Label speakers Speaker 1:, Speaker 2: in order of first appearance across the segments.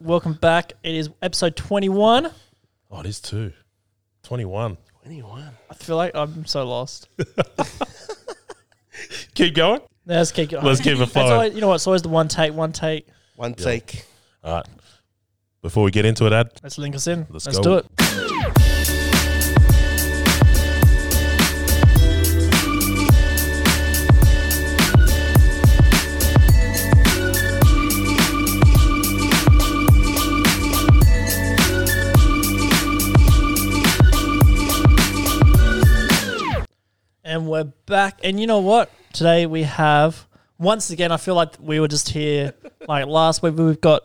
Speaker 1: Welcome back. It is episode 21.
Speaker 2: Oh, it is two. 21.
Speaker 3: 21.
Speaker 1: I feel like I'm so lost.
Speaker 2: Keep going.
Speaker 1: Now let's keep going.
Speaker 2: Let's give it a
Speaker 1: That's
Speaker 2: follow.
Speaker 1: always, you know what? It's always the one take, one take.
Speaker 3: One take.
Speaker 2: All right. Before we get into it, Ad,
Speaker 1: Let's link us in.
Speaker 2: Let's
Speaker 1: Let's,
Speaker 2: go.
Speaker 1: do it. And we're back. And you know what? Today we have once again. I feel like we were just here like last week. We've got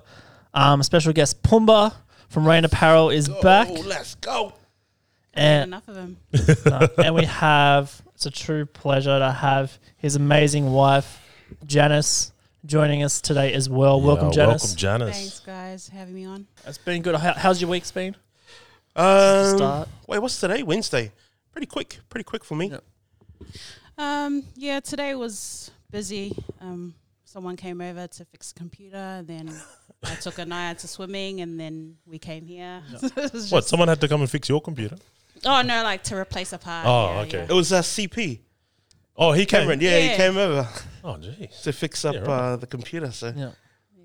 Speaker 1: um, special guest Pumba from Rain Apparel is back,
Speaker 3: Oh, let's go.
Speaker 4: Had
Speaker 1: and
Speaker 4: enough of them.
Speaker 1: and we have it's a true pleasure to have his amazing wife Janice joining us today as well. Oh, welcome,
Speaker 2: Yeah,
Speaker 1: Janice.
Speaker 2: Welcome, Janice.
Speaker 4: Thanks, guys, for having me on.
Speaker 1: it's been good. How, how's your week's been?
Speaker 3: Um,
Speaker 1: Start.
Speaker 3: Wait, what's today? Wednesday. Pretty quick. Pretty quick for me.
Speaker 1: Yep.
Speaker 4: Um, yeah, today was busy. Um, someone came over to fix a computer, and then I took a night out to swimming, and then we came here. It was just-
Speaker 2: What? Someone had to come and fix your computer?
Speaker 4: oh no, like to replace a part.
Speaker 2: Oh,
Speaker 4: yeah,
Speaker 2: okay.
Speaker 3: It was uh, CP.
Speaker 2: Oh, he came.
Speaker 3: Cameron, yeah, he
Speaker 4: Yeah.
Speaker 3: came over
Speaker 2: Oh, jeez.
Speaker 3: to fix up
Speaker 2: Yeah, right.
Speaker 3: uh, the computer. So
Speaker 1: Yeah.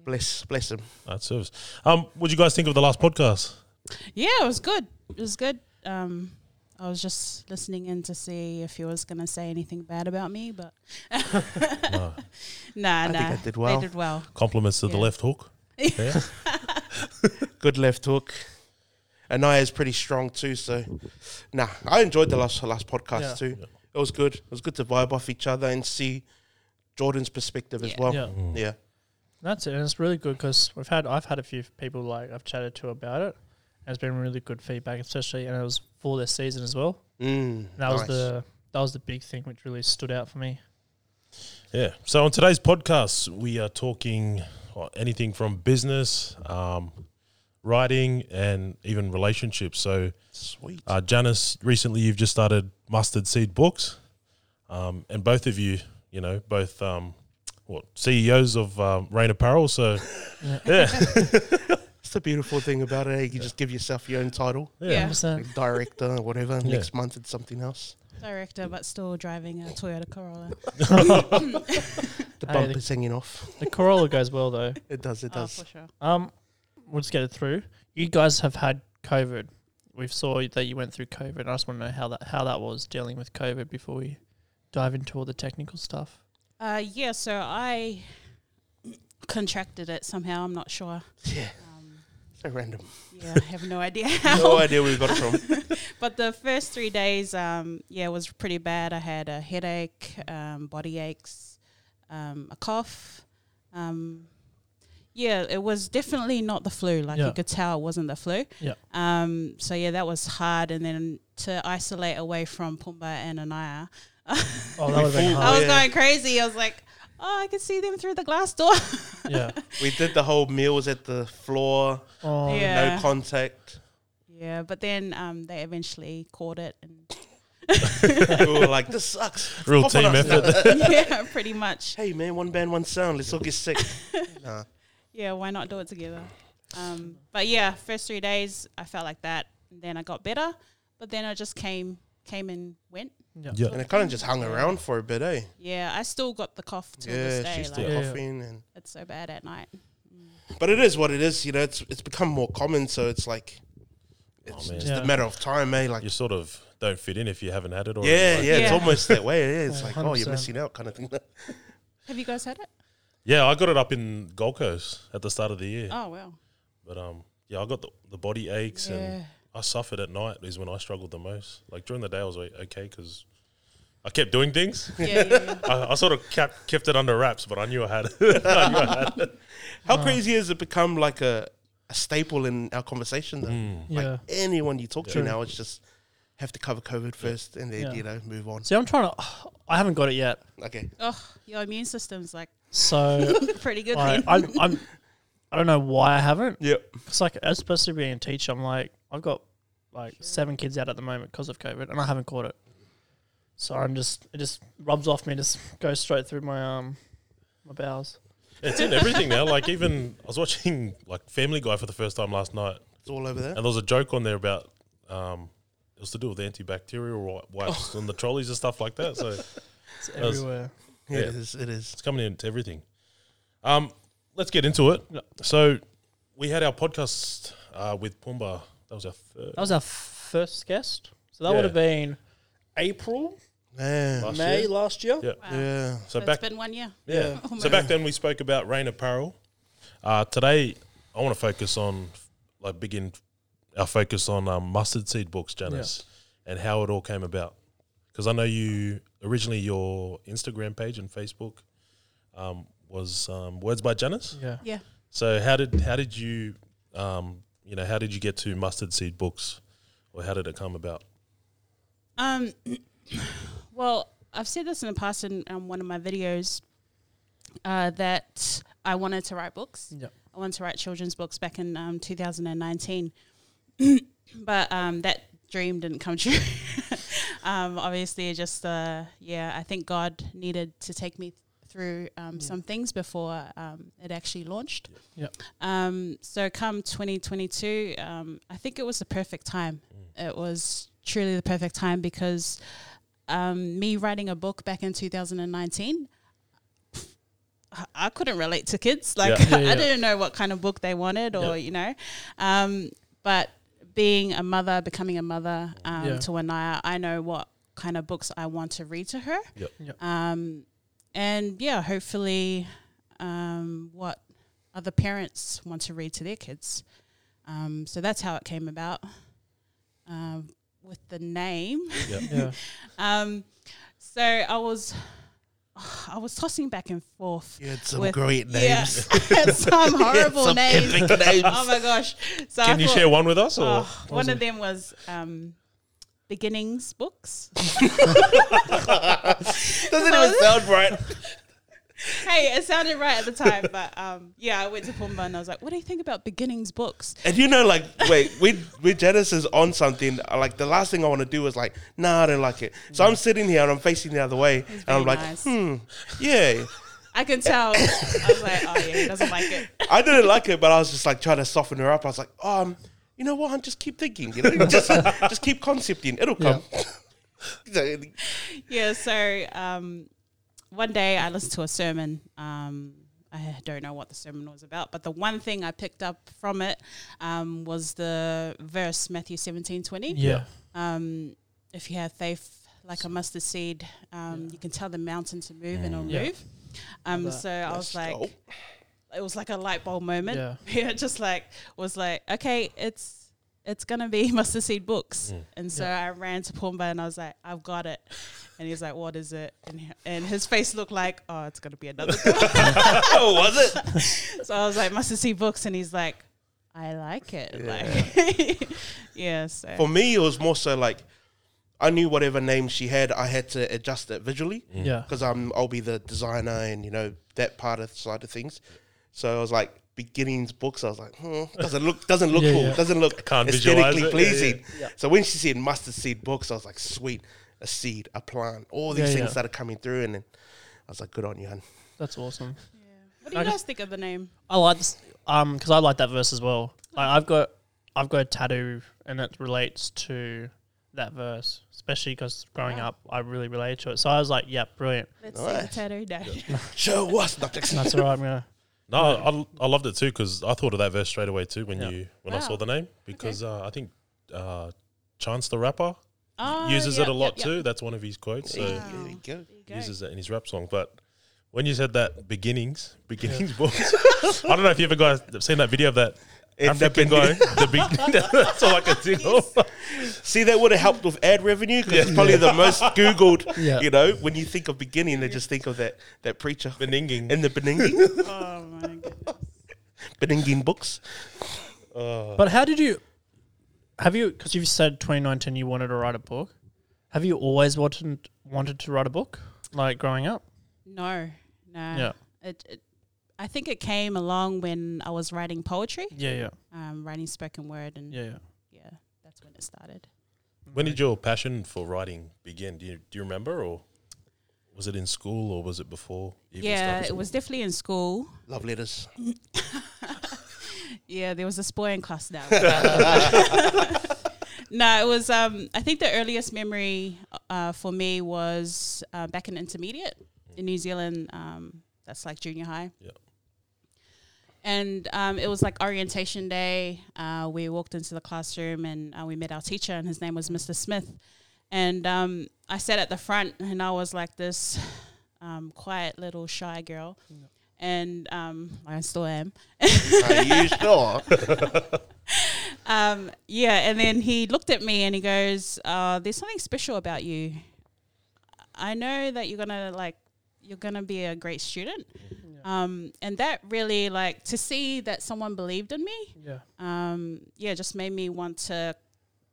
Speaker 3: bless bless him.
Speaker 2: That service. Um, what would you guys think of the last podcast?
Speaker 4: yeah. Yeah, it was good. It was good. Um, I was just listening in to see if he was going to say anything bad about me, but
Speaker 2: No.
Speaker 4: nah,
Speaker 3: I
Speaker 4: nah.
Speaker 3: think I did well.
Speaker 4: They did well.
Speaker 2: Compliments to the
Speaker 4: Yeah.
Speaker 2: left hook. Yeah.
Speaker 3: Good left hook. Anaya's pretty strong too. So nah, I enjoyed the last last podcast
Speaker 1: Yeah.
Speaker 3: too.
Speaker 2: Yeah.
Speaker 3: It was good. It was good to vibe off each other and see Jordan's perspective as
Speaker 4: Yeah.
Speaker 3: well.
Speaker 1: Yeah.
Speaker 2: Mm.
Speaker 3: yeah.
Speaker 1: That's it, and it's really good because we've had I've had a few people like I've chatted to about it. And it's been really good feedback, especially and it was for this season as well.
Speaker 3: Mm,
Speaker 1: And that was
Speaker 3: nice.
Speaker 1: the that was the big thing which really stood out for me.
Speaker 2: Yeah. So on today's podcast, we are talking well, anything from business, um, writing, and even relationships. So,
Speaker 3: sweet.
Speaker 2: uh, Janice, recently you've just started Mustard Seed Books, um, and both of you, you know, both um, what CEOs of um, Rain Apparel. So,
Speaker 1: Yeah.
Speaker 2: yeah,
Speaker 3: That's the beautiful thing about it. eh? You can just give yourself your own title,
Speaker 2: yeah,
Speaker 4: Yeah.
Speaker 1: 100%.
Speaker 3: like director or whatever.
Speaker 2: Yeah.
Speaker 3: Next month it's something else.
Speaker 4: Director, but still driving a Toyota Corolla.
Speaker 3: The
Speaker 1: Hey,
Speaker 3: bumper's hanging off.
Speaker 1: The Corolla goes well though.
Speaker 3: It does. It
Speaker 4: Oh,
Speaker 3: does.
Speaker 4: for sure.
Speaker 1: Um, we'll just get it through. You guys have had COVID. We've saw that you went through COVID. I just want to know how that how that was dealing with COVID before we dive into all the technical stuff.
Speaker 4: Uh, yeah, so I contracted it somehow. I'm not sure.
Speaker 3: yeah.
Speaker 4: Um,
Speaker 3: So random.
Speaker 4: yeah, I have no idea how.
Speaker 3: No idea where we got it from.
Speaker 4: But the first three days, um, yeah, was pretty bad. I had a headache, um, body aches, um, a cough. Um, yeah, it was definitely not the flu. Like
Speaker 1: Yeah.
Speaker 4: you could tell, it wasn't the flu.
Speaker 1: Yeah.
Speaker 4: Um, so yeah, that was hard. And then to isolate away from Pumba and Anaya,
Speaker 1: Oh, that would have been
Speaker 3: Oh,
Speaker 4: I
Speaker 1: hard.
Speaker 4: was
Speaker 3: yeah.
Speaker 4: going crazy. I was like, oh, I can see them through the glass door.
Speaker 1: Yeah.
Speaker 3: We did the whole meals at the floor.
Speaker 1: Oh,
Speaker 4: Yeah.
Speaker 3: No contact.
Speaker 4: Yeah, but then um, they eventually caught it, and
Speaker 3: we were like, this sucks.
Speaker 2: real
Speaker 3: Pop on
Speaker 2: team
Speaker 3: us.
Speaker 2: effort.
Speaker 4: yeah, pretty much.
Speaker 3: Hey man, one band, one sound. Let's all get sick. nah.
Speaker 4: Yeah, why not do it together? Um, but yeah, first three days I felt like that. And then I got better, but then I just came, came and went.
Speaker 1: yeah.
Speaker 2: Yeah.
Speaker 3: And it kind of just hung around for a bit, eh?
Speaker 4: Yeah, I still got the cough till this
Speaker 3: Yeah,
Speaker 4: day.
Speaker 3: she's still
Speaker 4: like,
Speaker 1: Yeah.
Speaker 3: coughing, and
Speaker 4: it's so bad at night.
Speaker 3: but it is what it is. You know, it's it's become more common, so it's like it's
Speaker 2: man.
Speaker 3: just
Speaker 1: Yeah.
Speaker 3: a matter of time, eh? Like
Speaker 2: You sort of don't fit in if you haven't had it. Already.
Speaker 3: Yeah,
Speaker 2: Like,
Speaker 3: yeah, it's
Speaker 4: Yeah.
Speaker 3: almost that way. Yeah, it's
Speaker 1: Yeah,
Speaker 3: like, oh, you're
Speaker 1: 100%.
Speaker 3: missing out, kind of thing.
Speaker 4: Have you guys had it?
Speaker 2: yeah. I got it up in Gold Coast at the start of the year,
Speaker 4: Oh wow.
Speaker 2: but um, yeah, I got the, the body aches and I suffered at night is when I struggled the most. Like during the day, I was like, okay because I kept doing things.
Speaker 4: yeah, yeah, yeah.
Speaker 2: I, I sort of kept kept it under wraps, but I knew I had it.
Speaker 3: How crazy has it become like a, a staple in our conversation? Though,
Speaker 4: Mm-hmm.
Speaker 3: like
Speaker 1: Yeah.
Speaker 3: anyone you talk to
Speaker 1: Yeah.
Speaker 3: now, it's just have to cover COVID first, and then
Speaker 1: Yeah.
Speaker 3: you know move on.
Speaker 1: See, I'm trying to. I haven't got it yet,
Speaker 3: Okay,
Speaker 4: Oh, your immune system's like
Speaker 1: so
Speaker 4: pretty good.
Speaker 1: like,
Speaker 4: then.
Speaker 1: I'm, I'm. I don't know why I haven't.
Speaker 3: yep,
Speaker 1: It's like, especially being a teacher, I'm like, I've got like seven kids out at the moment because of COVID, and I haven't caught it. So I'm just, it just rubs off me, just goes straight through my um, my bowels.
Speaker 2: It's in everything now. Like even I was watching like Family Guy for the first time last night,
Speaker 3: It's all over there.
Speaker 2: and there was a joke on there about um, it was to do with antibacterial wi- wipes
Speaker 4: Oh.
Speaker 2: on the trolleys and stuff like that. So
Speaker 1: It's
Speaker 2: was-
Speaker 1: everywhere.
Speaker 3: It
Speaker 2: Yeah.
Speaker 3: is. It is.
Speaker 2: It's coming into everything. Um, let's get into it. So we had our podcast uh, with Pumba. That was our third.
Speaker 4: Oh,
Speaker 1: That was our first guest. So that
Speaker 2: Yeah.
Speaker 1: would have been April,
Speaker 3: Man.
Speaker 2: Last
Speaker 1: May
Speaker 2: year.
Speaker 1: last year.
Speaker 2: Yeah.
Speaker 4: Wow.
Speaker 3: Yeah.
Speaker 2: So
Speaker 4: it's
Speaker 2: back
Speaker 4: been one year.
Speaker 2: yeah.
Speaker 4: Oh my
Speaker 2: so back then we spoke about rain apparel. Uh, today I want to focus on like begin our focus on um, mustard seed books, Janice, and how it all came about. Because I know you originally your Instagram page and Facebook um, was um, Words by Janice.
Speaker 1: Yeah.
Speaker 4: Yeah.
Speaker 2: So how did how did you um, you know how did you get to mustard seed books, or how did it come about?
Speaker 4: Um, well, I've said this in the past in um, one of my videos uh, that I wanted to write books.
Speaker 1: Yeah.
Speaker 4: I wanted to write children's books back in um, 2019, but um, that dream didn't come true. um, obviously, it just uh, yeah, I think God needed to take me through um, some things before um, it actually launched.
Speaker 1: Yeah.
Speaker 4: Um, so come 2022, um, I think it was the perfect time.
Speaker 1: Mm.
Speaker 4: It was truly the perfect time because um, me writing a book back in 2019. I- I couldn't relate to kids. Like
Speaker 2: Yeah.
Speaker 1: Yeah, yeah.
Speaker 4: I didn't know what kind of book they wanted, or
Speaker 2: Yeah.
Speaker 4: you know, um, but being a mother, becoming a mother um,
Speaker 1: Yeah.
Speaker 4: to Anaya, I know what kind of books I want to read to her.
Speaker 2: Yep.
Speaker 1: Yep.
Speaker 4: Um, and yeah, hopefully, um, what other parents want to read to their kids. Um, so that's how it came about um, with the name.
Speaker 1: Yeah.
Speaker 4: Um, so I was, I was tossing back and forth.
Speaker 3: You had some
Speaker 4: With-
Speaker 3: great
Speaker 4: Yeah,
Speaker 3: names.
Speaker 4: some horrible
Speaker 3: Some
Speaker 4: names.
Speaker 3: epic names.
Speaker 4: Oh my gosh! So
Speaker 2: Can
Speaker 4: I
Speaker 2: you
Speaker 4: thought-
Speaker 2: share one with us? Or
Speaker 4: Oh, one of them was um, beginnings books.
Speaker 3: Doesn't even sound right.
Speaker 4: hey, it sounded right at the time, but um, yeah, I went to Pumba and I was like, "What do you think about beginnings books?"
Speaker 3: And you know, like, wait, we we Janice is on something. uh, Like, the last thing I want to do is like, nah, I don't like it. So I'm sitting here and I'm facing the other way, and I'm
Speaker 4: very
Speaker 3: like,
Speaker 4: Mm. nice.
Speaker 3: hmm, yeah,
Speaker 4: I can tell. I was like, "Oh yeah, he doesn't like it."
Speaker 3: I didn't like it, but I was just like trying to soften her up. I was like, um, you know what? i just keep thinking, you know, just just keep concepting. It'll come.
Speaker 4: Yeah. So um, one day I listened to a sermon. Um, I don't know what the sermon was about, but the one thing I picked up from it um, was the verse Matthew seventeen twenty.
Speaker 1: Yeah.
Speaker 4: um, if you have faith like a mustard seed, um, you can tell the mountain to move and it'll
Speaker 1: Yeah.
Speaker 4: move. Um,
Speaker 1: Love that.
Speaker 4: so I was like,
Speaker 3: Oh.
Speaker 4: it was like a light bulb moment.
Speaker 1: Yeah.
Speaker 4: Yeah. just like was like, okay, it's it's gonna be mustard seed books. And so I ran to Pumba and I was like, I've got it. And he's like, what is it? And, he- and his face looked like, oh, it's gonna be another. book."
Speaker 3: oh, was it?
Speaker 4: so I was like, mustard seed books, and he's like, I like it. Like, yeah. So
Speaker 3: For me, it was more so like I knew whatever name she had, I had to adjust it visually.
Speaker 1: Yeah.
Speaker 3: because I'm I'll be the designer and you know that part of side of things. So I was like beginnings books. I was like, hmm, doesn't look doesn't look
Speaker 1: Yeah,
Speaker 3: cool.
Speaker 1: yeah.
Speaker 3: Doesn't look
Speaker 2: Can't visualize
Speaker 3: aesthetically
Speaker 2: it. Yeah, yeah.
Speaker 3: pleasing. So when she said mustard seed books, I was like, sweet, a seed, a plant, all these
Speaker 1: Yeah,
Speaker 3: things
Speaker 1: yeah.
Speaker 3: started coming through, and then I was like, good on you, hun.
Speaker 1: That's awesome.
Speaker 4: what do you guys think of the name?
Speaker 1: I like this um because I like that verse as well. Like I've got I've got a tattoo and it relates to that verse, especially because growing
Speaker 4: Wow.
Speaker 1: up I really related to it. So I was like, yeah, brilliant.
Speaker 4: Let's
Speaker 3: Nice.
Speaker 4: see the tattoo. No.
Speaker 3: Show us nothing.
Speaker 1: That's all right. I'm gonna
Speaker 2: no, I, I loved it too because I thought of that verse straight away too when
Speaker 1: Yeah.
Speaker 2: you when I
Speaker 4: Wow.
Speaker 2: saw the name because uh, I think uh, Chance the rapper
Speaker 4: Oh,
Speaker 2: uses
Speaker 4: yep,
Speaker 2: it a
Speaker 4: yep,
Speaker 2: lot
Speaker 4: yep.
Speaker 2: too. That's one of his quotes. So
Speaker 4: Yeah.
Speaker 3: There you go.
Speaker 4: There you
Speaker 2: he
Speaker 4: go.
Speaker 2: uses that in his rap song, but. When you said that beginnings, beginnings books. I don't know if you ever guys have seen that video of that
Speaker 3: In the
Speaker 2: African guy.
Speaker 3: beginning.
Speaker 2: The big, that's all I can think of.
Speaker 3: See, that would have helped with ad revenue because it's probably the most googled.
Speaker 1: Yeah.
Speaker 3: You know, when you think of beginning, they just think of that that preacher
Speaker 2: Beninging.
Speaker 3: in the Beninging
Speaker 4: Oh my goodness.
Speaker 3: Beninging books.
Speaker 1: But how did you? Have you? Because you've said 2019 you wanted to write a book. Have you always wanted wanted to write a book? Like growing up?
Speaker 4: No, no.
Speaker 1: Yeah.
Speaker 4: It, it, I think it came along when I was writing poetry,
Speaker 1: Yeah, yeah,
Speaker 4: um, writing spoken word, and yeah.
Speaker 1: yeah, yeah.
Speaker 4: that's when it started.
Speaker 2: When did your passion for writing begin? Do you do you remember or Was it in school or was it before? you even
Speaker 4: yeah,
Speaker 2: started
Speaker 4: it was definitely in school.
Speaker 3: Love letters.
Speaker 4: Yeah, there was a spoiling class now. no, it was. Um, I think the earliest memory uh, for me was uh, back in intermediate in New Zealand. Um, that's like junior high.
Speaker 2: Yeah.
Speaker 4: And um, it was like orientation day. Uh, we walked into the classroom and uh, we met our teacher, and his name was Mr. Smith. And um, I sat at the front, and I was like this um, quiet little shy girl. And um, I still am.
Speaker 3: Are you sure?
Speaker 4: Um, yeah, and then he looked at me and he goes, uh, "There's something special about you. I know that you're gonna like, you're gonna be a great student." Um, and that really like to see that someone believed in me.
Speaker 1: Yeah.
Speaker 4: Um, yeah, just made me want to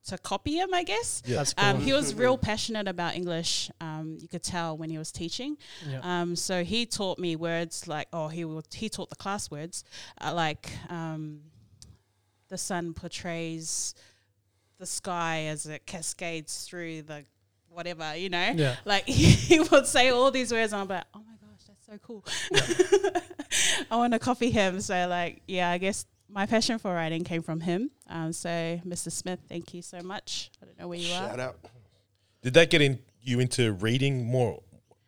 Speaker 4: to copy him, I guess.
Speaker 1: That's cool.
Speaker 4: Um, he was real passionate about English. Um, you could tell when he was teaching.
Speaker 1: Yeah.
Speaker 4: Um, so he taught me words like, oh, he will, he taught the class words uh, like um, the sun portrays the sky as it cascades through the whatever, you know.
Speaker 1: Yeah.
Speaker 4: Like he would say all these words, and I'm like, oh my gosh, that's so cool. I want to copy him. So like, yeah, I guess. My passion for writing came from him. Um, so, Mr. Smith, thank you so much. I don't know where you are.
Speaker 3: Shout out.
Speaker 2: Did that get in you into reading more,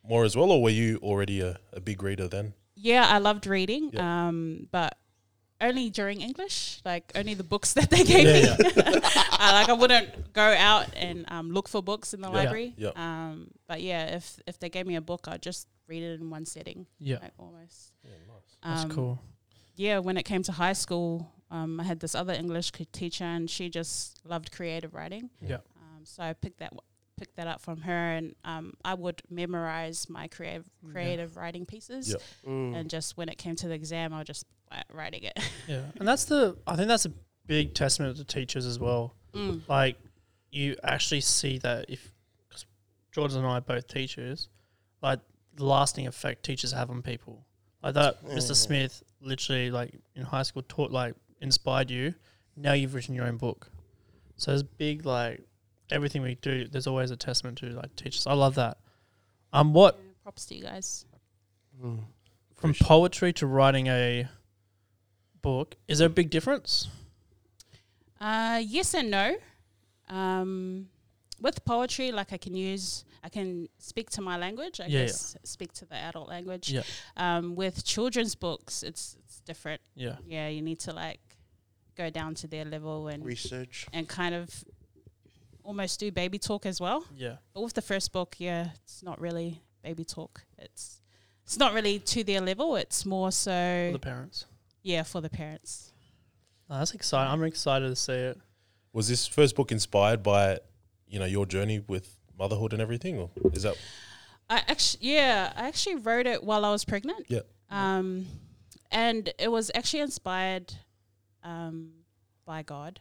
Speaker 2: more as well, or were you already a, a big reader then?
Speaker 4: Yeah, I loved reading,
Speaker 2: Yeah.
Speaker 4: um, but only during English, like only the books that they gave me. uh, like I wouldn't go out and um, look for books in the library.
Speaker 2: Yeah.
Speaker 4: Um, but yeah, if if they gave me a book, I'd just read it in one sitting,
Speaker 1: yeah.
Speaker 4: like almost.
Speaker 1: That's
Speaker 4: Um,
Speaker 1: cool.
Speaker 4: Yeah, when it came to high school, um, I had this other English c- teacher, and she just loved creative writing.
Speaker 1: Yeah.
Speaker 4: Um, so I picked that w- picked that up from her, and um, I would memorize my creative creative writing pieces
Speaker 2: Yeah.
Speaker 3: Mm.
Speaker 4: and just when it came to the exam, I was just uh, writing it.
Speaker 1: Yeah, and that's the I think that's a big testament to teachers as well. Like you actually see that if because Jordan and I are both teachers, like the lasting effect teachers have on people. Like that, Mr. Smith literally like in high school taught like inspired you. Now you've written your own book, so it's big like everything we do. There's always a testament to like teachers. I love that. Um, what
Speaker 4: Props to you guys.
Speaker 1: from poetry to writing a book is there a big difference?
Speaker 4: Uh, yes and no. Um, with poetry, like I can use, I can speak to my language. I
Speaker 1: Yeah, yeah.
Speaker 4: guess speak to the adult language.
Speaker 1: Yeah.
Speaker 4: Um, with children's books, it's it's different.
Speaker 1: Yeah.
Speaker 4: Yeah, you need to like go down to their level and
Speaker 3: Research.
Speaker 4: and kind of almost do baby talk as well.
Speaker 1: Yeah.
Speaker 4: But with the first book, yeah, it's not really baby talk. It's it's not really to their level. It's more so
Speaker 1: For the parents.
Speaker 4: Yeah, for the parents.
Speaker 1: Oh, that's exciting. I'm excited to see it.
Speaker 2: Was this first book inspired by, you know, your journey with motherhood and everything, or is that
Speaker 4: I actually, yeah, I actually wrote it while I was pregnant.
Speaker 2: yeah?
Speaker 4: Um, and it was actually inspired um, by God,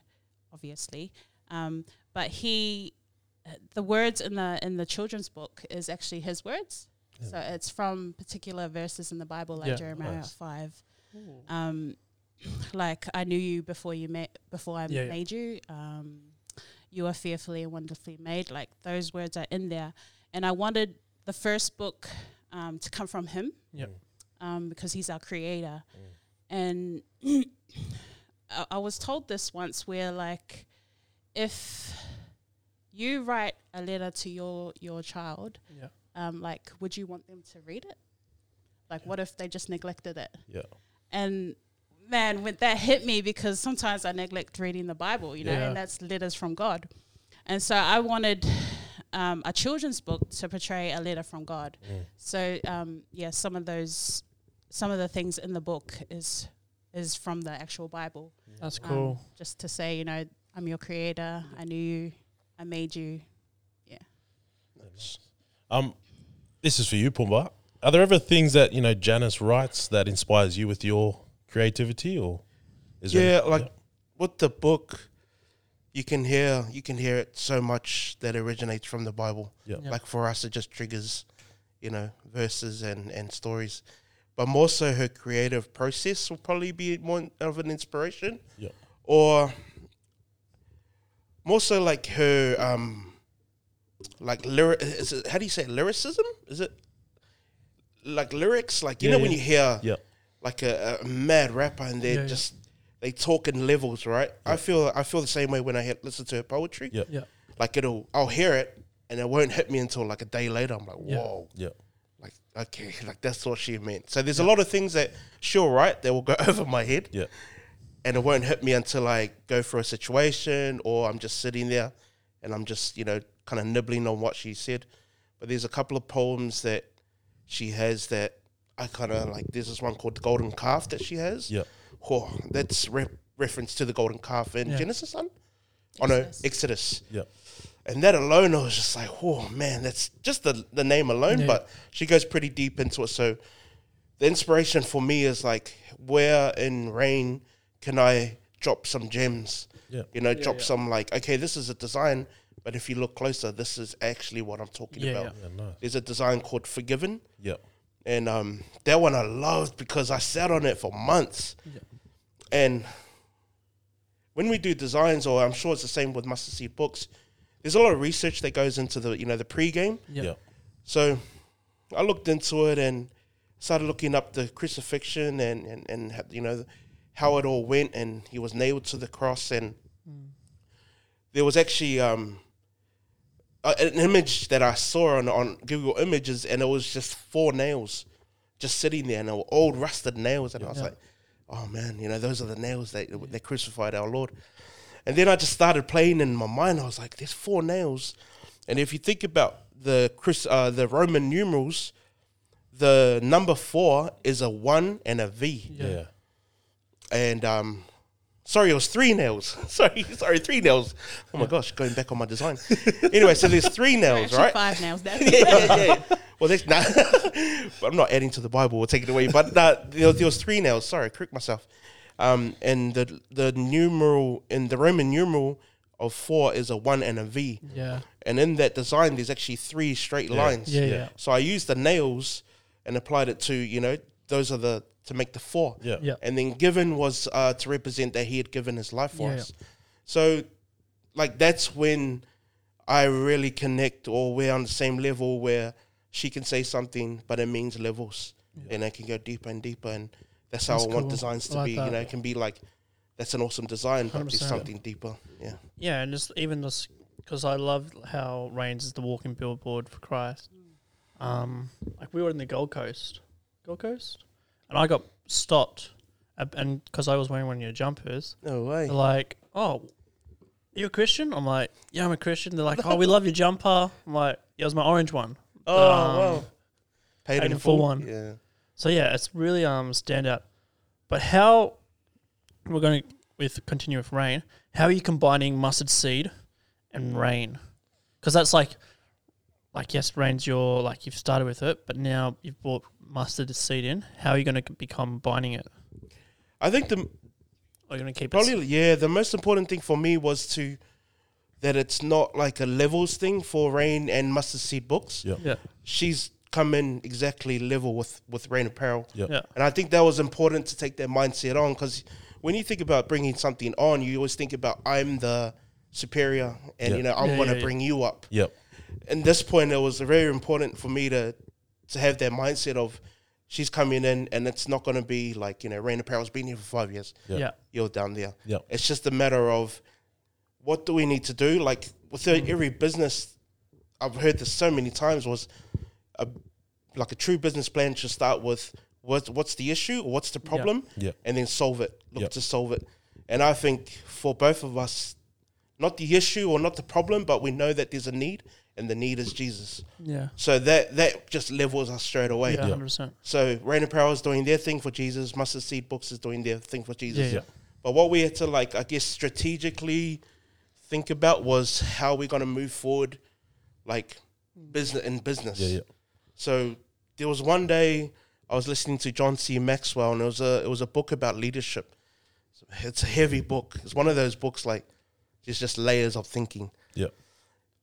Speaker 4: obviously. Um, but he, the words in the in the children's book is actually his words. So it's from particular verses in the Bible, like
Speaker 1: Yeah.
Speaker 4: Jeremiah
Speaker 2: Nice.
Speaker 4: five. Um, like I knew you before you met before I
Speaker 1: Yeah, yeah.
Speaker 4: made you. Um, you are fearfully and wonderfully made. Like those words are in there, and I wanted the first book um, to come from him
Speaker 1: Yeah.
Speaker 4: um, because he's our creator.
Speaker 1: Mm.
Speaker 4: And I, I was told this once where, like, if you write a letter to your, your child,
Speaker 1: Yeah.
Speaker 4: um, like, would you want them to read it? Like, what if they just neglected it?
Speaker 2: Yeah,
Speaker 4: And man, when that hit me because sometimes I neglect reading the Bible, you know,
Speaker 1: Yeah.
Speaker 4: and that's letters from God. And so I wanted um, a children's book to portray a letter from God.
Speaker 1: Mm.
Speaker 4: So um, yeah, some of those, some of the things in the book is is from the actual Bible.
Speaker 1: That's
Speaker 4: Um,
Speaker 1: cool.
Speaker 4: just to say, you know, I'm your creator. I knew you. I made you.
Speaker 2: Um, this is for you, Pumba. Are there ever things that you know Janice writes that inspires you with your creativity, or is
Speaker 3: yeah,
Speaker 2: any-
Speaker 3: like with the book, you can hear you can hear it so much that originates from the Bible.
Speaker 2: Yeah. Yeah.
Speaker 3: Like for us, it just triggers, you know, verses and and stories. But more so, her creative process will probably be more of an inspiration,
Speaker 2: yeah,
Speaker 3: or more so like her um, like lyric. Is it, how do you say it? lyricism? Is it like lyrics, like you
Speaker 2: Yeah,
Speaker 3: know when
Speaker 2: yeah.
Speaker 3: you hear
Speaker 2: Yeah.
Speaker 3: like a, a mad rapper and they're
Speaker 1: Yeah, yeah.
Speaker 3: just they talk in levels, right? I feel I feel the same way when I hear, listen to her poetry.
Speaker 2: Yeah.
Speaker 1: Yeah.
Speaker 3: Like it'll I'll hear it and it won't hit me until like a day later. I'm like,
Speaker 1: Yeah.
Speaker 3: whoa.
Speaker 2: Yeah.
Speaker 3: Like okay, like that's what she meant. So there's a lot of things that sure right that will go over my head
Speaker 2: Yeah.
Speaker 3: and it won't hit me until I go for a situation or I'm just sitting there and I'm just, you know, kind of nibbling on what she said. But there's a couple of poems that she has that I kind of like. There's this one called The Golden Calf that she has.
Speaker 2: Yeah.
Speaker 3: Oh, that's re- reference to the Golden Calf in
Speaker 1: Yeah.
Speaker 3: Genesis, son? Oh, no,
Speaker 4: Exodus.
Speaker 3: Exodus.
Speaker 2: Yeah.
Speaker 3: And that alone, I was just like, oh man, that's just the, the name alone.
Speaker 1: Yeah.
Speaker 3: But she goes pretty deep into it. So the inspiration for me is like, where in rain can I drop some gems?
Speaker 2: Yeah.
Speaker 3: You know, drop some like, okay, this is a design, but if you look closer, this is actually what I'm talking
Speaker 1: Yeah,
Speaker 3: about.
Speaker 2: Yeah. Nice.
Speaker 3: There's a design called Forgiven.
Speaker 2: Yeah.
Speaker 3: And um, that one I loved because I sat on it for months.
Speaker 1: Yeah.
Speaker 3: And when we do designs, or I'm sure it's the same with mustard seed books, there's a lot of research that goes into the you know the pre-game.
Speaker 1: Yeah.
Speaker 2: Yeah.
Speaker 3: So I looked into it and started looking up the crucifixion and and, and ha- you know how it all went, and he was nailed to the cross, and there was actually um, a, an image that I saw on, on Google Images, and it was just four nails just sitting there, and they were old rusted nails, and I was
Speaker 1: Yeah.
Speaker 3: like, oh man, you know those are the nails that they crucified our Lord. And then I just started playing in my mind. I was like, "There's four nails," and if you think about the Chris, uh, the Roman numerals, the number four is a one and a V.
Speaker 1: Yeah.
Speaker 2: Yeah.
Speaker 3: And um, sorry, it was three nails. sorry, sorry, three nails. Oh my gosh, going back on my design. anyway, so there's three nails,
Speaker 4: Actually,
Speaker 3: right?
Speaker 4: five nails. That's
Speaker 3: yeah, yeah, yeah. Well, that's nah. but I'm not adding to the Bible or taking it away. But nah, there, there was three nails. Sorry, I correct myself. Um, and the the numeral in the Roman numeral of four is a one and a V.
Speaker 1: Yeah.
Speaker 3: And in that design, there's actually three straight lines.
Speaker 1: Yeah, yeah.
Speaker 3: So I used the nails and applied it to you know those are the to make the four.
Speaker 2: Yeah.
Speaker 1: Yeah.
Speaker 3: And then given was uh, to represent that he had given his life for
Speaker 1: Yeah,
Speaker 3: us. So, like that's when I really connect, or we're on the same level where she can say something, but it means levels, and I can go deeper and deeper, and that's how
Speaker 1: That's
Speaker 3: I want
Speaker 1: cool.
Speaker 3: designs
Speaker 1: I
Speaker 3: to
Speaker 1: like
Speaker 3: be. You
Speaker 1: that.
Speaker 3: know, it can be like that's an awesome design, but there's
Speaker 1: 100%.
Speaker 3: something deeper. Yeah,
Speaker 1: Yeah, and just even just because I love how Reigns is the walking billboard for Christ. Um, like we were in the Gold Coast, Gold Coast, and I got stopped, ab- and because I was wearing one of your jumpers,
Speaker 3: no way.
Speaker 1: they're like, "Oh, you a Christian?" I'm like, "Yeah, I'm a Christian." They're like, "Oh, we love your jumper." I'm like, "Yeah, it was my orange one."
Speaker 3: Oh
Speaker 1: Um,
Speaker 3: wow, paid,
Speaker 1: paid in full one.
Speaker 3: Yeah,
Speaker 1: So yeah, it's really um stand out. But how we're going to with continue with rain? How are you combining mustard seed and rain? Because that's like, like yes, rain's your like you've started with it, but now you've brought mustard seed in. How are you going to be combining it?
Speaker 3: I think the
Speaker 1: Are you going to keep it? s-
Speaker 3: Probably, yeah. The most important thing for me was to that it's not like a levels thing for Rain and Mustard Seed Books.
Speaker 2: Yeah.
Speaker 1: Yeah,
Speaker 3: She's come in exactly level with with Rain Apparel,
Speaker 2: Yeah.
Speaker 1: yeah,
Speaker 3: and I think that was important to take that mindset on because when you think about bringing something on, you always think about I'm the superior, and
Speaker 2: Yeah.
Speaker 3: you know I'm
Speaker 1: Yeah,
Speaker 3: gonna
Speaker 1: yeah, yeah.
Speaker 3: bring you up
Speaker 2: Yeah.
Speaker 3: in this point, it was very important for me to to have that mindset of she's coming in and it's not going to be like you know Rain Apparel's been here for five years.
Speaker 2: Yeah.
Speaker 1: Yeah.
Speaker 3: you're down there.
Speaker 2: Yeah.
Speaker 3: it's just a matter of what do we need to do. Like with every business, I've heard this so many times was a like a true business plan should start with what's what's the issue, what's the problem,
Speaker 2: Yeah.
Speaker 3: and then solve it. Look
Speaker 2: Yep.
Speaker 3: to solve it. And I think for both of us, not the issue or not the problem, but we know that there's a need, and the need is Jesus.
Speaker 1: yeah,
Speaker 3: So that that just levels us straight away.
Speaker 1: yeah, hundred percent.
Speaker 3: So Rain and Power is doing their thing for Jesus. Mustard Seed Books is doing their thing for Jesus.
Speaker 1: Yeah, yeah.
Speaker 3: But what we had to like, I guess, strategically think about was how we're gonna move forward, like business in business.
Speaker 2: Yeah. Yeah.
Speaker 3: So there was one day I was listening to John C. Maxwell, and it was a it was a book about leadership. It's a heavy book. It's one of those books like there's just layers of thinking.
Speaker 2: Yeah.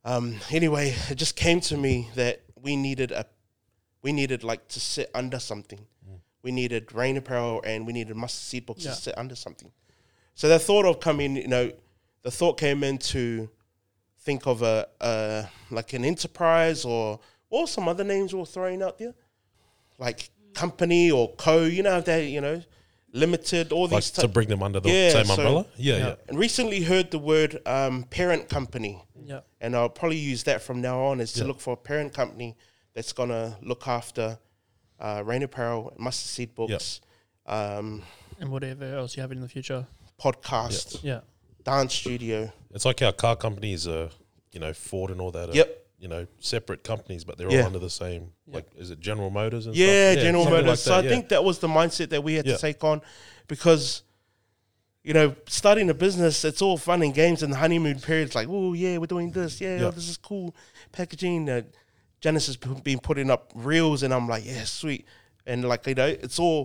Speaker 3: Um, anyway, it just came to me that we needed a we needed like to sit under something.
Speaker 2: Mm.
Speaker 3: We needed rain apparel and we needed mustard seed books
Speaker 1: Yeah.
Speaker 3: to sit under something. So the thought of coming, you know, the thought came in to think of a, a like an enterprise or or some other names we were throwing out there like company or co. You know they you know limited all
Speaker 2: Like
Speaker 3: these.
Speaker 2: to
Speaker 3: type-
Speaker 2: bring them under the
Speaker 3: Yeah,
Speaker 2: same
Speaker 3: so-
Speaker 2: umbrella. Yeah, yeah.
Speaker 3: and recently heard the word um, parent company,
Speaker 1: Yeah.
Speaker 3: and I'll probably use that from now on is
Speaker 2: Yeah.
Speaker 3: to look for a parent company that's gonna look after uh, rain apparel, mustard seed books, um,
Speaker 1: And whatever else you have in the future.
Speaker 3: podcast,
Speaker 1: Yeah.
Speaker 3: dance studio.
Speaker 2: It's like our car companies are, you know, Ford and all that. Are,
Speaker 3: Yep.
Speaker 2: You know, separate companies, but they're
Speaker 3: Yeah.
Speaker 2: all under the same. Like, is it General Motors? And
Speaker 3: Yeah,
Speaker 2: stuff?
Speaker 3: General
Speaker 2: something
Speaker 3: Motors.
Speaker 2: like
Speaker 3: so
Speaker 2: that,
Speaker 3: I
Speaker 2: yeah.
Speaker 3: think that was the mindset that we had
Speaker 2: Yeah.
Speaker 3: to take on, because you know, starting a business, it's all fun and games, and the honeymoon period's like, oh yeah, we're doing this, yeah,
Speaker 2: Yeah.
Speaker 3: oh, this is cool packaging. Uh, Janice has p- been putting up reels, and I'm like, yeah, sweet, and like you know, it's all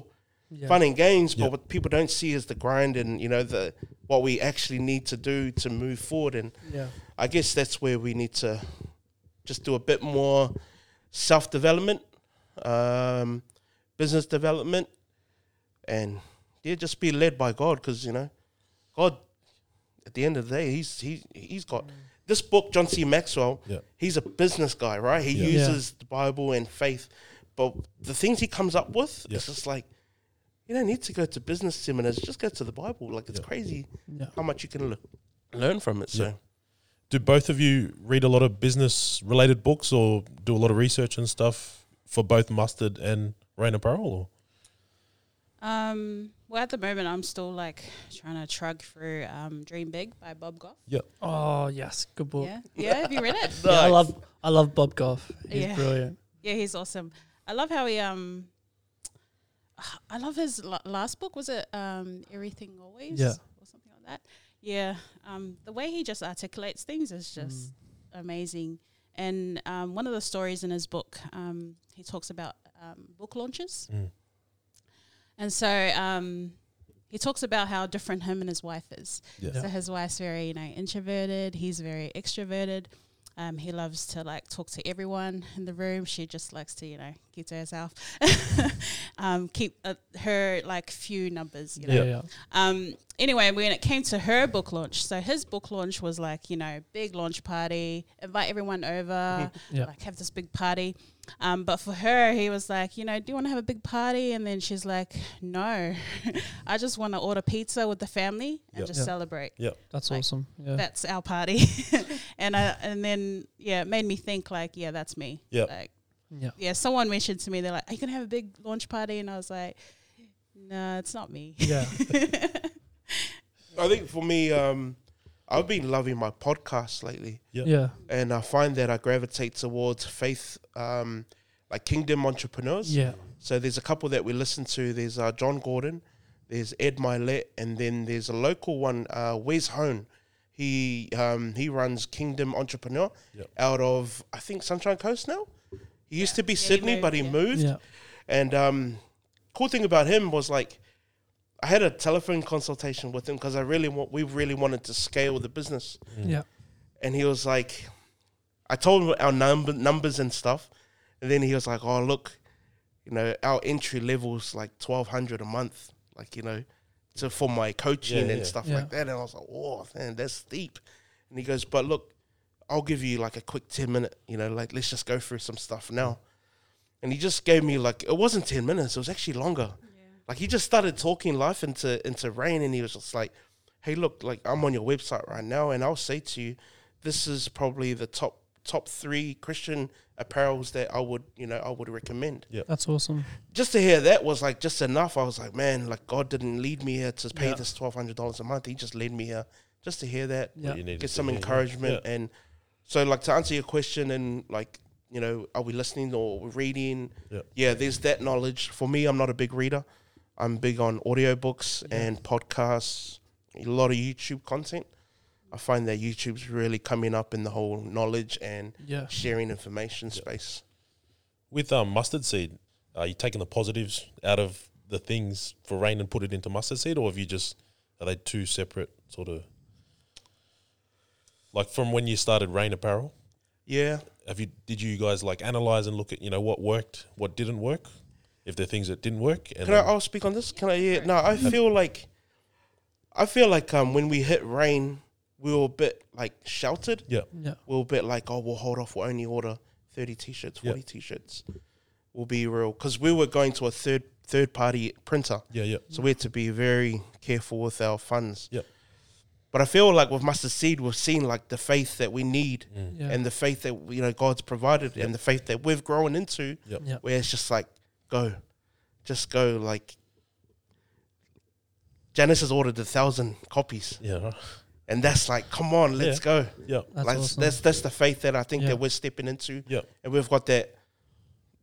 Speaker 1: Yeah.
Speaker 3: fun and games, but
Speaker 2: Yeah.
Speaker 3: what people don't see is the grind, and you know, the what we actually need to do to move forward, and
Speaker 1: Yeah.
Speaker 3: I guess that's where we need to just do a bit more self development, um, business development, and yeah, just be led by God because you know, God, at the end of the day, he's he he's got this book, John C. Maxwell.
Speaker 2: Yeah.
Speaker 3: He's a business guy, right? He
Speaker 2: Yeah.
Speaker 1: Yeah.
Speaker 3: uses the Bible and faith, but the things he comes up with,
Speaker 2: Yeah.
Speaker 3: it's just like. You don't need to go to business seminars. Just go to the Bible. Like it's
Speaker 2: Yeah.
Speaker 3: crazy
Speaker 1: Yeah.
Speaker 3: how much you can le- learn from it. So
Speaker 2: Yeah. Do both of you read a lot of business related books or do a lot of research and stuff for both Mustard and Rain Apparel? Or?
Speaker 4: Um, well, at the moment, I'm still like trying to trug through um, Dream Big by Bob Goff.
Speaker 2: Yeah.
Speaker 1: Oh yes, good book.
Speaker 4: Yeah, yeah. Have you read it?
Speaker 1: Yeah, I love I love Bob Goff. He's
Speaker 4: Yeah.
Speaker 1: brilliant.
Speaker 4: Yeah, he's awesome. I love how he um. I love his la- last book. Was it um Everything Always?
Speaker 1: Yeah.
Speaker 4: or something like that. Yeah, um, the way he just articulates things is just amazing. And um, one of the stories in his book, um, he talks about um, book launches,
Speaker 2: Mm.
Speaker 4: and so um, he talks about how different him and his wife is.
Speaker 2: Yeah.
Speaker 4: So his wife's very, you know, introverted. He's very extroverted. Um, he loves to like talk to everyone in the room. She just likes to, you know, keep to herself. um, keep uh, her like few numbers, you know.
Speaker 1: Yeah, yeah.
Speaker 4: Um, anyway, when it came to her book launch, so his book launch was like, you know, big launch party, invite everyone over,
Speaker 1: Mm-hmm. Yeah.
Speaker 4: like have this big party. Um, but for her, he was like, you know, do you want to have a big party? And then she's like, no, I just want to order pizza with the family and
Speaker 2: Yep.
Speaker 4: just
Speaker 1: Yeah.
Speaker 4: celebrate.
Speaker 2: Yeah.
Speaker 1: That's
Speaker 4: Like,
Speaker 1: awesome. Yeah.
Speaker 4: That's our party. and I, and then, yeah, it made me think like, yeah, that's me.
Speaker 2: Yeah.
Speaker 4: Like,
Speaker 1: yeah.
Speaker 4: yeah, someone mentioned to me, they're like, are you going to have a big launch party? And I was like, no, it's not me.
Speaker 1: Yeah.
Speaker 3: I think for me, um, I've been loving my podcast lately,
Speaker 2: Yeah.
Speaker 1: Yeah.
Speaker 3: and I find that I gravitate towards faith, um, like kingdom entrepreneurs.
Speaker 1: Yeah.
Speaker 3: So there's a couple that we listen to. There's uh, John Gordon, there's Ed Milet, and then there's a local one, uh, Wes Hone. He um, he runs Kingdom Entrepreneur
Speaker 2: Yep.
Speaker 3: out of I think Sunshine Coast now. He used to be
Speaker 4: Yeah, he
Speaker 3: Sydney,
Speaker 4: moved,
Speaker 3: but he
Speaker 4: yeah.
Speaker 3: moved.
Speaker 1: Yeah.
Speaker 3: And um, cool thing about him was like, I had a telephone consultation with him because I really want we really wanted to scale the business,
Speaker 2: Mm.
Speaker 1: Yeah.
Speaker 3: and he was like, I told him our number numbers and stuff, and then he was like, oh look, you know our entry levels like twelve hundred a month, like you know, to for my coaching
Speaker 2: Yeah,
Speaker 3: and
Speaker 2: yeah.
Speaker 3: stuff
Speaker 1: Yeah.
Speaker 3: like that, and I was like, oh man, that's steep, and he goes, but look, I'll give you like a quick 10 minute, you know, like let's just go through some stuff now. And he just gave me like it wasn't 10 minutes, it was actually longer. Like he just started talking life into into rain and he was just like, "Hey, look, like I'm on your website right now and I'll say to you, this is probably the top top 3 Christian apparels that I would, you know, I would recommend."
Speaker 1: That's awesome.
Speaker 3: Just to hear that was like just enough. I was like, "Man, like God didn't lead me here to pay
Speaker 1: Yeah.
Speaker 3: this $1200 a month. He just led me here just to hear that
Speaker 1: Yeah.
Speaker 2: You needed to
Speaker 3: get some
Speaker 2: hear, yeah.
Speaker 3: encouragement
Speaker 2: Yeah.
Speaker 3: and so like to answer your question and like you know are we listening or we're reading
Speaker 2: Yeah.
Speaker 3: there's that knowledge for me i'm not a big reader i'm big on audiobooks and podcasts a lot of youtube content i find that youtube's really coming up in the whole knowledge and
Speaker 1: Yeah.
Speaker 3: sharing information space
Speaker 2: With um, mustard seed, are you taking the positives out of the things for rain and put it into mustard seed, or have you just are they two separate sort of like from when you started rain apparel?
Speaker 3: yeah
Speaker 2: Have you did you guys like analyze and look at you know what worked, what didn't work, if there are things that didn't work? And
Speaker 3: Can I? I'll speak on this. Can I? Yeah. No, I feel like, I feel like um when we hit rain, we were a bit like sheltered.
Speaker 2: Yeah.
Speaker 1: Yeah.
Speaker 3: We were a bit like, oh, we'll hold off. We'll only order thirty t-shirts,
Speaker 2: Yeah.
Speaker 3: forty t-shirts. will be real because we were going to a third third party printer,
Speaker 2: Yeah, yeah.
Speaker 3: so we had to be very careful with our funds.
Speaker 2: Yep.
Speaker 3: But I feel like with mustard seed, we've seen like the faith that we need,
Speaker 1: Yeah.
Speaker 3: and the faith that you know God's provided, and the faith that we've grown into,
Speaker 2: Yep.
Speaker 1: Yep.
Speaker 3: where it's just like go, just go. Like Janice has ordered a thousand copies,
Speaker 2: Yeah. right.
Speaker 3: and that's like, come on, let's
Speaker 2: Yeah.
Speaker 3: go.
Speaker 2: Yeah.
Speaker 1: That's
Speaker 3: like
Speaker 1: awesome.
Speaker 3: that's that's the faith that I think
Speaker 1: Yeah.
Speaker 3: that we're stepping into,
Speaker 2: Yeah.
Speaker 3: and we've got that.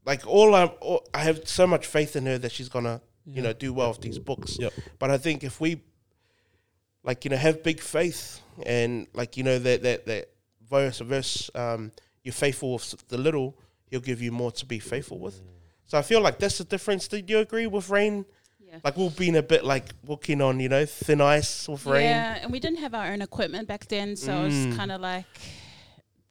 Speaker 3: Like all I, all, I have so much faith in her that she's gonna, you know, do well with these books.
Speaker 2: Yep.
Speaker 3: But I think if we, like you know, have big faith and like you know that that that verse verse, um, you're faithful with the little, he'll give you more to be faithful with. So I feel like that's the difference. Do you agree with Rain?
Speaker 4: Yeah.
Speaker 3: Like we've been a bit like walking on, you know, thin ice with Rain.
Speaker 4: Yeah, and we didn't have our own equipment back then, so it was kind of like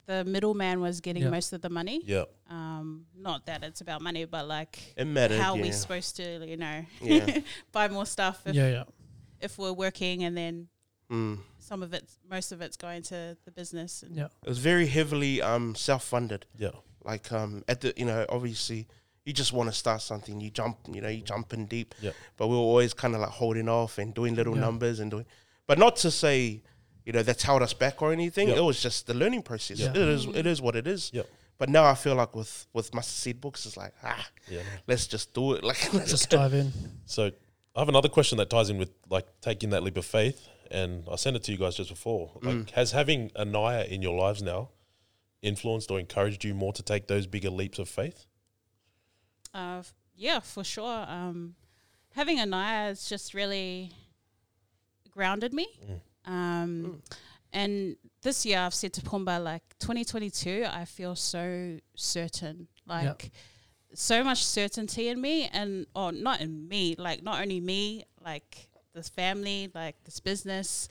Speaker 4: the middleman was getting
Speaker 1: Yeah.
Speaker 4: most of the money.
Speaker 2: Yeah.
Speaker 4: Um, not that it's about money, but like
Speaker 3: It mattered.
Speaker 4: how
Speaker 3: yeah.
Speaker 4: we're supposed to, you know,
Speaker 3: Yeah.
Speaker 4: buy more stuff if,
Speaker 1: Yeah, yeah.
Speaker 4: if we're working, and then
Speaker 3: Mm.
Speaker 4: some of it's most of it's going to the business. And
Speaker 1: Yeah.
Speaker 3: It was very heavily um, self-funded.
Speaker 2: Yeah.
Speaker 3: Like um, at the you know obviously you just want to start something. You jump you know you jump in deep.
Speaker 2: Yeah.
Speaker 3: But we were always kind of like holding off and doing little
Speaker 1: Yeah.
Speaker 3: numbers and doing. But not to say you know that's held us back or anything.
Speaker 2: Yeah.
Speaker 3: It was just the learning process.
Speaker 1: Yeah.
Speaker 3: It is it is what it is.
Speaker 2: Yeah.
Speaker 3: But now I feel like with with mustard seed books, it's like ah,
Speaker 2: Yeah.
Speaker 3: let's just do it. Like let's
Speaker 1: Just dive in.
Speaker 2: So I have another question that ties in with like taking that leap of faith, and I sent it to you guys just before. Like, has having Anaya in your lives now influenced or encouraged you more to take those bigger leaps of faith?
Speaker 4: uh, f- yeah, for sure. Um, having a Naya has just really grounded me.
Speaker 3: Mm.
Speaker 4: Um, And this year, I've said to Pumba, like 2022, I feel so certain, like so much certainty in me, and or not in me, like not only me, like this family, like this business,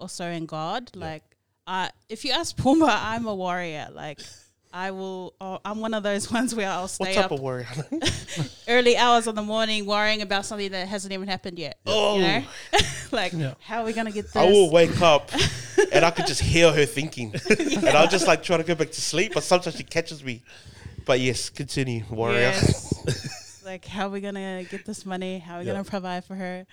Speaker 4: also in God. Like, I if you ask Pumba, I'm a warrior. Like, I will. Oh, I'm one of those ones where I'll
Speaker 3: what
Speaker 4: stay
Speaker 3: type
Speaker 4: up
Speaker 3: of warrior?
Speaker 4: early hours of the morning worrying about something that hasn't even happened yet.
Speaker 3: Oh.
Speaker 4: You know? like,
Speaker 1: Yeah.
Speaker 4: how are we going to get this?
Speaker 3: I will wake up and I could just hear her thinking. And I'll just like try to go back to sleep, but sometimes she catches me. But yes, continue, warrior.
Speaker 4: Yes. like, how are we going to get this money? How are we
Speaker 2: Yeah.
Speaker 4: going to provide for her?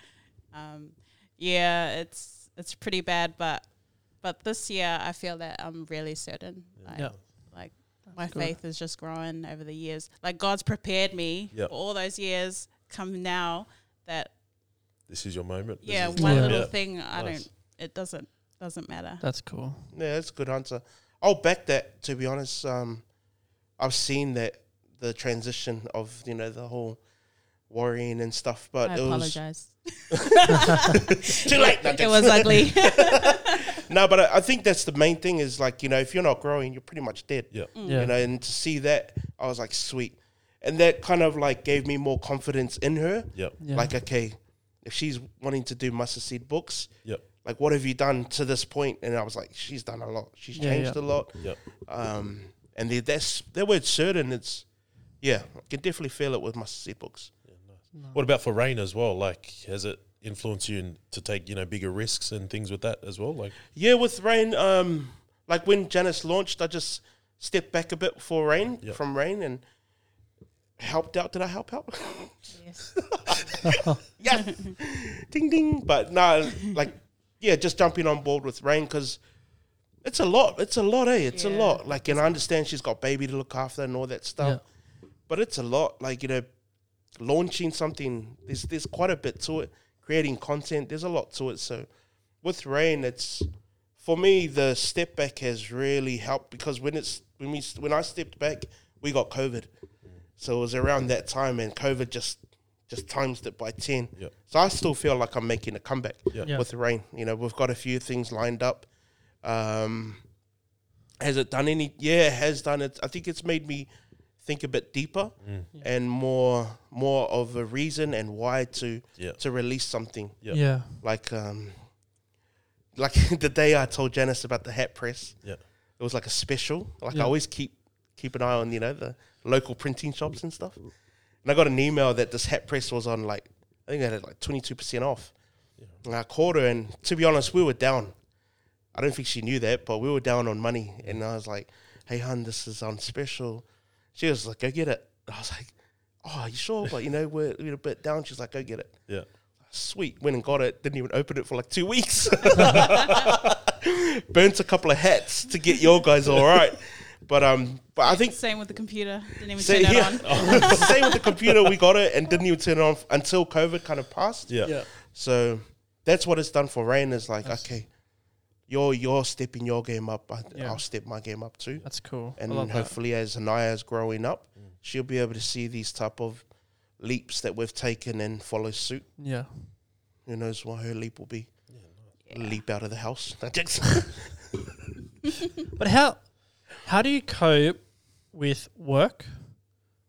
Speaker 4: Um, yeah, it's it's pretty bad, but but this year I feel that I'm really certain. Like,
Speaker 1: Yeah.
Speaker 4: like my faith is just growing over the years. Like God's prepared me
Speaker 2: Yeah.
Speaker 4: for all those years. Come now that
Speaker 2: This is your moment. This
Speaker 4: yeah,
Speaker 2: is-
Speaker 4: one
Speaker 1: Yeah.
Speaker 4: little
Speaker 2: Yeah.
Speaker 4: thing
Speaker 2: Nice.
Speaker 4: I don't. It doesn't doesn't matter.
Speaker 1: That's cool.
Speaker 3: Yeah, that's a good answer. I'll back that to be honest. Um, I've seen that the transition of you know the whole worrying and stuff, but
Speaker 4: I
Speaker 3: it was
Speaker 4: apologize.
Speaker 3: too late. No,
Speaker 4: it was ugly.
Speaker 3: no, but I, I think that's the main thing is like you know if you're not growing, you're pretty much dead.
Speaker 2: Yeah.
Speaker 1: Yeah.
Speaker 3: you know, and to see that, I was like, sweet. And that kind of like gave me more confidence in her.
Speaker 2: Yeah.
Speaker 1: Yeah.
Speaker 3: Like, okay, if she's wanting to do mustard seed books,
Speaker 2: Yeah.
Speaker 3: like, what have you done to this point? And I was like, she's done a lot. She's
Speaker 1: Yeah,
Speaker 3: changed
Speaker 1: yeah.
Speaker 3: a lot.
Speaker 2: Yeah.
Speaker 3: Um, and the, that's that word certain. It's yeah, I can definitely feel it with mustard seed books.
Speaker 2: What about for rain as well? Like, has it influenced you in, to take you know bigger risks and things with that as well? Like,
Speaker 3: Yeah, with Rain, um, like when Janice launched, I just stepped back a bit for Rain
Speaker 2: Yep.
Speaker 3: from Rain and helped out. Did I help out?
Speaker 4: yes.
Speaker 3: yes, ding ding. But no, like yeah, just jumping on board with Rain because it's a lot. It's a lot, eh? It's a
Speaker 4: Yeah.
Speaker 3: lot. Like, and I understand she's got baby to look after and all that stuff, but it's a lot. Like you know, launching something there's there's quite a bit to it. Creating content, there's a lot to it. So with Rain, it's for me the step back has really helped because when it's when we when I stepped back, we got COVID. So it was around that time, and COVID just just times it by ten.
Speaker 2: Yep.
Speaker 3: So I still feel like I'm making a comeback
Speaker 2: Yeah.
Speaker 1: Yeah.
Speaker 3: with the rain. You know, we've got a few things lined up. Um, has it done any? Yeah, it has done it. I think it's made me think a bit deeper
Speaker 2: Mm.
Speaker 3: and more more of a reason and why to
Speaker 2: Yeah.
Speaker 3: to release something
Speaker 2: Yeah.
Speaker 1: Yeah.
Speaker 3: like um like the day I told Janice about the hat press.
Speaker 2: yeah,
Speaker 3: It was like a special. Like
Speaker 1: Yeah.
Speaker 3: I always keep keep an eye on you know the local printing shops and stuff. And I got an email that this hat press was on like I think I had it like twenty two percent off. And I called her, and to be honest, we were down. I don't think she knew that, but we were down on money. um, And I was like, "Hey, hun, this is on special." She was like, "Go get it." I was like, oh, you sure? But you know, we're, we're a bit down. She's like, go get it.
Speaker 2: Yeah.
Speaker 3: Sweet. Went and got it. Didn't even open it for like two weeks. Burnt a couple of hats to get your guys all right. But um, but I think
Speaker 4: Same with the computer. Didn't even
Speaker 3: same,
Speaker 4: turn it
Speaker 3: yeah,
Speaker 4: on.
Speaker 3: same with the computer. We got it and didn't even turn it on f- until COVID kind of passed.
Speaker 2: Yeah.
Speaker 1: Yeah.
Speaker 3: So that's what it's done for Rain. Is like, okay, you're you're stepping your game up. I,
Speaker 1: Yeah.
Speaker 3: I'll step my game up too.
Speaker 1: That's cool. I
Speaker 3: and
Speaker 1: love that. Mm.
Speaker 3: hopefully as Anaya's growing up, she'll be able to see these type of leaps that we've taken and follow suit.
Speaker 1: Yeah.
Speaker 3: Who knows what her leap will be?
Speaker 4: Yeah.
Speaker 3: Leap out of the house. No, jokes.
Speaker 1: But how how do you cope with work,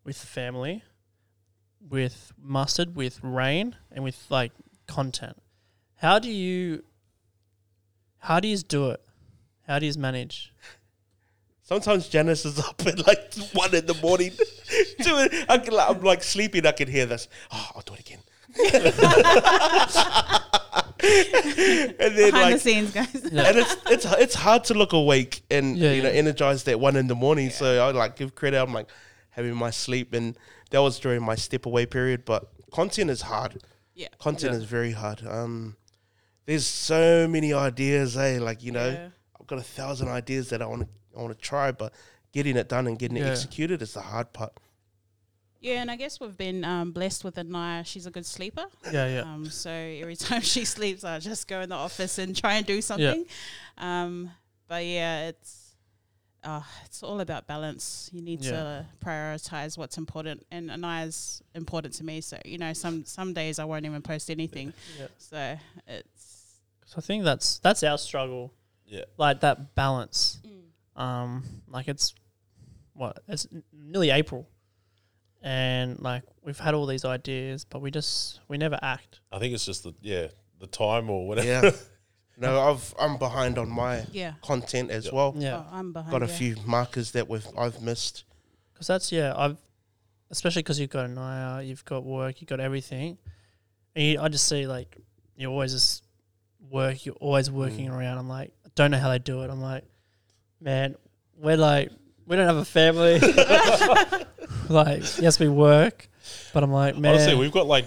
Speaker 1: with family, with mustard, with rain, and with like content? How do you how do you do it? How do you manage?
Speaker 3: Sometimes Janice is up at like one in the morning. doing, I can, like, I'm like sleeping. I can hear this. Oh, I'll do it again. and then
Speaker 4: Behind the
Speaker 3: like,
Speaker 4: scenes, guys.
Speaker 3: and it's it's it's hard to look awake and
Speaker 1: Yeah,
Speaker 3: you know
Speaker 1: yeah.
Speaker 3: energized at one in the morning. So I like give credit. I'm like having my sleep, and that was during my step away period. But content is hard.
Speaker 4: Yeah.
Speaker 3: Content
Speaker 1: Yeah.
Speaker 3: is very hard. Um, there's so many ideas, eh? Like you know,
Speaker 4: Yeah.
Speaker 3: I've got a thousand ideas that I want to I want to try, but getting it done and getting
Speaker 1: Yeah.
Speaker 3: it executed is the hard part.
Speaker 4: Yeah, and I guess we've been um, blessed with Anaya. She's a good sleeper.
Speaker 1: Yeah, yeah.
Speaker 4: Um, so every time she sleeps, I just go in the office and try and do something. Um, but yeah, it's uh, it's all about balance. You need to prioritize what's important, and Anaya's important to me. So you know, some some days I won't even post anything.
Speaker 1: Yeah.
Speaker 4: So it's
Speaker 1: So I think that's that's our struggle.
Speaker 2: Yeah.
Speaker 1: Like that balance.
Speaker 4: Mm.
Speaker 1: Um, like it's what it's n- nearly April, and like we've had all these ideas, but we just we never act.
Speaker 2: I think it's just the yeah the time or whatever.
Speaker 3: Yeah. no, I've I'm behind on my
Speaker 4: yeah.
Speaker 3: content as well.
Speaker 1: Yeah.
Speaker 4: Oh, I'm behind.
Speaker 3: Got a
Speaker 4: yeah.
Speaker 3: few markers that we've I've missed.
Speaker 1: Because that's yeah, I've especially because you've got an hour, you've got work, you've got everything, and you, I just see like you're always just work, you're always working around. I'm like, I don't know how they do it. I'm like, man, we're like we don't have a family. like yes, we work, but I'm like, man,
Speaker 2: Honestly, we've got like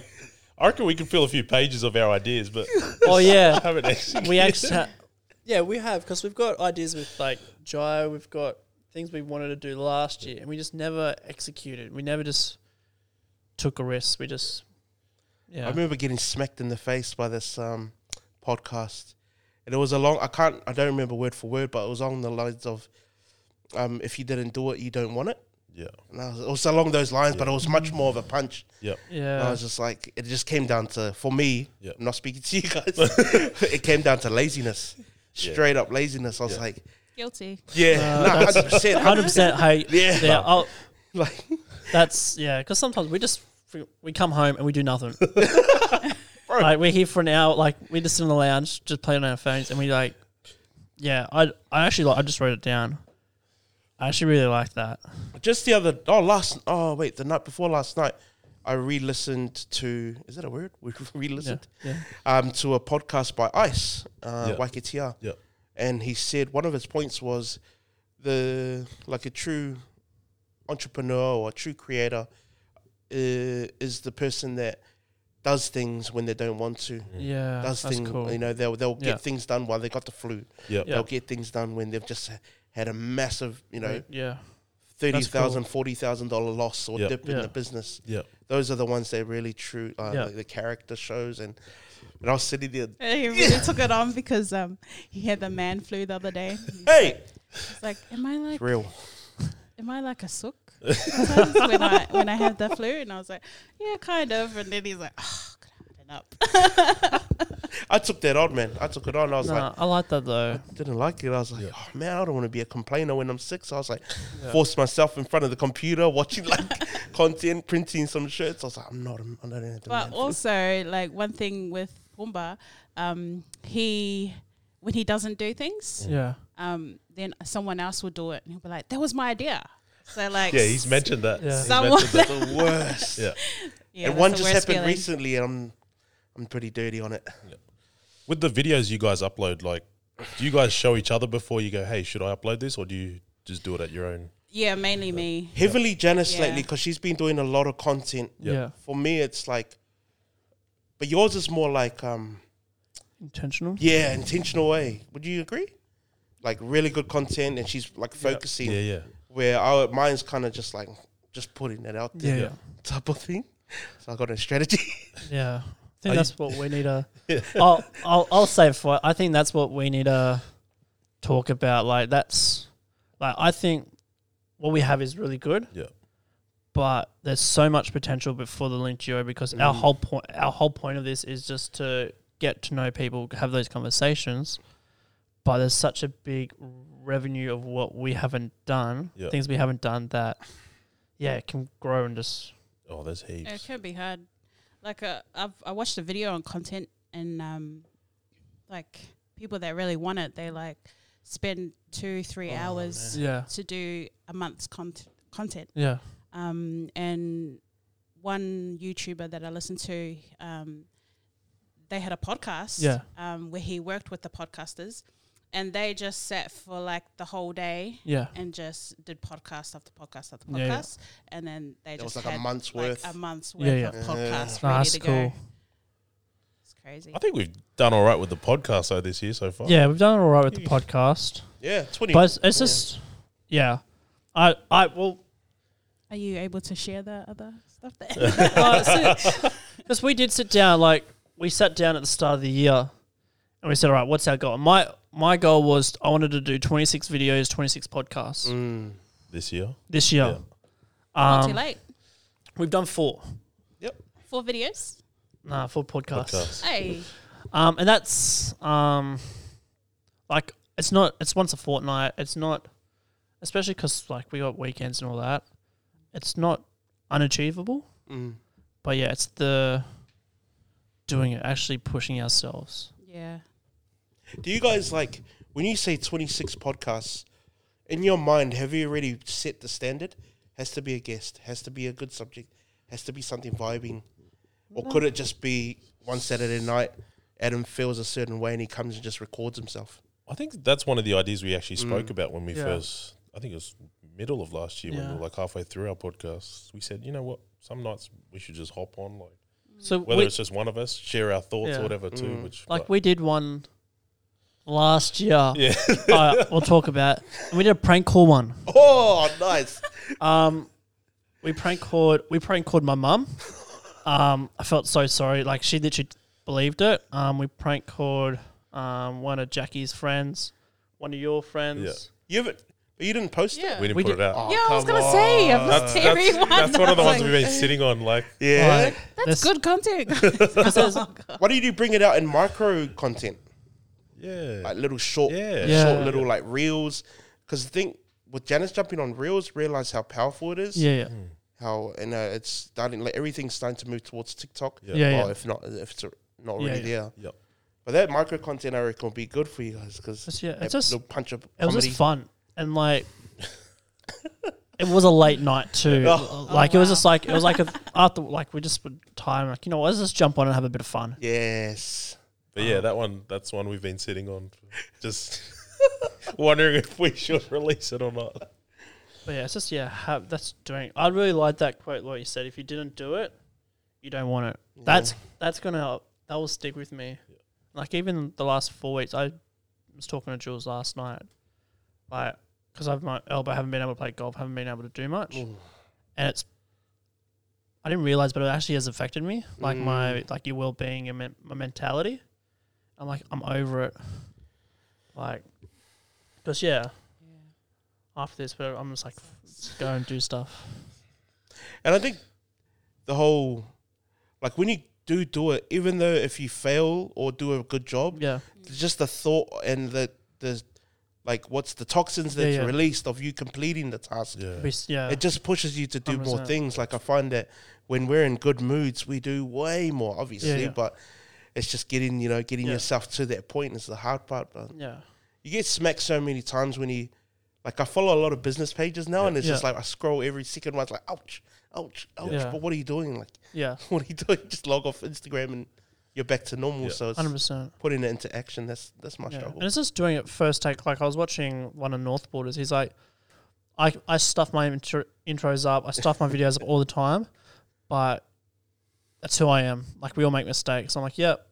Speaker 2: I reckon we can fill a few pages of our ideas, but
Speaker 1: oh yeah,
Speaker 2: haven't actually.
Speaker 1: we actually, ha- yeah, we have because we've got ideas with like Jai, we've got things we wanted to do last year, and we just never executed. We never just took a risk. We just, yeah,
Speaker 3: I remember getting smacked in the face by this um, podcast, and it was a long. I can't. I don't remember word for word, but it was along the lines of, um, "If you didn't do it, you don't want it."
Speaker 2: Yeah.
Speaker 3: And I was, it was along those lines, but it was much more of a punch.
Speaker 2: Yeah.
Speaker 1: yeah,
Speaker 3: And I was just like, it just came down to for me.
Speaker 2: Yeah.
Speaker 3: I'm not speaking to you guys. it came down to laziness,
Speaker 2: Yeah.
Speaker 3: straight up laziness. I was
Speaker 2: Yeah.
Speaker 3: like,
Speaker 4: Guilty.
Speaker 3: yeah, nah, hundred percent,
Speaker 1: hundred percent. Hey, yeah,
Speaker 3: Yeah.
Speaker 1: I'll,
Speaker 3: like
Speaker 1: that's yeah. Because sometimes we just we come home and we do nothing. like we're here for an hour. Like we just sit in the lounge, just play on our phones, and we like, yeah. I I actually like. I just wrote it down. I actually really like that.
Speaker 3: just the other oh last oh wait the night before last night I re-listened to is that a word we re-listened
Speaker 1: Yeah,
Speaker 3: um to a podcast by Ice uh,
Speaker 2: Yeah.
Speaker 3: YKTR
Speaker 2: Yeah.
Speaker 3: and he said one of his points was the like a true entrepreneur or a true creator uh, is the person that does things when they don't want to
Speaker 1: yeah.
Speaker 3: does
Speaker 1: that's
Speaker 3: things
Speaker 1: cool.
Speaker 3: you know they'll they'll get
Speaker 1: Yeah.
Speaker 3: things done while they got the flu
Speaker 2: Yeah.
Speaker 1: Yeah.
Speaker 3: they'll get things done when they've just had a massive you know
Speaker 1: yeah,
Speaker 3: thirty
Speaker 1: That's cool.
Speaker 3: thousand, forty thousand dollar loss or
Speaker 2: Yep.
Speaker 3: dip
Speaker 1: Yeah.
Speaker 3: in the business.
Speaker 2: Yeah.
Speaker 3: Those are the ones that really true, uh,
Speaker 1: Yeah.
Speaker 3: like the character shows. And, and I was sitting there,
Speaker 4: He really took it on because um, he had the man flu the other day.
Speaker 3: hey,
Speaker 4: It's like, am I like
Speaker 3: it's real.
Speaker 4: am I like a sook sometimes when I when I have the flu? And I was like, yeah, kind of. And then he's like, oh, could I harden up?
Speaker 3: I took that on, man. I took it on. I was
Speaker 1: Nah,
Speaker 3: like,
Speaker 1: I like that though.
Speaker 3: didn't like it. I was like,
Speaker 2: Yeah.
Speaker 3: oh man, I don't want to be a complainer when I'm sick. So I was like,
Speaker 1: Yeah.
Speaker 3: forced myself in front of the computer, watching like content, printing some shirts. I was like, I'm not, a, I don't have the
Speaker 4: But
Speaker 3: man.
Speaker 4: also, like one thing with Pumba, um, he when he doesn't do things,
Speaker 1: Yeah,
Speaker 4: um, then someone else will do it, and he'll be like, that was my idea. So like,
Speaker 2: Yeah, he's mentioned that.
Speaker 1: Yeah.
Speaker 2: He's
Speaker 4: Someone-
Speaker 2: mentioned that.
Speaker 3: the worst.
Speaker 2: Yeah.
Speaker 4: yeah,
Speaker 3: and
Speaker 4: that's
Speaker 3: one
Speaker 4: the
Speaker 3: just
Speaker 4: worst
Speaker 3: happened
Speaker 4: feeling.
Speaker 3: recently, and I'm, I'm pretty dirty on it.
Speaker 2: With the videos you guys upload, like, do you guys show each other before you go, hey, should I upload this? Or do you just do it at your own?
Speaker 4: yeah, mainly me.
Speaker 3: Heavily Janice
Speaker 4: Yeah.
Speaker 3: lately because she's been doing a lot of content.
Speaker 2: Yeah.
Speaker 1: Yeah.
Speaker 3: For me, it's like, but yours is more like, um,
Speaker 1: Intentional.
Speaker 3: yeah, intentional way. Would you agree? Like really good content, and she's like focusing.
Speaker 2: Yeah, yeah.
Speaker 3: Where our mine's kind of just like just putting it out there
Speaker 1: Yeah. Yeah.
Speaker 3: type of thing. So I got a strategy.
Speaker 1: Yeah. I think
Speaker 2: Are you-
Speaker 1: that's what we need to. I'll, I'll I'll say for. I think that's what we need to talk about. Like that's like I think what we have is really good,
Speaker 2: Yeah.
Speaker 1: but there's so much potential before the link duo because
Speaker 2: Mm.
Speaker 1: our whole point our whole point of this is just to get to know people, have those conversations. But there's such a big revenue of what we haven't done,
Speaker 2: Yeah.
Speaker 1: things we haven't done that, yeah, it can grow and just
Speaker 2: Oh, there's heaps.
Speaker 4: It could be hard. Like uh, I've I watched a video on content and um, like people that really want it, they like spend two
Speaker 1: Oh,
Speaker 4: three hours
Speaker 1: yeah,
Speaker 4: to do a month's cont- content.
Speaker 1: yeah,
Speaker 4: Um, and one YouTuber that I listened to, um, they had a podcast
Speaker 1: Yeah.
Speaker 4: um, where he worked with the podcasters, and they just sat for like the whole day
Speaker 1: yeah,
Speaker 4: and just did podcast after podcast after
Speaker 1: Yeah, yeah.
Speaker 4: podcast, and then they
Speaker 3: It
Speaker 4: just
Speaker 3: was like a
Speaker 4: had
Speaker 3: month's
Speaker 4: like
Speaker 3: worth.
Speaker 4: a month's
Speaker 1: Yeah,
Speaker 4: worth
Speaker 1: yeah.
Speaker 4: of
Speaker 3: Yeah.
Speaker 4: podcasts
Speaker 1: Nah,
Speaker 4: ready
Speaker 1: that's
Speaker 4: to
Speaker 1: cool.
Speaker 4: go. It's crazy.
Speaker 2: I think we've done all right with the podcast though this year so far.
Speaker 1: Yeah, we've done all right with the podcast,
Speaker 3: yeah, twenty.
Speaker 1: but it's, it's
Speaker 3: Yeah.
Speaker 1: just, yeah. I, I, well,
Speaker 4: Are you able to share the other stuff there?
Speaker 1: because we did sit down, like we sat down at the start of the year, and we said, all right, what's our goal? And My, my goal was I wanted to do twenty six videos, twenty six podcasts
Speaker 3: Mm.
Speaker 2: This year.
Speaker 1: this year.
Speaker 4: Not too
Speaker 1: Um,
Speaker 4: late.
Speaker 1: we've done four,
Speaker 4: Four videos.
Speaker 1: nah, four podcasts.
Speaker 2: Podcast.
Speaker 4: Hey,
Speaker 1: Um, and that's um, like it's not it's once a fortnight. It's not, especially because like we got weekends and all that. It's not unachievable.
Speaker 3: Mm.
Speaker 1: But yeah, it's the doing it, actually pushing ourselves.
Speaker 4: yeah.
Speaker 3: Do you guys like when you say 26 podcasts in your mind? Have you already set the standard? Has to be a guest. Has to be a good subject. Has to be something vibing, or could it just be one Saturday night? Adam feels a certain way and he comes and just records himself.
Speaker 2: I think that's one of the ideas we actually
Speaker 3: Mm.
Speaker 2: spoke about when we
Speaker 1: Yeah.
Speaker 2: first. I think it was middle of last year when we
Speaker 1: Yeah.
Speaker 2: were like halfway through our podcast. We said, you know what? Some nights we should just hop on, like
Speaker 1: So
Speaker 2: whether
Speaker 1: we,
Speaker 2: it's just one of us, share our thoughts
Speaker 1: Yeah.
Speaker 2: or whatever too.
Speaker 3: Mm.
Speaker 2: Which
Speaker 1: like
Speaker 2: but-
Speaker 1: we did one last year.
Speaker 2: Yeah.
Speaker 1: uh, we'll talk about. And we did a prank call one.
Speaker 3: Oh, nice!
Speaker 1: Um, we prank called. We prank called my mum. Um, I felt so sorry. Like she literally believed it. Um, we prank called um one of Jackie's friends, one of your friends.
Speaker 3: you haven't, but you didn't post
Speaker 4: Yeah.
Speaker 3: it.
Speaker 2: we didn't
Speaker 1: we
Speaker 2: put
Speaker 1: did-
Speaker 2: it out.
Speaker 3: Oh,
Speaker 4: Yeah, I was
Speaker 3: come
Speaker 4: gonna say
Speaker 3: on.
Speaker 4: I'm
Speaker 2: that's,
Speaker 4: not
Speaker 2: that's,
Speaker 4: everyone.
Speaker 2: that's one of the
Speaker 4: I was
Speaker 2: ones we've been sitting on. Like,
Speaker 3: Yeah.
Speaker 4: That's good content. Oh,
Speaker 1: Because there's-
Speaker 3: Why don't you bring it out in micro content,
Speaker 2: yeah,
Speaker 3: like little short,
Speaker 2: yeah,
Speaker 1: Yeah.
Speaker 3: short little like reels? Because think with Janice jumping on reels, realize how powerful it is.
Speaker 1: yeah, yeah,
Speaker 3: how and uh, it's starting like everything's starting to move towards TikTok.
Speaker 2: Yeah.
Speaker 1: Yeah,
Speaker 3: Well,
Speaker 1: yeah.
Speaker 3: if not, if it's not
Speaker 1: Yeah,
Speaker 3: already there.
Speaker 2: Yep.
Speaker 3: But that micro content I reckon will be good for you guys because
Speaker 1: It's- yeah, it's just-
Speaker 3: little punch up
Speaker 1: it was
Speaker 3: comedy.
Speaker 1: just fun and like. It was a late night too.
Speaker 3: Oh.
Speaker 1: like
Speaker 4: Oh,
Speaker 1: it was
Speaker 4: wow.
Speaker 1: just like it was like a, after like we just would time like you know what, let's just jump on and have a bit of fun.
Speaker 3: Yes.
Speaker 2: But yeah, that one, that's one we've been sitting on, just wondering if we should release it or not.
Speaker 1: But yeah, it's just yeah, have, that's doing. I really like that quote. What you said, if you didn't do it, you don't want it. That's that's gonna help. That will stick with me. Like even the last four weeks, I was talking to Jules last night, like because I've my elbow, haven't been able to play golf, haven't been able to do much, and it's. I didn't realize, but it actually has affected me, like my like your well being and men- my mentality. I'm like I'm over it, like, because yeah, after this, but I'm just like go and do stuff.
Speaker 3: And I think the whole like when you do do it, even though if you fail or do a good job,
Speaker 1: Yeah,
Speaker 3: just the thought and the the like what's the toxins that's
Speaker 1: yeah.
Speaker 3: released of you completing the task
Speaker 2: Yeah,
Speaker 1: We s- yeah,
Speaker 3: it just pushes you to do more
Speaker 1: 100%.
Speaker 3: things. Like I find that when we're in good moods, we do way more, obviously.
Speaker 1: yeah.
Speaker 3: But it's just getting you know getting
Speaker 1: Yeah.
Speaker 3: yourself to that point is the hard part. But
Speaker 1: yeah,
Speaker 3: you get smacked so many times when you like I follow a lot of business pages now, and it's just
Speaker 1: Yeah.
Speaker 3: like I scroll every second one's like ouch, ouch, ouch.
Speaker 1: Yeah.
Speaker 3: But what are you doing? Like
Speaker 1: yeah,
Speaker 3: what are you doing? Just log off Instagram and you're back to normal.
Speaker 2: Yeah.
Speaker 3: So it's
Speaker 1: hundred percent.
Speaker 3: putting it into action. That's that's my
Speaker 1: Yeah. And
Speaker 3: struggle.
Speaker 1: it's just doing it first take. Like I was watching one of North Borders. He's like, I, I stuff my intro, intros up. I stuff my videos up all the time, but that's who I am. Like we all make mistakes. I'm like, yep.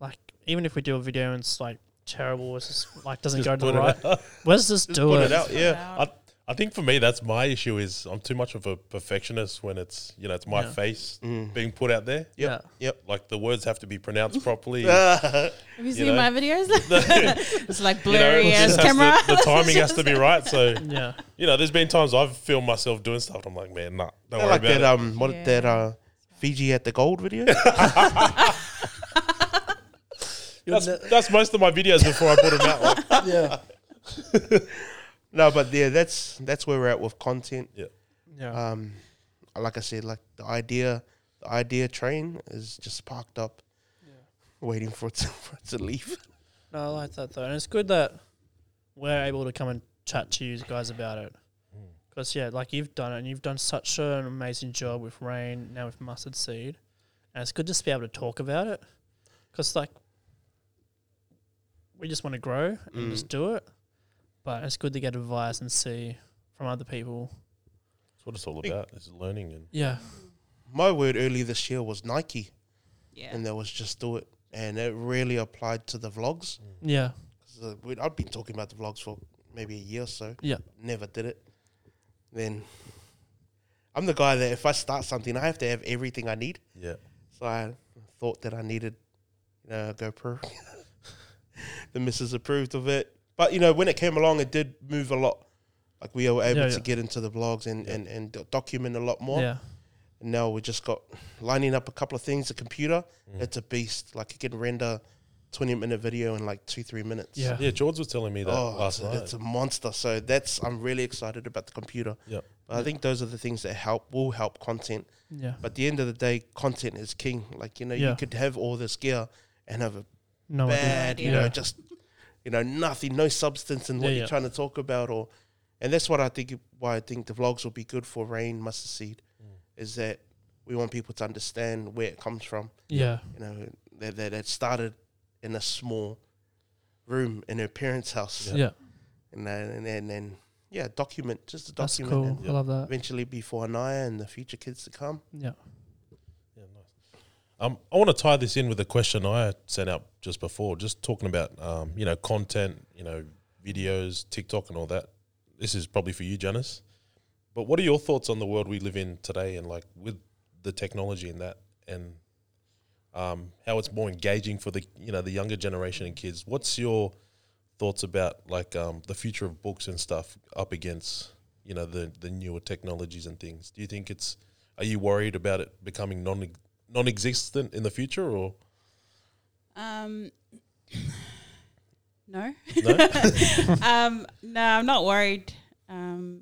Speaker 1: Like even if we do a video and it's like terrible, it's just like doesn't
Speaker 2: Just
Speaker 1: go to
Speaker 2: put
Speaker 1: the
Speaker 2: it
Speaker 1: right.
Speaker 2: out.
Speaker 1: Let's just do
Speaker 2: put
Speaker 1: it.
Speaker 2: it out. Yeah,
Speaker 4: out.
Speaker 2: I, I think for me that's my issue is I'm too much of a perfectionist when it's you know it's my
Speaker 1: Yeah.
Speaker 2: face
Speaker 3: Mm.
Speaker 2: being put out there.
Speaker 1: Yeah.
Speaker 3: Yep.
Speaker 2: Like the words have to be pronounced properly.
Speaker 4: Have you,
Speaker 2: You
Speaker 4: seen
Speaker 2: know?
Speaker 4: my videos? it's like
Speaker 2: You know,
Speaker 4: blurry
Speaker 2: it
Speaker 4: ass
Speaker 2: just has
Speaker 4: camera.
Speaker 2: to- the timing has to be right. So
Speaker 1: Yeah.
Speaker 2: you know, there's been times I've filmed myself doing stuff. and I'm like, man, nah, don't worry
Speaker 3: like
Speaker 2: about
Speaker 3: that.
Speaker 2: it.
Speaker 3: Um, what
Speaker 4: Yeah.
Speaker 3: that uh, Fiji at the gold video.
Speaker 2: that's, that's most of my videos before I put them out.
Speaker 1: yeah.
Speaker 2: Like,
Speaker 3: no, but yeah, that's that's where we're at with content.
Speaker 2: yeah,
Speaker 1: Yeah.
Speaker 3: Um, like I said, like the idea, the idea train is just parked up, waiting for it to, for it to leave.
Speaker 1: No, I like that though, and it's good that we're able to come and chat to you guys about it. Because yeah, like you've done it, and you've done such an amazing job with rain, now with mustard seed, and it's good just to be able to talk about it. Because like, we just want to grow and
Speaker 3: Mm.
Speaker 1: just do it, but it's good to get advice and see from other people.
Speaker 2: that's what it's all about. It's learning and
Speaker 1: Yeah,
Speaker 3: My word earlier this year was Nike,
Speaker 4: yeah.
Speaker 3: and that was just do it, and it really applied to the vlogs.
Speaker 1: yeah,
Speaker 3: 'Cause, uh, we- I've been talking about the vlogs for maybe a year or so.
Speaker 1: yeah,
Speaker 3: never did it, then I'm the guy that if I start something, I have to have everything I need.
Speaker 2: yeah.
Speaker 3: So I thought that I needed, you know, a GoPro. the missus approved of it, but you know, when it came along, it did move a lot. Like we were able
Speaker 1: Yeah,
Speaker 3: to
Speaker 1: yeah.
Speaker 3: get into the vlogs and, and and do- document a lot more.
Speaker 1: yeah,
Speaker 3: And now we just got lining up a couple of things. The computer, it's a beast. Like it can render twenty minute video in like two three minutes
Speaker 1: yeah,
Speaker 2: Yeah, George was telling me that last
Speaker 3: Oh, it's a,
Speaker 2: night.
Speaker 3: it's a monster. So that's I'm really excited about the computer.
Speaker 2: Yep.
Speaker 3: But I think those are the things that help will help content.
Speaker 1: yeah,
Speaker 3: But at the end of the day, content is king. Like you know,
Speaker 1: Yeah.
Speaker 3: you could have all this gear and have a
Speaker 1: no idea.
Speaker 3: bad, you
Speaker 1: Yeah.
Speaker 3: know, just you know nothing, no substance in what
Speaker 1: Yeah,
Speaker 3: you're
Speaker 1: yeah.
Speaker 3: trying to talk about, or and that's what I think. Why I think the vlogs will be good for Rain Mustard Seed
Speaker 2: Mm.
Speaker 3: is that we want people to understand where it comes from
Speaker 1: yeah,
Speaker 3: you know, that that it started in a small room in her parents' house.
Speaker 1: yeah.
Speaker 3: And then and then and yeah, document just a
Speaker 1: That's
Speaker 3: document
Speaker 1: cool.
Speaker 3: and
Speaker 1: I love that.
Speaker 3: eventually before Anaya and the future kids to come.
Speaker 1: Yeah,
Speaker 2: Yeah, nice. Um, I want to tie this in with a question I sent out just before, just talking about um, you know content, you know videos, TikTok, and all that. This is probably for you, Janice. But what are your thoughts on the world we live in today, and like with the technology and that, and um, how it's more engaging for the you know the younger generation and kids? What's your thoughts about like um, the future of books and stuff up against you know the the newer technologies and things? Do you think it's are you worried about it becoming non non existent in the future or
Speaker 4: Um, no.
Speaker 2: no?
Speaker 4: um, no, I'm not worried. Um,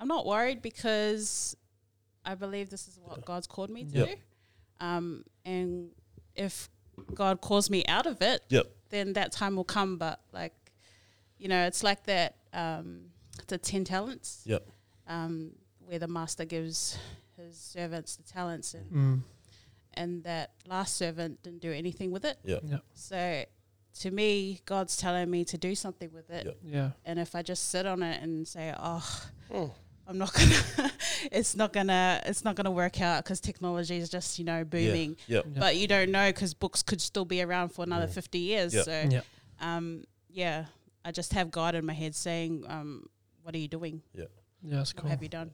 Speaker 4: I'm not worried because I believe this is what God's called me to
Speaker 2: Yeah.
Speaker 4: do. Um, and if God calls me out of it,
Speaker 2: yep.
Speaker 4: then that time will come. But like, you know, it's like that. Um, the ten talents,
Speaker 2: Yep.
Speaker 4: um, where the master gives his servants the talents, and
Speaker 1: mm.
Speaker 4: and that last servant didn't do anything with it.
Speaker 2: Yep.
Speaker 1: yeah,
Speaker 4: So, to me, God's telling me to do something with it
Speaker 2: Yeah.
Speaker 1: yeah,
Speaker 4: and if I just sit on it and say, "Oh,
Speaker 3: Mm.
Speaker 4: I'm not gonna," it's not gonna, it's not gonna work out because technology is just you know booming.
Speaker 2: Yep.
Speaker 1: Yeah.
Speaker 4: But you don't know because books could still be around for another
Speaker 2: Mm.
Speaker 4: fifty years.
Speaker 2: Yeah.
Speaker 4: So,
Speaker 1: yeah.
Speaker 4: um, yeah, I just have God in my head saying, um, "What are you doing?
Speaker 1: Yeah, that's
Speaker 4: What
Speaker 1: cool.
Speaker 4: have you done?"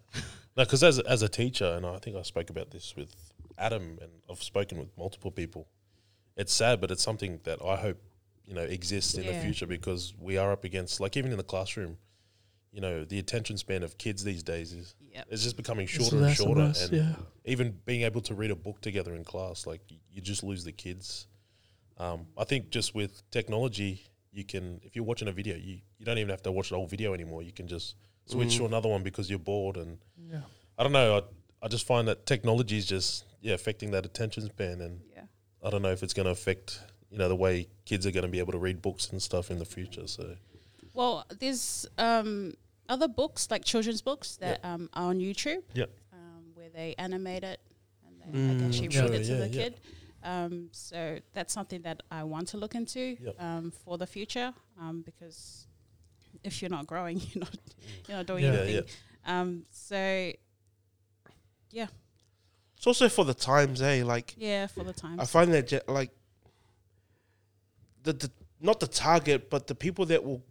Speaker 2: No, because as as a teacher, and I think I spoke about this with Adam, and I've spoken with multiple people. It's sad, but it's something that I hope you know exists in the
Speaker 4: Yeah.
Speaker 2: future because we are up against, like even in the classroom, you know, the attention span of kids these days is
Speaker 4: Yep.
Speaker 2: it's just becoming
Speaker 1: It's
Speaker 2: shorter and
Speaker 1: less
Speaker 2: shorter.
Speaker 1: less,
Speaker 2: and even being able to read a book together in class, like y- you just lose the kids. Um, I think just with technology, you can if you're watching a video, you, you don't even have to watch the whole video anymore. You can just switch to another one because you're bored. And
Speaker 1: yeah,
Speaker 2: I don't know, I, I just find that technology is just yeah affecting that attention span, and
Speaker 4: Yeah.
Speaker 2: I don't know if it's going to affect you know the way kids are going to be able to read books and stuff in the future. So
Speaker 4: Well, there's um, other books like children's books that um, are on YouTube.
Speaker 2: Yep.
Speaker 4: Um, where they animate it and they like, actually
Speaker 1: Sure,
Speaker 4: read it to
Speaker 2: Mm. yeah,
Speaker 4: the
Speaker 2: yeah.
Speaker 4: kid. Um, so that's something that I want to look into
Speaker 2: Yep.
Speaker 4: um, for the future um, because if you're not growing, you're not you're not doing
Speaker 1: Yeah. Yeah,
Speaker 4: anything. Um, so yeah,
Speaker 3: It's also for the times, eh? Like
Speaker 4: yeah, for the time.
Speaker 3: I find that ge- like the, the not the target, but the people that will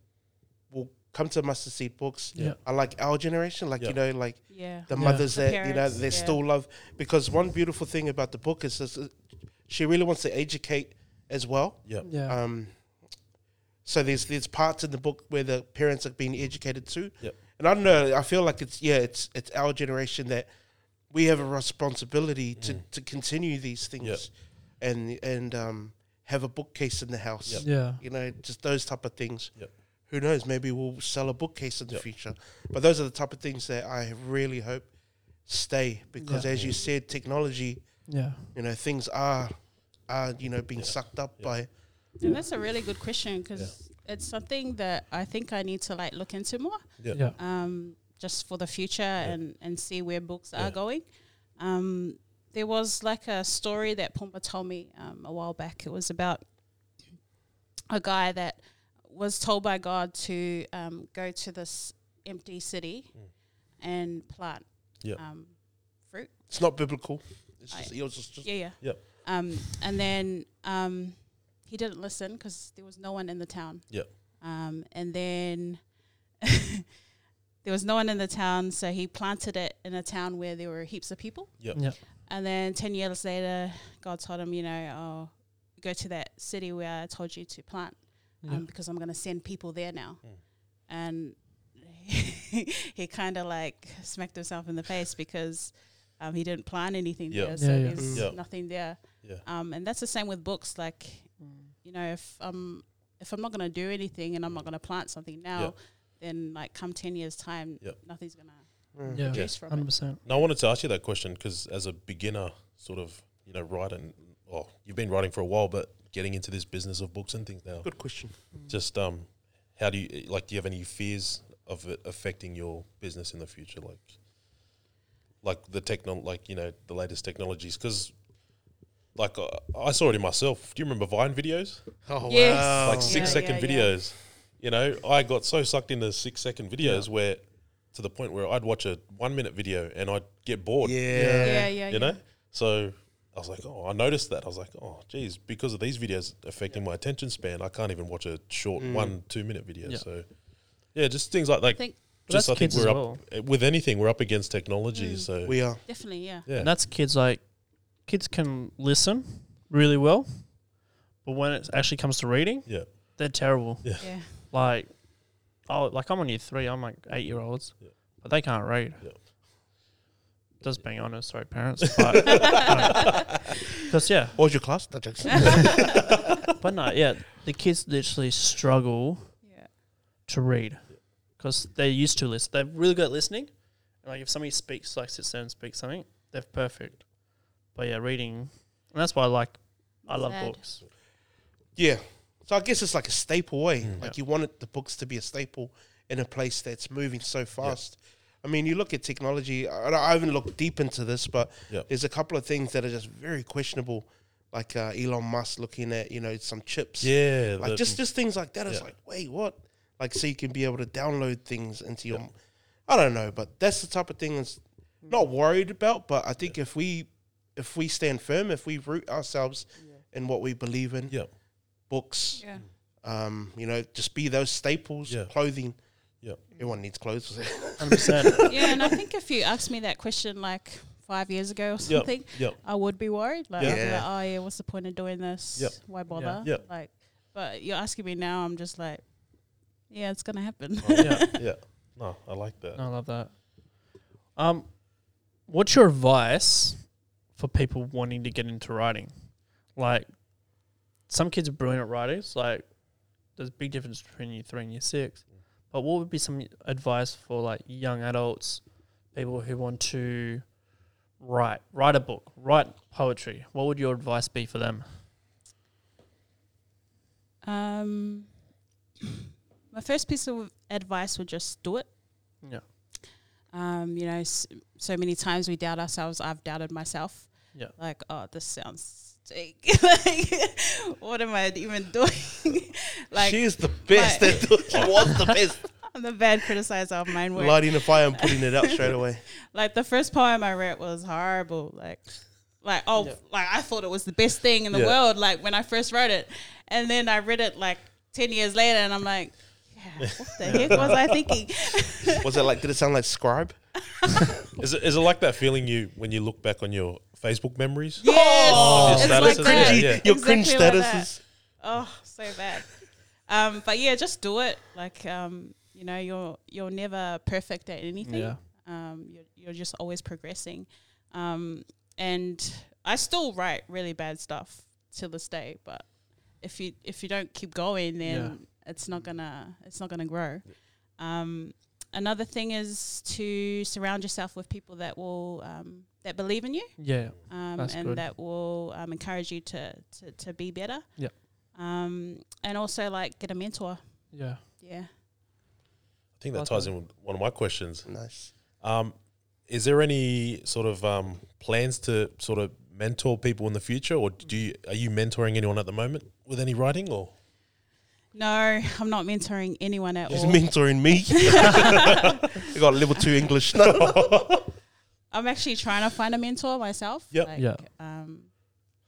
Speaker 3: will come to Mustard Seed Books
Speaker 1: Yeah.
Speaker 3: are like our generation, like
Speaker 2: Yeah.
Speaker 3: you know, like
Speaker 4: yeah,
Speaker 3: the
Speaker 1: Yeah.
Speaker 3: mothers
Speaker 4: The
Speaker 3: that you know
Speaker 4: parents,
Speaker 3: they
Speaker 4: yeah.
Speaker 3: still love because one beautiful thing about the book is this, uh, she really wants to educate as well.
Speaker 2: Yeah.
Speaker 1: Yeah.
Speaker 3: Um, so there's there's parts in the book where the parents are being educated too.
Speaker 2: Yep.
Speaker 3: And I don't know. I feel like it's yeah, it's it's our generation that we have a responsibility to to continue these things,
Speaker 2: Mm. Yep.
Speaker 3: and and um, have a bookcase in the house.
Speaker 2: Yep.
Speaker 1: yeah.
Speaker 3: You know, just those type of things.
Speaker 2: Yep.
Speaker 3: Who knows? Maybe we'll sell a bookcase in the
Speaker 2: Yep.
Speaker 3: future. But those are the type of things that I really hope stay because,
Speaker 1: Yeah.
Speaker 3: as you said, technology.
Speaker 1: Yeah.
Speaker 3: You know, things are are you know being
Speaker 2: Yeah.
Speaker 3: sucked up
Speaker 2: Yeah.
Speaker 3: by
Speaker 4: and that's a really good question because it's something that I think I need to like look into more.
Speaker 2: Yeah.
Speaker 1: Yeah.
Speaker 4: um, just for the future and, and see where books
Speaker 2: Yeah.
Speaker 4: are going. Um, there was like a story that Pumba told me um, a while back. It was about a guy that was told by God to um, go to this empty city and plant
Speaker 2: Yeah.
Speaker 4: um, fruit.
Speaker 3: It's not biblical. It's
Speaker 4: I-
Speaker 3: just, it was just,
Speaker 4: Yeah, yeah.
Speaker 2: Yep.
Speaker 4: Um, and then um, he didn't listen because there was no one in the town.
Speaker 2: Yep.
Speaker 4: Um, and then there was no one in the town, so he planted it in a town where there were heaps of people.
Speaker 2: Yep.
Speaker 1: Yeah.
Speaker 4: And then 10 years later, God told him, you know, oh, go to that city where I told you to plant um,
Speaker 1: Yeah.
Speaker 4: because I'm going to send people there now.
Speaker 2: Mm.
Speaker 4: And he kind of like smacked himself in the face because um, he didn't plan anything
Speaker 2: Yeah.
Speaker 1: Yeah,
Speaker 4: there. So
Speaker 1: yeah.
Speaker 4: there's
Speaker 2: Mm. Yeah.
Speaker 4: nothing there.
Speaker 2: Yeah.
Speaker 4: Um, and that's the same with books. Like, you know, if um if I'm not gonna do anything and I'm not gonna plant something now,
Speaker 2: Mm. Yeah.
Speaker 4: then like come ten years time,
Speaker 2: Yeah.
Speaker 4: nothing's gonna
Speaker 3: Mm.
Speaker 1: Yeah.
Speaker 4: produce from
Speaker 1: Hundred
Speaker 4: it.
Speaker 1: percent.
Speaker 2: Now I wanted to ask you that question because as a beginner, sort of, you know, writing. Well, you've been writing for a while, but getting into this business of books and things now.
Speaker 3: good question.
Speaker 2: Just um, how do you like? Do you have any fears of it affecting your business in the future? Like, like the techno, like you know, the latest technologies. Because, like, I, I saw it in myself. Do you remember Vine videos?
Speaker 3: Oh
Speaker 4: Yes.
Speaker 2: like
Speaker 4: Yeah,
Speaker 2: six second
Speaker 4: yeah, yeah.
Speaker 2: videos. You know, I got so sucked into six second videos where, to the point where I'd watch a one minute video and I'd get bored.
Speaker 3: Yeah.
Speaker 4: Yeah, yeah,
Speaker 2: You know, so I was like, oh, I noticed that. I was like, oh, geez, because of these videos affecting my attention span, I can't even watch a short one two minute video.
Speaker 1: Yeah.
Speaker 2: So, yeah, just things like like
Speaker 4: I think
Speaker 2: just
Speaker 1: that's
Speaker 2: I think
Speaker 1: kids as
Speaker 2: we're up
Speaker 1: well.
Speaker 2: eh, with anything we're up against technology.
Speaker 4: Mm.
Speaker 2: So
Speaker 3: We are.
Speaker 4: definitely, yeah.
Speaker 2: yeah,
Speaker 1: And that's kids like kids can listen really well, but when it actually comes to reading,
Speaker 2: yeah,
Speaker 1: they're terrible.
Speaker 2: yeah,
Speaker 4: Yeah.
Speaker 1: Like oh like I'm on year three, I'm like eight year olds.
Speaker 2: Yeah.
Speaker 1: But they can't read.
Speaker 2: Yeah.
Speaker 1: Just being honest, sorry parents. But because yeah.
Speaker 3: What was your class? No jokes.
Speaker 1: But no, yeah. The kids literally struggle
Speaker 4: Yeah.
Speaker 1: to read because they're used to listen. They're really good at listening. And like if somebody speaks, like sits there and speaks something, they're perfect. But yeah, reading, and that's why I like, I love
Speaker 4: Sad.
Speaker 1: books.
Speaker 3: yeah. So I guess it's like a staple way.
Speaker 2: Mm.
Speaker 3: Like you wanted the books to be a staple in a place that's moving so fast. I mean, you look at technology. I, I haven't looked deep into this, but
Speaker 2: Yeah.
Speaker 3: there's a couple of things that are just very questionable, like uh, Elon Musk looking at you know some chips.
Speaker 2: yeah.
Speaker 3: like
Speaker 2: the-
Speaker 3: just just things like that. It's
Speaker 2: yeah.
Speaker 3: like, wait, what? Like, so you can be able to download things into your. I don't know, but that's the type of thing that's
Speaker 4: Hmm.
Speaker 3: not worried about. But I think if we if we stand firm, if we root ourselves in what we believe in,
Speaker 2: yeah,
Speaker 3: books,
Speaker 4: Yeah.
Speaker 3: um, you know, just be those staples,
Speaker 2: Yeah.
Speaker 3: clothing.
Speaker 4: Hmm.
Speaker 2: Yeah.
Speaker 3: everyone needs clothes.
Speaker 1: Hundred percent.
Speaker 2: Mm.
Speaker 4: yeah, and I think if you asked me that question like five years ago or
Speaker 2: yeah,
Speaker 4: something,
Speaker 2: yeah,
Speaker 4: I would be worried. Like, I'd be
Speaker 3: Yeah.
Speaker 4: like, oh yeah, what's the point of doing this?
Speaker 2: Yep.
Speaker 4: Why bother?
Speaker 2: Yep.
Speaker 4: Like, but you're asking me now. I'm just like, yeah, it's gonna happen.
Speaker 1: Yeah,
Speaker 2: Oh, yeah. No, I like that.
Speaker 1: No, I love that. Um, what's your advice for people wanting to get into writing? Like, some kids are brilliant writers. Like, there's a big difference between year three and year six. But what would be some advice for like young adults, people who want to write, write a book, write poetry? What would your advice be for them?
Speaker 4: Um, my first piece of advice would just do it.
Speaker 1: Yeah.
Speaker 4: Um, you know, s- so many times we doubt ourselves. I've doubted myself.
Speaker 1: Yeah.
Speaker 4: Like, oh, this sounds fake. like, what am I even doing? like,
Speaker 3: She's the best.
Speaker 4: Right.
Speaker 3: At, she was the best.
Speaker 4: I'm the bad criticizer of my own work.
Speaker 3: Lighting the fire and putting it out straight away.
Speaker 4: like the first poem I read was horrible. Like, like oh, like I thought it was the best thing in the
Speaker 2: Yeah.
Speaker 4: world. Like when I first wrote it, and then I read it like ten years later, and I'm like, yeah, what the heck was I thinking?
Speaker 3: Was it like? Did it sound like scribe?
Speaker 2: Is it, is it like that feeling you when you look back on your Facebook memories?
Speaker 4: Yes,
Speaker 2: Oh,
Speaker 4: it's
Speaker 2: your
Speaker 4: like
Speaker 2: statuses,
Speaker 4: that.
Speaker 2: yeah, yeah.
Speaker 3: Your cringe
Speaker 4: Exactly like
Speaker 3: statuses.
Speaker 4: that. Oh, so bad. Um, but yeah, just do it. Like, um, you know, you're you're never perfect at anything.
Speaker 1: Yeah.
Speaker 4: Um, you're, you're just always progressing. Um, and I still write really bad stuff to this day. But if you if you don't keep going, then it's not gonna it's not gonna grow. Um, another thing is to surround yourself with people that will um, that believe in you
Speaker 1: Yeah.
Speaker 4: um,
Speaker 1: That's
Speaker 4: and
Speaker 1: good.
Speaker 4: that will um, encourage you to, to, to be better.
Speaker 1: Yep.
Speaker 4: Um, and also like get a mentor.
Speaker 1: Yeah.
Speaker 4: Yeah.
Speaker 2: I think that ties in with one of my questions.
Speaker 3: Nice.
Speaker 2: Um, is there any sort of um, plans to sort of mentor people in the future, or do you, are you mentoring anyone at the moment with any writing? Or
Speaker 4: No, I'm not mentoring anyone at
Speaker 3: She's
Speaker 4: all.
Speaker 3: mentoring me. I got level two English. No.
Speaker 4: I'm actually trying to find a mentor myself.
Speaker 2: Yep.
Speaker 4: Like,
Speaker 1: Yeah.
Speaker 4: Um,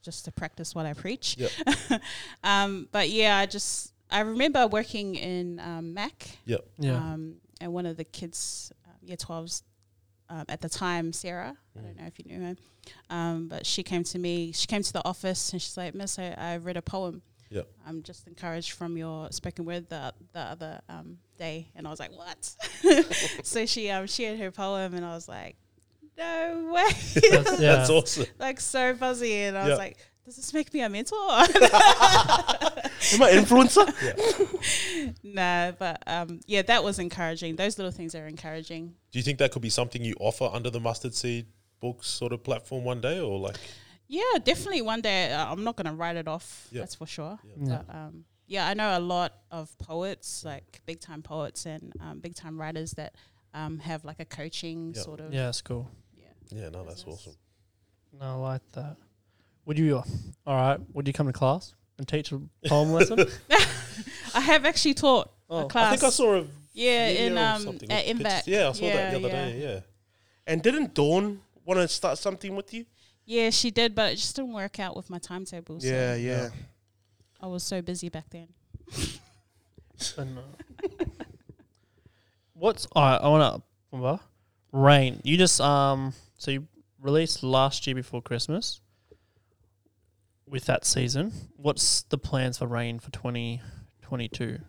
Speaker 4: just to practice what I preach.
Speaker 2: Yep.
Speaker 4: um, but yeah, I just I remember working in um, Mac.
Speaker 2: yeah,
Speaker 1: Yeah.
Speaker 4: Um, and one of the kids, um, year 12s um, at the time, Sarah, I
Speaker 2: Mm.
Speaker 4: don't know if you knew her, um, but she came to me, she came to the office and she's like, Miss, I, I read a poem.
Speaker 2: Yeah.
Speaker 4: I'm just encouraged from your spoken word the, the other um, day. And I was like, what? so she um, shared her poem and I was like, no way.
Speaker 1: That's, yeah.
Speaker 2: that's awesome.
Speaker 4: like so fuzzy. And I
Speaker 2: Yeah.
Speaker 4: was like, does this make me a mentor?
Speaker 3: Am I influencer?
Speaker 4: no, but um, yeah, that was encouraging. Those little things are encouraging.
Speaker 2: Do you think that could be something you offer under the mustard seed books sort of platform one day, or like
Speaker 4: Yeah, definitely. One day, uh, I'm not going to write it off.
Speaker 2: Yeah.
Speaker 4: That's for sure.
Speaker 1: Yeah.
Speaker 4: But, um, yeah, I know a lot of poets, like big time poets and um, big time writers that um, have like a coaching
Speaker 2: Yeah.
Speaker 4: sort of.
Speaker 1: Yeah, it's cool.
Speaker 2: yeah, no, that's
Speaker 4: Business.
Speaker 2: awesome.
Speaker 1: No, I like that. Would you? All right. Would you come to class and teach a poem lesson?
Speaker 4: I have actually taught
Speaker 1: Oh, I
Speaker 4: a
Speaker 1: think
Speaker 4: class.
Speaker 2: I think I saw a
Speaker 4: yeah,
Speaker 2: video
Speaker 4: in
Speaker 2: or
Speaker 4: um,
Speaker 2: something
Speaker 4: at
Speaker 2: with
Speaker 4: Invac.
Speaker 2: pictures. Yeah, I saw that the other
Speaker 4: yeah.
Speaker 2: day. Yeah,
Speaker 3: And didn't Dawn want to start something with you?
Speaker 4: Yeah, she did, but it just didn't work out with my timetable. So
Speaker 3: Yeah, yeah.
Speaker 4: I was so busy back then.
Speaker 1: And, uh, what's all right? I want to remember. Rain. You just um. So you released last year before Christmas. With that season, what's the plans for Rain for twenty twenty two?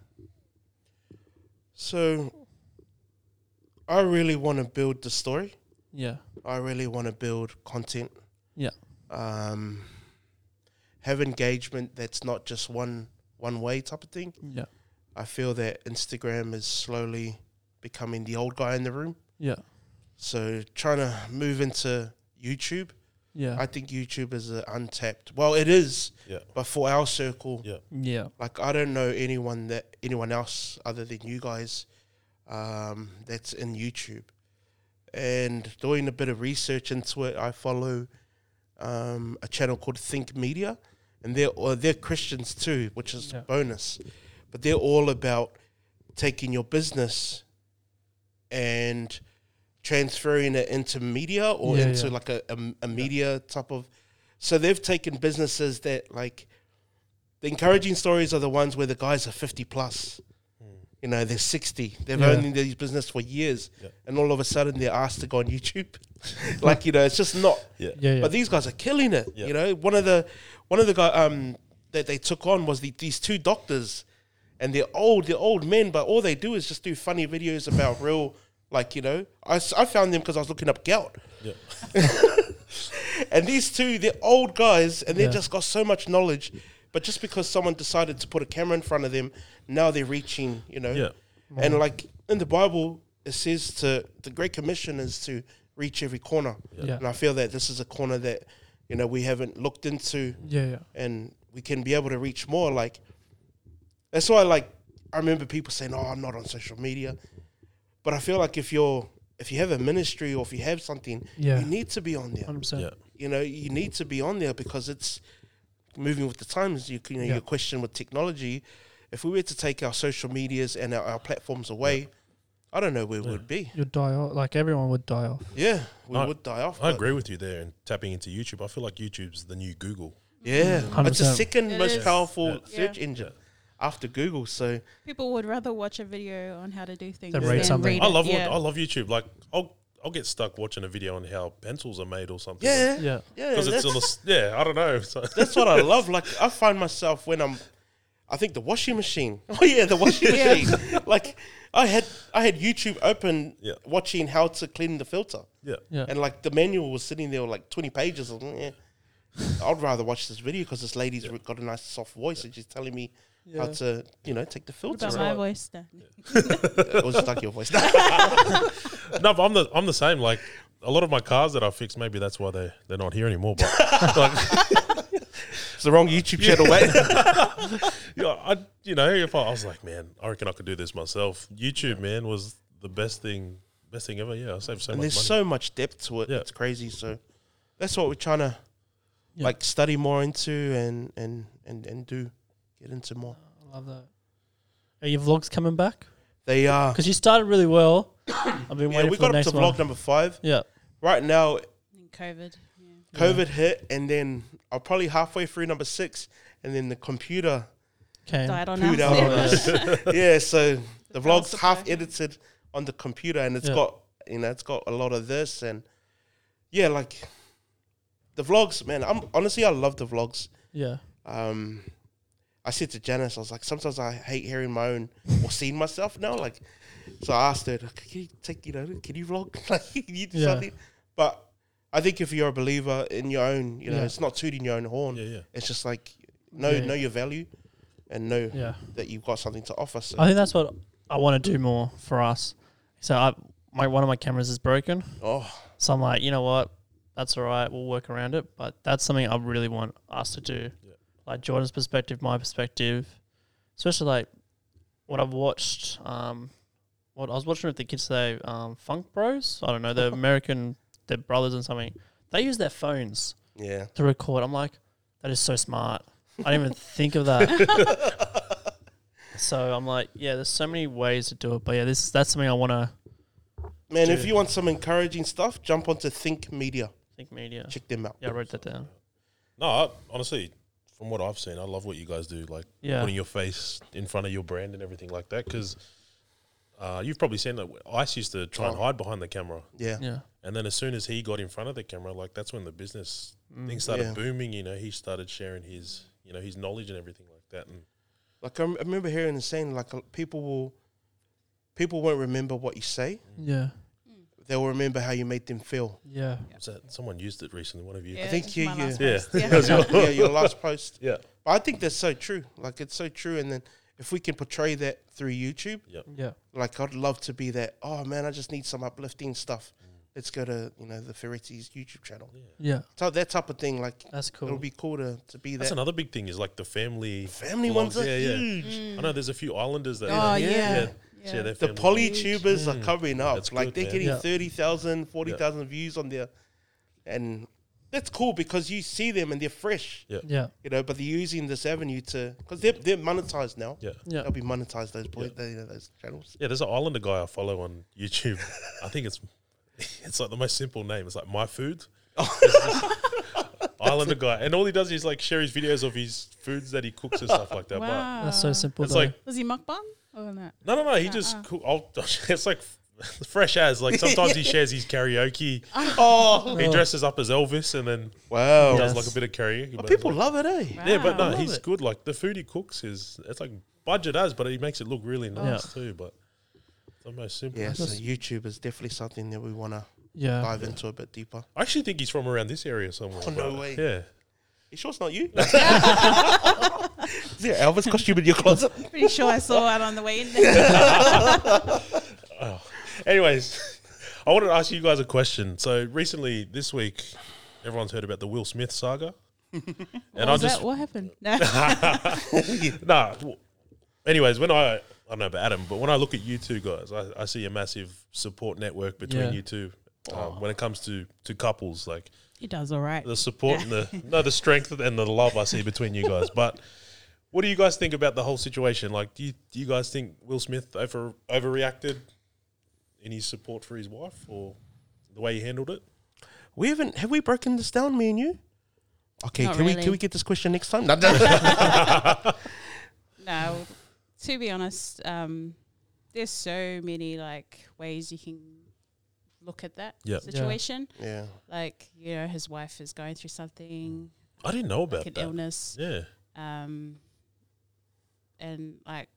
Speaker 3: So I really want to build the story.
Speaker 1: Yeah.
Speaker 3: I really want to build content.
Speaker 1: Yeah.
Speaker 3: Um, have engagement that's not just one one way type of thing.
Speaker 1: Yeah.
Speaker 3: I feel that Instagram is slowly becoming the old guy in the room.
Speaker 1: Yeah.
Speaker 3: So trying to move into YouTube.
Speaker 1: Yeah.
Speaker 3: I think YouTube is uh, untapped. Well, it is,
Speaker 2: yeah,
Speaker 3: but for our circle,
Speaker 2: yeah,
Speaker 1: yeah.
Speaker 3: like I don't know anyone that anyone else other than you guys um, that's in YouTube. And doing a bit of research into it, I follow um, a channel called Think Media, and they're or they're Christians too, which is
Speaker 1: Yeah.
Speaker 3: bonus. But they're all about taking your business and transferring it into media or
Speaker 1: Yeah,
Speaker 3: into
Speaker 1: yeah.
Speaker 3: like a, a, a media type of. So they've taken businesses that like the encouraging stories are the ones where the guys are 50 plus. You know, they're 60. They've
Speaker 1: Yeah.
Speaker 3: owned these business for years.
Speaker 2: Yeah.
Speaker 3: And all of a sudden they're asked to go on YouTube. like, you know, it's just not.
Speaker 2: yeah,
Speaker 1: Yeah. Yeah.
Speaker 3: But these guys are killing it.
Speaker 2: Yeah.
Speaker 3: You know, one of the one of the guy um that they took on was the, these two doctors, and they're old, they're old men, but all they do is just do funny videos about real, like you know, I, s- I found them because I was looking up gout,
Speaker 2: yeah.
Speaker 3: and these two they're old guys, and they
Speaker 1: Yeah.
Speaker 3: just got so much knowledge, but just because someone decided to put a camera in front of them, now they're reaching, you know,
Speaker 2: Yeah.
Speaker 3: and like in the Bible it says to the Great Commission is to reach every corner,
Speaker 1: Yeah.
Speaker 3: and I feel that this is a corner that you know we haven't looked into
Speaker 1: yeah. Yeah.
Speaker 3: and we can be able to reach more. Like that's why like I remember people saying, "Oh, I'm not on social media," but I feel like if you're if you have a ministry or if you have something,
Speaker 1: Yeah.
Speaker 3: you need to be on there.
Speaker 1: Hundred
Speaker 2: yeah.
Speaker 1: percent.
Speaker 3: You know, you need to be on there because it's moving with the times. You, can- you know,
Speaker 1: Yeah.
Speaker 3: your question with technology. If we were to take our social medias and our, our platforms away, I don't know where we would be.
Speaker 1: You'd die off. Like everyone would die off.
Speaker 3: Yeah, we
Speaker 2: I-
Speaker 3: would die off.
Speaker 2: I
Speaker 3: but-
Speaker 2: agree with you there and tapping into YouTube. I feel like YouTube's the new Google.
Speaker 3: Yeah, it's the
Speaker 1: 100%.
Speaker 3: second
Speaker 4: It
Speaker 3: most
Speaker 4: is.
Speaker 3: powerful
Speaker 2: Mm-hmm. Yeah.
Speaker 3: search engine after Google. So
Speaker 4: People would rather watch a video on how to do things
Speaker 1: Than read something.
Speaker 2: I love
Speaker 4: it.
Speaker 2: what, I love YouTube. Like I'll I'll get stuck watching a video on how pencils are made or something.
Speaker 3: yeah, yeah,
Speaker 1: Yeah.
Speaker 2: Because it's
Speaker 3: that's,
Speaker 2: on the s- yeah, I don't know. So,
Speaker 3: that's what I love. Like I find myself when I'm, I think the washing machine. Oh yeah, the washing
Speaker 4: Yeah.
Speaker 3: machine. Like I had I had YouTube open,
Speaker 2: Yeah.
Speaker 3: watching how to clean the filter,
Speaker 2: yeah,
Speaker 1: Yeah.
Speaker 3: and like the manual was sitting there like twenty pages. I'm like, yeah, I'd rather watch this video because this lady's got a nice soft voice and she's telling me how
Speaker 1: Yeah.
Speaker 3: to you know take the
Speaker 4: What
Speaker 3: filter.
Speaker 4: about
Speaker 3: out.
Speaker 4: my voice then?
Speaker 3: It was stuck your voice.
Speaker 2: no, but I'm the I'm the same. Like a lot of my cars that I fix, maybe that's why they they're not here anymore. But like,
Speaker 3: it's the wrong YouTube channel, mate.
Speaker 2: you know, I you know if I, I was like, man, I reckon I could do this myself. YouTube, man, was the best thing, best thing ever. Yeah, I saved so
Speaker 3: and
Speaker 2: much
Speaker 3: there's
Speaker 2: money.
Speaker 3: so much depth to it.
Speaker 2: Yeah.
Speaker 3: It's crazy. So that's what we're trying to
Speaker 1: Yeah.
Speaker 3: like study more into and and and and do get into more.
Speaker 1: I love that. Are your vlogs coming back?
Speaker 3: They are.
Speaker 1: Because you started really well. I've been
Speaker 3: Yeah,
Speaker 1: waiting
Speaker 3: we
Speaker 1: for the
Speaker 3: got up
Speaker 1: next
Speaker 3: to
Speaker 1: one.
Speaker 3: vlog number five.
Speaker 1: yeah.
Speaker 3: Right now,
Speaker 4: In COVID. Yeah.
Speaker 3: COVID hit, and then I'm probably halfway through number six, and then the computer
Speaker 1: Okay.
Speaker 4: Died on
Speaker 3: pooed
Speaker 4: us.
Speaker 1: Oh,
Speaker 3: out on us. yeah, so the
Speaker 4: was
Speaker 3: vlog's half
Speaker 4: surprising.
Speaker 3: edited on the computer, and it's
Speaker 1: Yeah.
Speaker 3: got you know it's got a lot of this and yeah, like the vlogs, man. I'm honestly I love the vlogs.
Speaker 1: Yeah.
Speaker 3: um, I said to Janice, I was like, sometimes I hate hearing my own or seeing myself now. Like, so I asked her, like, can you take, you know, can you vlog? like, can you do
Speaker 1: Yeah.
Speaker 3: something? But I think if you're a believer in your own, you know,
Speaker 1: Yeah.
Speaker 3: it's not tooting your own horn.
Speaker 2: yeah, yeah.
Speaker 3: It's just like, know,
Speaker 1: Yeah.
Speaker 3: know your value and know
Speaker 1: Yeah.
Speaker 3: that you've got something to offer. So,
Speaker 1: I think that's what I want to do more for us. So I, my one of my cameras is broken.
Speaker 3: oh,
Speaker 1: So I'm like, you know what? That's all right. We'll work around it. But that's something I really want us to do.
Speaker 2: Yeah.
Speaker 1: Like Jordan's perspective, my perspective, especially like what I've watched. Um, what I was watching with the kids today, um, Funk Bros. I don't know. They're American, they're brothers and something. They use their phones
Speaker 3: yeah.
Speaker 1: to record. I'm like, that is so smart. I didn't even think of that. so I'm like, yeah, there's so many ways to do it. But yeah, this that's something I want to
Speaker 3: Man,
Speaker 1: Dude.
Speaker 3: if you want some encouraging stuff, jump onto Think Media.
Speaker 1: think media.
Speaker 3: Check them out.
Speaker 1: Yeah, I wrote that down.
Speaker 2: No, I, honestly, from what I've seen, I love what you guys do. Like
Speaker 1: Yeah.
Speaker 2: putting your face in front of your brand and everything like that. Because uh, you've probably seen that. Ice used to try and
Speaker 3: Oh.
Speaker 2: hide behind the camera,
Speaker 3: Yeah.
Speaker 1: Yeah.
Speaker 2: and then as soon as he got in front of the camera, like that's when the business
Speaker 1: Mm.
Speaker 2: things started
Speaker 3: Mm, Yeah.
Speaker 2: booming. You know, he started sharing his, you know, his knowledge and everything like that. And
Speaker 3: Like, I, rem- I remember hearing the saying, like, uh, people will, people won't remember what you say.
Speaker 1: Yeah.
Speaker 3: they'll remember how you made them feel.
Speaker 1: Yeah.
Speaker 2: was that someone used it recently? One of you,
Speaker 4: Yeah,
Speaker 3: think
Speaker 4: it's
Speaker 3: you-
Speaker 4: my
Speaker 3: you-
Speaker 4: last
Speaker 2: yeah,
Speaker 4: post,
Speaker 2: That was your-
Speaker 3: yeah, your last post.
Speaker 2: yeah,
Speaker 3: But I think that's so true. Like it's so true. And then if we can portray that through YouTube,
Speaker 1: Yeah.
Speaker 3: like I'd love to be that. Oh man, I just need some uplifting stuff. Let's go to you know the Ferretti's YouTube channel.
Speaker 1: Yeah.
Speaker 3: So that type of thing. Like
Speaker 1: That's cool.
Speaker 3: it'll be cool to, to be
Speaker 2: That's
Speaker 3: that.
Speaker 2: another big thing is like the family
Speaker 3: Family
Speaker 2: vlogs.
Speaker 3: ones are
Speaker 2: Yeah, yeah.
Speaker 3: huge.
Speaker 2: I know there's a few islanders that
Speaker 4: Oh,
Speaker 2: yeah,
Speaker 4: yeah.
Speaker 2: yeah,
Speaker 4: Yeah.
Speaker 2: share their
Speaker 3: The
Speaker 2: family
Speaker 3: polytubers are
Speaker 2: Mm.
Speaker 3: coming up.
Speaker 2: That's
Speaker 3: like
Speaker 2: good,
Speaker 3: they're
Speaker 2: man.
Speaker 3: getting
Speaker 1: Yeah.
Speaker 3: 30,000, 40,000 views on their, and that's cool because you see them and they're fresh.
Speaker 1: Yeah.
Speaker 3: you know, but they're using this avenue to because they're they're monetized now.
Speaker 2: Yeah.
Speaker 1: Yeah.
Speaker 3: They'll be monetized those boy, they- those channels.
Speaker 2: Yeah, there's an islander guy I follow on YouTube. I think it's it's like the most simple name. It's like my food. It's just islander guy, and all he does is like share his videos of his foods that he cooks and stuff like that.
Speaker 4: Wow.
Speaker 1: That's so simple.
Speaker 2: But it's
Speaker 1: though.
Speaker 2: like
Speaker 4: Does he mukbang Oh, or not?
Speaker 2: no, no, no. He just cook. I'll, it's like fresh as. Like sometimes he shares his karaoke.
Speaker 3: Oh
Speaker 2: He dresses up as Elvis and then
Speaker 3: wow!
Speaker 1: Yeah.
Speaker 2: does like a bit of karaoke.
Speaker 3: But
Speaker 2: but
Speaker 3: Oh, people
Speaker 2: it's
Speaker 3: love it, eh?
Speaker 2: like- yeah, but
Speaker 4: Wow.
Speaker 2: no,
Speaker 1: Love
Speaker 2: he's
Speaker 1: it.
Speaker 2: good. Like the food he cooks is it's like budget as, but he makes it look really nice too. But it's the most simple.
Speaker 3: Yeah, so YouTube is definitely something that we want to
Speaker 1: yeah.
Speaker 3: dive into a bit deeper.
Speaker 2: I actually think he's from around this area somewhere.
Speaker 3: Oh, no
Speaker 2: but,
Speaker 3: way.
Speaker 2: Yeah.
Speaker 3: You sure it's not you? is there an Elvis costume in your closet?
Speaker 4: Pretty sure I saw it on the way in there.
Speaker 2: Anyways, I wanted to ask you guys a question. So recently, this week, everyone's heard about the Will Smith saga, and I
Speaker 4: Was
Speaker 2: just
Speaker 4: that what happened? No.
Speaker 2: nah. w- Anyways, when I I don't know about Adam, but when I look at you two guys, I, I see a massive support network between
Speaker 1: Yeah.
Speaker 2: you two. Um, when it comes to to couples, like
Speaker 4: he does all right.
Speaker 2: the support and the no, the strength and the love I see between you guys. But what do you guys think about the whole situation? Like, do you, do you guys think Will Smith over overreacted? any support for his wife or the way he handled it?
Speaker 3: We haven't have we broken this down, me and you? Okay,
Speaker 4: Not
Speaker 3: can we
Speaker 4: really.
Speaker 3: can we get this question next time? No,
Speaker 4: No, to be honest, um, there's so many like ways you can look at that
Speaker 2: Yeah. Yeah.
Speaker 4: situation.
Speaker 3: yeah.
Speaker 4: Like you know, his wife is going through something
Speaker 2: I didn't know about
Speaker 4: like an
Speaker 2: that.
Speaker 4: illness.
Speaker 2: Yeah,
Speaker 4: um, and like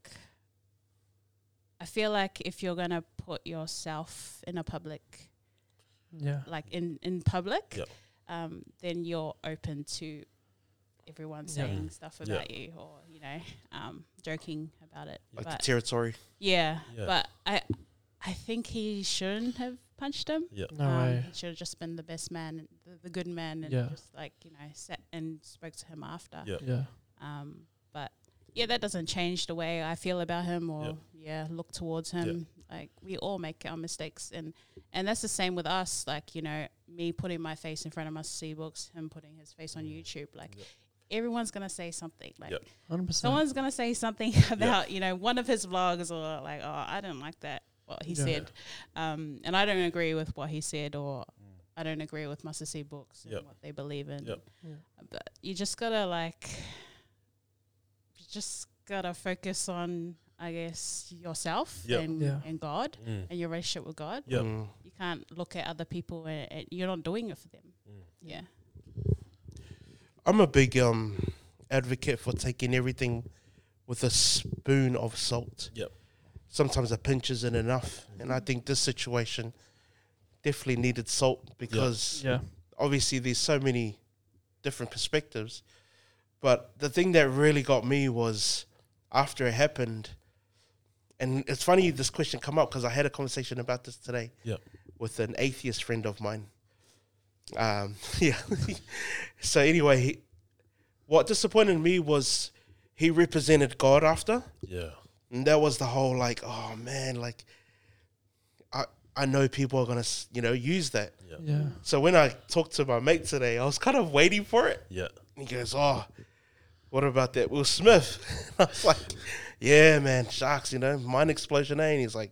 Speaker 4: I feel like if you're gonna put yourself in a public,
Speaker 1: Yeah.
Speaker 4: like in in public,
Speaker 2: Yep.
Speaker 4: um, then you're open to everyone
Speaker 1: Yeah.
Speaker 4: saying stuff
Speaker 2: Yeah.
Speaker 4: about you or you know um, joking about it.
Speaker 3: Like
Speaker 4: but
Speaker 3: the territory.
Speaker 4: yeah,
Speaker 2: Yeah.
Speaker 4: but I I think he shouldn't have punched him.
Speaker 2: yeah,
Speaker 1: No
Speaker 4: um,
Speaker 1: way.
Speaker 4: He should have just been the best man, the, the good man, and
Speaker 1: Yeah.
Speaker 4: just like you know sat and spoke to him after.
Speaker 2: yeah.
Speaker 1: Yeah.
Speaker 4: Um, but yeah, that doesn't change the way I feel about him or
Speaker 2: Yep.
Speaker 4: yeah, look towards him. Like we all make our mistakes and and that's the same with us. Like, you know, me putting my face in front of my C books, him putting his face on YouTube, like
Speaker 2: Yep.
Speaker 4: everyone's gonna say something. Like
Speaker 2: Yep.
Speaker 1: 100%.
Speaker 4: someone's gonna say something about, you know, one of his vlogs or like, oh, I didn't like that what he
Speaker 1: Yeah.
Speaker 4: said. Um, and I don't agree with what he said or I don't agree with Master C books and
Speaker 2: Yep.
Speaker 4: what they believe in
Speaker 2: Yep.
Speaker 4: but you just gotta like you just gotta focus on i guess yourself
Speaker 2: Yep.
Speaker 4: and
Speaker 1: Yeah.
Speaker 4: and god
Speaker 2: Mm.
Speaker 4: and your relationship with god
Speaker 2: Yeah.
Speaker 3: Mm.
Speaker 4: you can't look at other people and, and you're not doing it for them
Speaker 2: Mm.
Speaker 4: yeah
Speaker 3: I'm a big um advocate for taking everything with a spoon of salt.
Speaker 2: Yep.
Speaker 3: Sometimes a pinch isn't enough. And I think this situation definitely needed salt because
Speaker 1: yeah.
Speaker 3: obviously there's so many different perspectives. But the thing that really got me was after it happened, and it's funny this question come up because I had a conversation about this today
Speaker 2: Yep.
Speaker 3: with an atheist friend of mine. Um, yeah. so anyway, he, what disappointed me was he represented God after.
Speaker 2: yeah,
Speaker 3: And that was the whole like, oh man, like I I know people are gonna s- you know use that.
Speaker 2: yeah, yeah,
Speaker 1: Yeah.
Speaker 3: So when I talked to my mate today, I was kind of waiting for it.
Speaker 2: yeah.
Speaker 3: And he goes, "Oh, what about that Will Smith?" And I was like, "Yeah, man, sharks, you know, mind explosion." Eh? And he's like,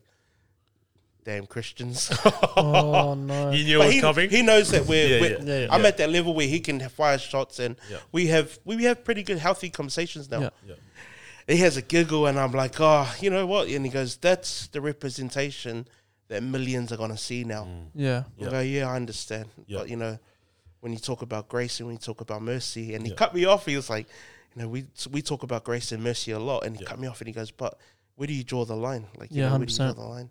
Speaker 3: "Damn Christians!"
Speaker 1: Oh, no.
Speaker 2: You knew it
Speaker 3: Uh, But
Speaker 2: was
Speaker 3: he,
Speaker 2: coming.
Speaker 3: he knows that we're.
Speaker 2: Yeah,
Speaker 3: we're-
Speaker 2: yeah.
Speaker 1: Yeah, yeah.
Speaker 3: I'm
Speaker 2: Yeah.
Speaker 3: at that level where he can fire shots, and
Speaker 2: Yeah.
Speaker 3: we have we have pretty good, healthy conversations now.
Speaker 1: Yeah.
Speaker 2: yeah,
Speaker 3: He has a giggle, and I'm like, "Oh, you know what?" And he goes, "That's the representation that millions are gonna see now."
Speaker 2: Mm.
Speaker 1: Yeah.
Speaker 3: I
Speaker 2: Yeah.
Speaker 3: go, yeah, I understand.
Speaker 2: Yeah.
Speaker 3: But you know, when you talk about grace and when you talk about mercy, and he
Speaker 2: Yeah.
Speaker 3: cut me off, he was like, you know, we we talk about grace and mercy a lot, and he
Speaker 2: Yeah.
Speaker 3: cut me off, and he goes, but where do you draw the line? Like, you
Speaker 1: Yeah,
Speaker 3: know, where do you draw
Speaker 1: 100%.
Speaker 3: the line?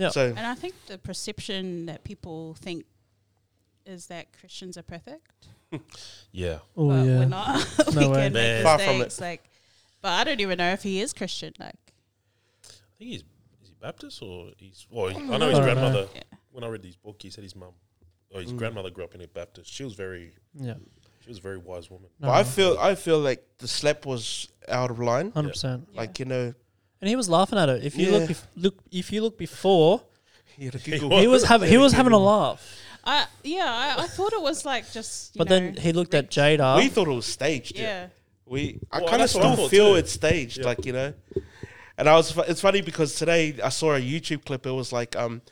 Speaker 1: Yeah.
Speaker 3: So
Speaker 4: and i think the perception that people think is that christians are perfect
Speaker 2: yeah.
Speaker 1: Oh,
Speaker 4: but
Speaker 1: yeah.
Speaker 4: we're not we
Speaker 1: No way.
Speaker 2: Man.
Speaker 4: can make
Speaker 3: Far from it.
Speaker 4: mistakes like but i don't even know if he is christian like
Speaker 2: I think he's is he Baptist or he's. Well, I know his
Speaker 1: I don't know. Mm.
Speaker 2: grandmother.
Speaker 4: Yeah.
Speaker 2: When I read his book, he said his mum, or his grandmother grew up in a Baptist. She was very,
Speaker 1: Yeah.
Speaker 2: she was a very wise woman.
Speaker 1: No,
Speaker 3: but I feel I feel like the slap was out of line.
Speaker 1: 100%.
Speaker 3: Like you know,
Speaker 1: And he was laughing at it. If you look,
Speaker 3: Yeah.
Speaker 1: bef- look, if you look before,
Speaker 3: he had a giggle.
Speaker 1: he was having he was having a laugh,
Speaker 4: I yeah, I, I thought it was like just. You
Speaker 1: but
Speaker 4: know,
Speaker 1: then he looked at
Speaker 4: Rick-
Speaker 1: Jada.
Speaker 3: we thought it was staged.
Speaker 4: Yeah,
Speaker 3: We, I
Speaker 2: Well,
Speaker 3: kind of
Speaker 2: that's what I
Speaker 3: still
Speaker 2: thought
Speaker 3: feel
Speaker 2: too.
Speaker 3: it's staged,
Speaker 2: Yeah.
Speaker 3: like you know. And I was, fu- it's funny because today I saw a YouTube clip. It was like, um,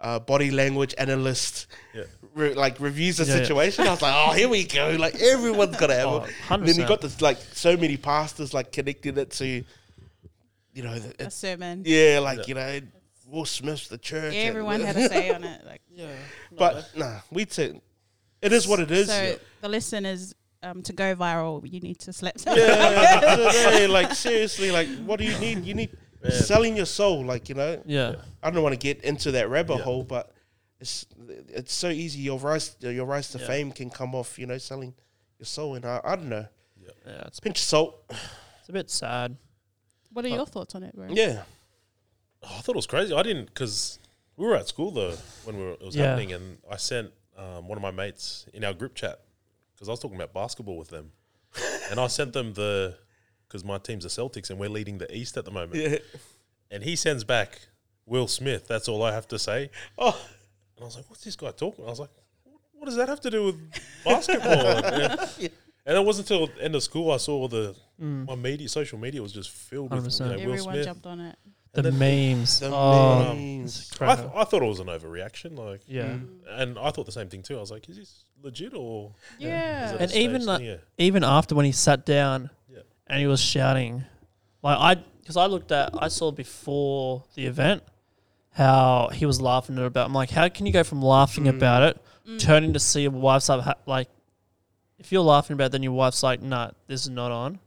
Speaker 3: uh, body language analyst,
Speaker 2: Yeah.
Speaker 3: re- like reviews the
Speaker 1: Yeah, yeah.
Speaker 3: situation. I was like, oh, here we go. Like everyone's gonna have.
Speaker 1: Oh,
Speaker 3: it. And
Speaker 1: 100%.
Speaker 3: then you got this like so many pastors like connecting it to, you know, the,
Speaker 4: a
Speaker 3: it's,
Speaker 4: sermon.
Speaker 3: yeah, like you know, Will Smith's the church. and-
Speaker 4: Everyone had a say on it. Like
Speaker 1: yeah,
Speaker 3: but nah, we took. It is what it is.
Speaker 4: So the lesson is um, to go viral. You need to slap.
Speaker 3: Yeah, today, like seriously, like what do you need? You need
Speaker 2: Yeah.
Speaker 3: selling your soul, like you know.
Speaker 1: yeah,
Speaker 3: I don't want to get into that rabbit
Speaker 2: Yeah.
Speaker 3: hole, but it's it's so easy. Your rise, your rise to
Speaker 1: Yeah.
Speaker 3: fame can come off, you know, selling your soul, and I, I don't know,
Speaker 1: yeah. It's,
Speaker 3: pinch of salt.
Speaker 1: it's a bit sad.
Speaker 4: What are your thoughts on it, bro?
Speaker 3: Yeah,
Speaker 2: Oh, I thought it was crazy. I didn't because we were at school though when we were, it was
Speaker 1: Yeah.
Speaker 2: happening, and I sent um, one of my mates in our group chat because I was talking about basketball with them, and I sent them the because my team's the Celtics and we're leading the East at the moment,
Speaker 3: yeah.
Speaker 2: and he sends back Will Smith. That's all I have to say.
Speaker 3: Oh,
Speaker 2: And I was like, what's this guy talking? I was like, what does that have to do with basketball? and, and it wasn't until
Speaker 1: Mm.
Speaker 2: the end of school I saw the my media, social media was just filled with you
Speaker 1: 100%.
Speaker 2: know, Will
Speaker 4: Everyone
Speaker 2: Smith,
Speaker 4: jumped on it.
Speaker 1: The memes.
Speaker 3: The
Speaker 1: oh,
Speaker 3: memes.
Speaker 1: it's
Speaker 2: I,
Speaker 1: crazy.
Speaker 2: th- I thought it was an overreaction, like,
Speaker 1: yeah.
Speaker 4: Mm.
Speaker 2: and I thought the same thing too. I was like, is this legit or?
Speaker 4: Yeah.
Speaker 2: is it a
Speaker 1: And
Speaker 2: staged
Speaker 1: even
Speaker 2: thing?
Speaker 1: like-
Speaker 2: yeah,
Speaker 1: Even after when he sat down
Speaker 2: Yeah.
Speaker 1: and he was shouting, like I, because I looked at, I saw before the event how he was laughing at about. I'm like, how can you go from laughing
Speaker 3: Mm.
Speaker 1: about it, turning to see your wife's up, ha- like, if you're laughing about, it, then your wife's like, nah, this is not on.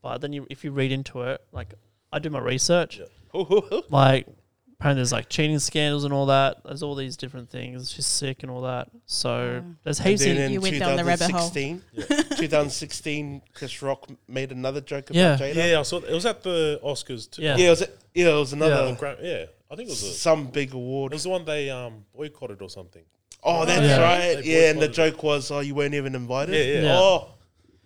Speaker 1: But then you, if you read into it, like I do my research,
Speaker 2: Yeah.
Speaker 1: like apparently there's like cheating scandals and all that. There's all these different things. She's sick and all that. So
Speaker 4: Yeah.
Speaker 1: there's
Speaker 3: And
Speaker 1: heaps.
Speaker 3: then
Speaker 1: Of,
Speaker 3: in
Speaker 4: You went down the rabbit hole.
Speaker 3: 2016, 2016, Chris Rock made another joke about
Speaker 1: Yeah.
Speaker 3: Jada.
Speaker 2: yeah. I saw it was at the Oscars too.
Speaker 1: yeah.
Speaker 3: Yeah, it was, yeah, it was
Speaker 2: Oh,
Speaker 3: another
Speaker 2: gra- yeah. I think it was a,
Speaker 3: some big
Speaker 2: it
Speaker 3: award.
Speaker 2: was the one they um boycotted or something.
Speaker 3: Oh, that's
Speaker 1: Yeah.
Speaker 3: right.
Speaker 2: They
Speaker 3: Yeah, and the
Speaker 2: boycotted.
Speaker 3: joke was, oh, you weren't even invited.
Speaker 2: Yeah, yeah.
Speaker 1: Yeah.
Speaker 3: Oh,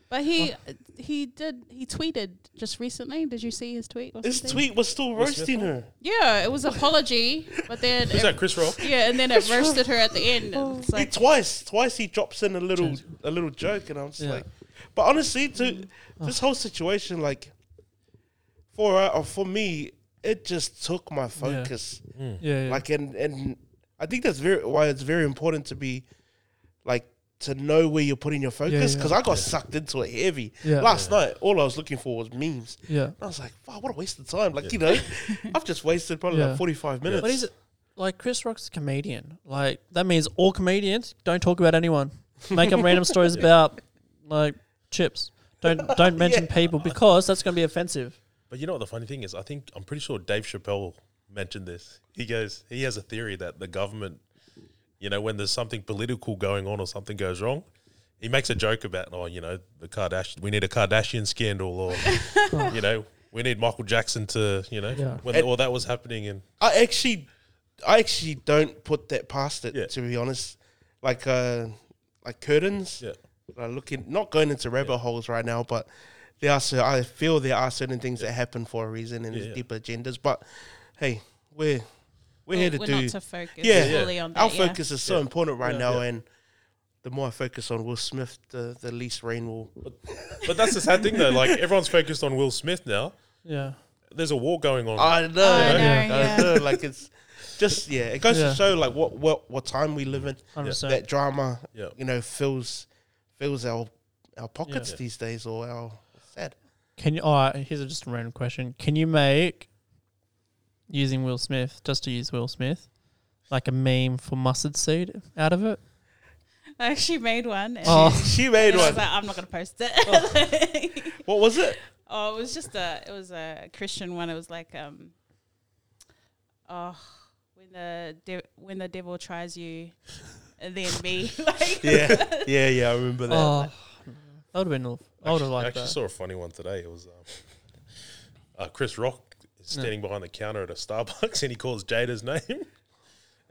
Speaker 4: But he he did he tweeted just recently. Did you see his tweet? Or
Speaker 3: his
Speaker 4: something?
Speaker 3: tweet was still roasting her.
Speaker 4: Yeah, it was apology, but then
Speaker 2: Is
Speaker 4: it,
Speaker 2: that Chris Rock?
Speaker 4: yeah, and then it roasted her at the end. It's
Speaker 3: Oh. He
Speaker 4: like
Speaker 3: twice, twice he drops in a little, a little joke, and I'm just
Speaker 1: Yeah.
Speaker 3: like, but honestly, to this whole situation, like, for uh, for me, it just took my focus.
Speaker 1: yeah, yeah.
Speaker 3: like and and I think that's very why it's very important to be like to know where you're putting your focus
Speaker 1: yeah.
Speaker 3: because I got sucked into it heavy
Speaker 1: Yeah.
Speaker 3: last night. All I was looking for was memes.
Speaker 1: yeah.
Speaker 3: And I was like, wow, what a waste of time! Like you know, I've just wasted probably
Speaker 1: Yeah.
Speaker 3: like 45 minutes.
Speaker 1: But he's like Chris Rock's a comedian. Like that means all comedians don't talk about anyone. Make up random stories about like chips. Don't don't mention people because that's going to be offensive.
Speaker 2: But you know what the funny thing is? I think I'm pretty sure Dave Chappelle mentioned this. He goes, he has a theory that the government, you know, when there's something political going on or something goes wrong, he makes a joke about, oh, you know, the Kardashian, we need a Kardashian scandal, or you know, we need Michael Jackson to, you know,
Speaker 1: Yeah.
Speaker 2: when all that was happening, and
Speaker 3: I actually, I actually don't put that past it
Speaker 2: Yeah.
Speaker 3: to be honest. Like uh, like curtains.
Speaker 2: yeah,
Speaker 3: Like looking, not going into rabbit holes right now, but there are. cer- I feel there are certain things that happen for a reason and
Speaker 2: Yeah.
Speaker 3: there's deeper agendas. But hey, we're we're
Speaker 4: oh, we're
Speaker 3: here to do.
Speaker 4: not to focus
Speaker 3: Yeah.
Speaker 4: fully on that.
Speaker 3: Our
Speaker 4: yeah.
Speaker 3: focus is so
Speaker 2: Yeah.
Speaker 3: important right
Speaker 2: Yeah.
Speaker 3: now,
Speaker 2: Yeah.
Speaker 3: and the more I focus on Will Smith, the the least rain will.
Speaker 2: but that's the sad thing though. Like everyone's focused on Will Smith now.
Speaker 1: Yeah.
Speaker 2: The's a war going on.
Speaker 3: I know,
Speaker 4: Oh, I
Speaker 1: know,
Speaker 3: I
Speaker 4: yeah.
Speaker 3: know, like it's just yeah. It goes
Speaker 1: Yeah.
Speaker 3: to show like what what what time we live in.
Speaker 1: 100%.
Speaker 3: That drama,
Speaker 2: Yeah.
Speaker 3: you know, fills fills our our pockets
Speaker 2: Yeah.
Speaker 3: these days, or our sad.
Speaker 1: Can you? All right. Here's a, just a random question. Can you make using Will Smith just to use Will Smith like a meme for mustard seed out of it?
Speaker 4: I actually made one. And
Speaker 1: Oh.
Speaker 3: She made
Speaker 4: and I
Speaker 3: one.
Speaker 4: was like, I'm not gonna post it. Oh.
Speaker 3: What was it?
Speaker 4: it was just a it was a Christian one. It was like um, oh, when the de- when the devil tries you, and then me like
Speaker 3: yeah, yeah, yeah. I remember that.
Speaker 1: Oh, that would have been. I would have
Speaker 2: I
Speaker 1: liked
Speaker 2: actually
Speaker 1: that.
Speaker 2: saw a funny one today. It was um, uh, Chris Rock is standing behind the counter at a Starbucks and he calls Jada's name.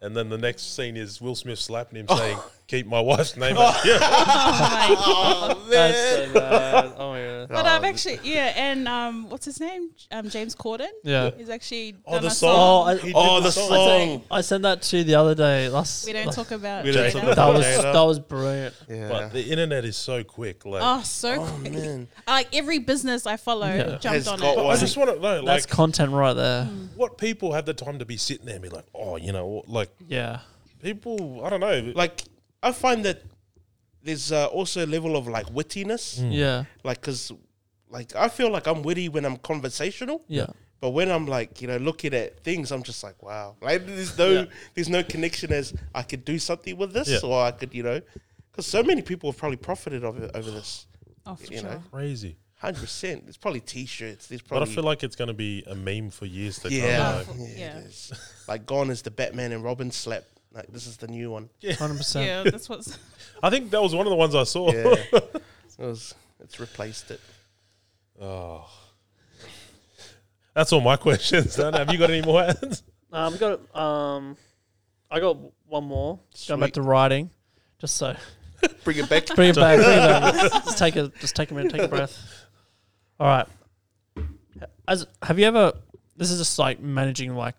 Speaker 2: And then the next scene is Will Smith slapping him, saying, "Keep my wife's name." out of your mouth."
Speaker 1: That's so bad. Oh my god.
Speaker 4: But I've actually, yeah, and um, what's his name? Um, James Corden.
Speaker 1: Yeah.
Speaker 4: He's actually done
Speaker 2: Oh, the
Speaker 4: a
Speaker 2: song.
Speaker 1: I-
Speaker 2: He did
Speaker 3: Oh, the song.
Speaker 1: I sent that to you the other day. Last,
Speaker 4: We don't
Speaker 1: last-
Speaker 4: talk about.
Speaker 3: Oh. We don't
Speaker 4: Jada.
Speaker 3: talk
Speaker 1: That
Speaker 3: about
Speaker 1: was
Speaker 3: Jada.
Speaker 1: that was brilliant.
Speaker 3: Yeah.
Speaker 2: But the internet is so quick. Like,
Speaker 4: Oh, so
Speaker 3: oh
Speaker 4: quick.
Speaker 3: man.
Speaker 4: Like every business I follow
Speaker 1: Yeah.
Speaker 4: jumped
Speaker 3: Has
Speaker 4: on
Speaker 3: got
Speaker 4: it.
Speaker 2: I just want to know, like,
Speaker 1: That's content right there.
Speaker 2: what people have the time to be sitting there and be like, "Oh, you know, what," like
Speaker 1: Yeah.
Speaker 2: people, I don't know, like,
Speaker 3: Like I find that there's uh, also a level of like wittiness,
Speaker 1: Yeah.
Speaker 3: like because like I feel like I'm witty when I'm conversational,
Speaker 1: Yeah.
Speaker 3: but when I'm like you know looking at things, I'm just like wow, like there's no
Speaker 1: Yeah.
Speaker 3: there's no connection as I could do something with this
Speaker 2: Yeah.
Speaker 3: or I could you know because so many people have probably profited of it over this,
Speaker 4: Oh, for
Speaker 3: you
Speaker 4: sure.
Speaker 3: know,
Speaker 2: crazy.
Speaker 3: hundred percent. There's probably t-shirts. There's
Speaker 2: But I
Speaker 3: probably
Speaker 2: feel like it's going to be a meme for years to
Speaker 3: Yeah.
Speaker 2: come.
Speaker 4: Oh,
Speaker 2: Like,
Speaker 4: for-
Speaker 3: Yeah, it
Speaker 4: yeah.
Speaker 3: is. like gone is the Batman and Robin slap. Like this is the new one.
Speaker 1: Hundred percent.
Speaker 4: Yeah, that's what's.
Speaker 2: I think that was one of the ones I saw.
Speaker 3: Yeah, it was. It's replaced it.
Speaker 2: Oh. That's all my questions. Then have you got any more ads?
Speaker 1: Um, got um, I got one more. Going back
Speaker 3: Sweet.
Speaker 1: to writing, just so
Speaker 3: Bring it back.
Speaker 1: bring it back. Bring it back. just take a just take a minute. Take a breath. All right. As have you ever? This is just like managing like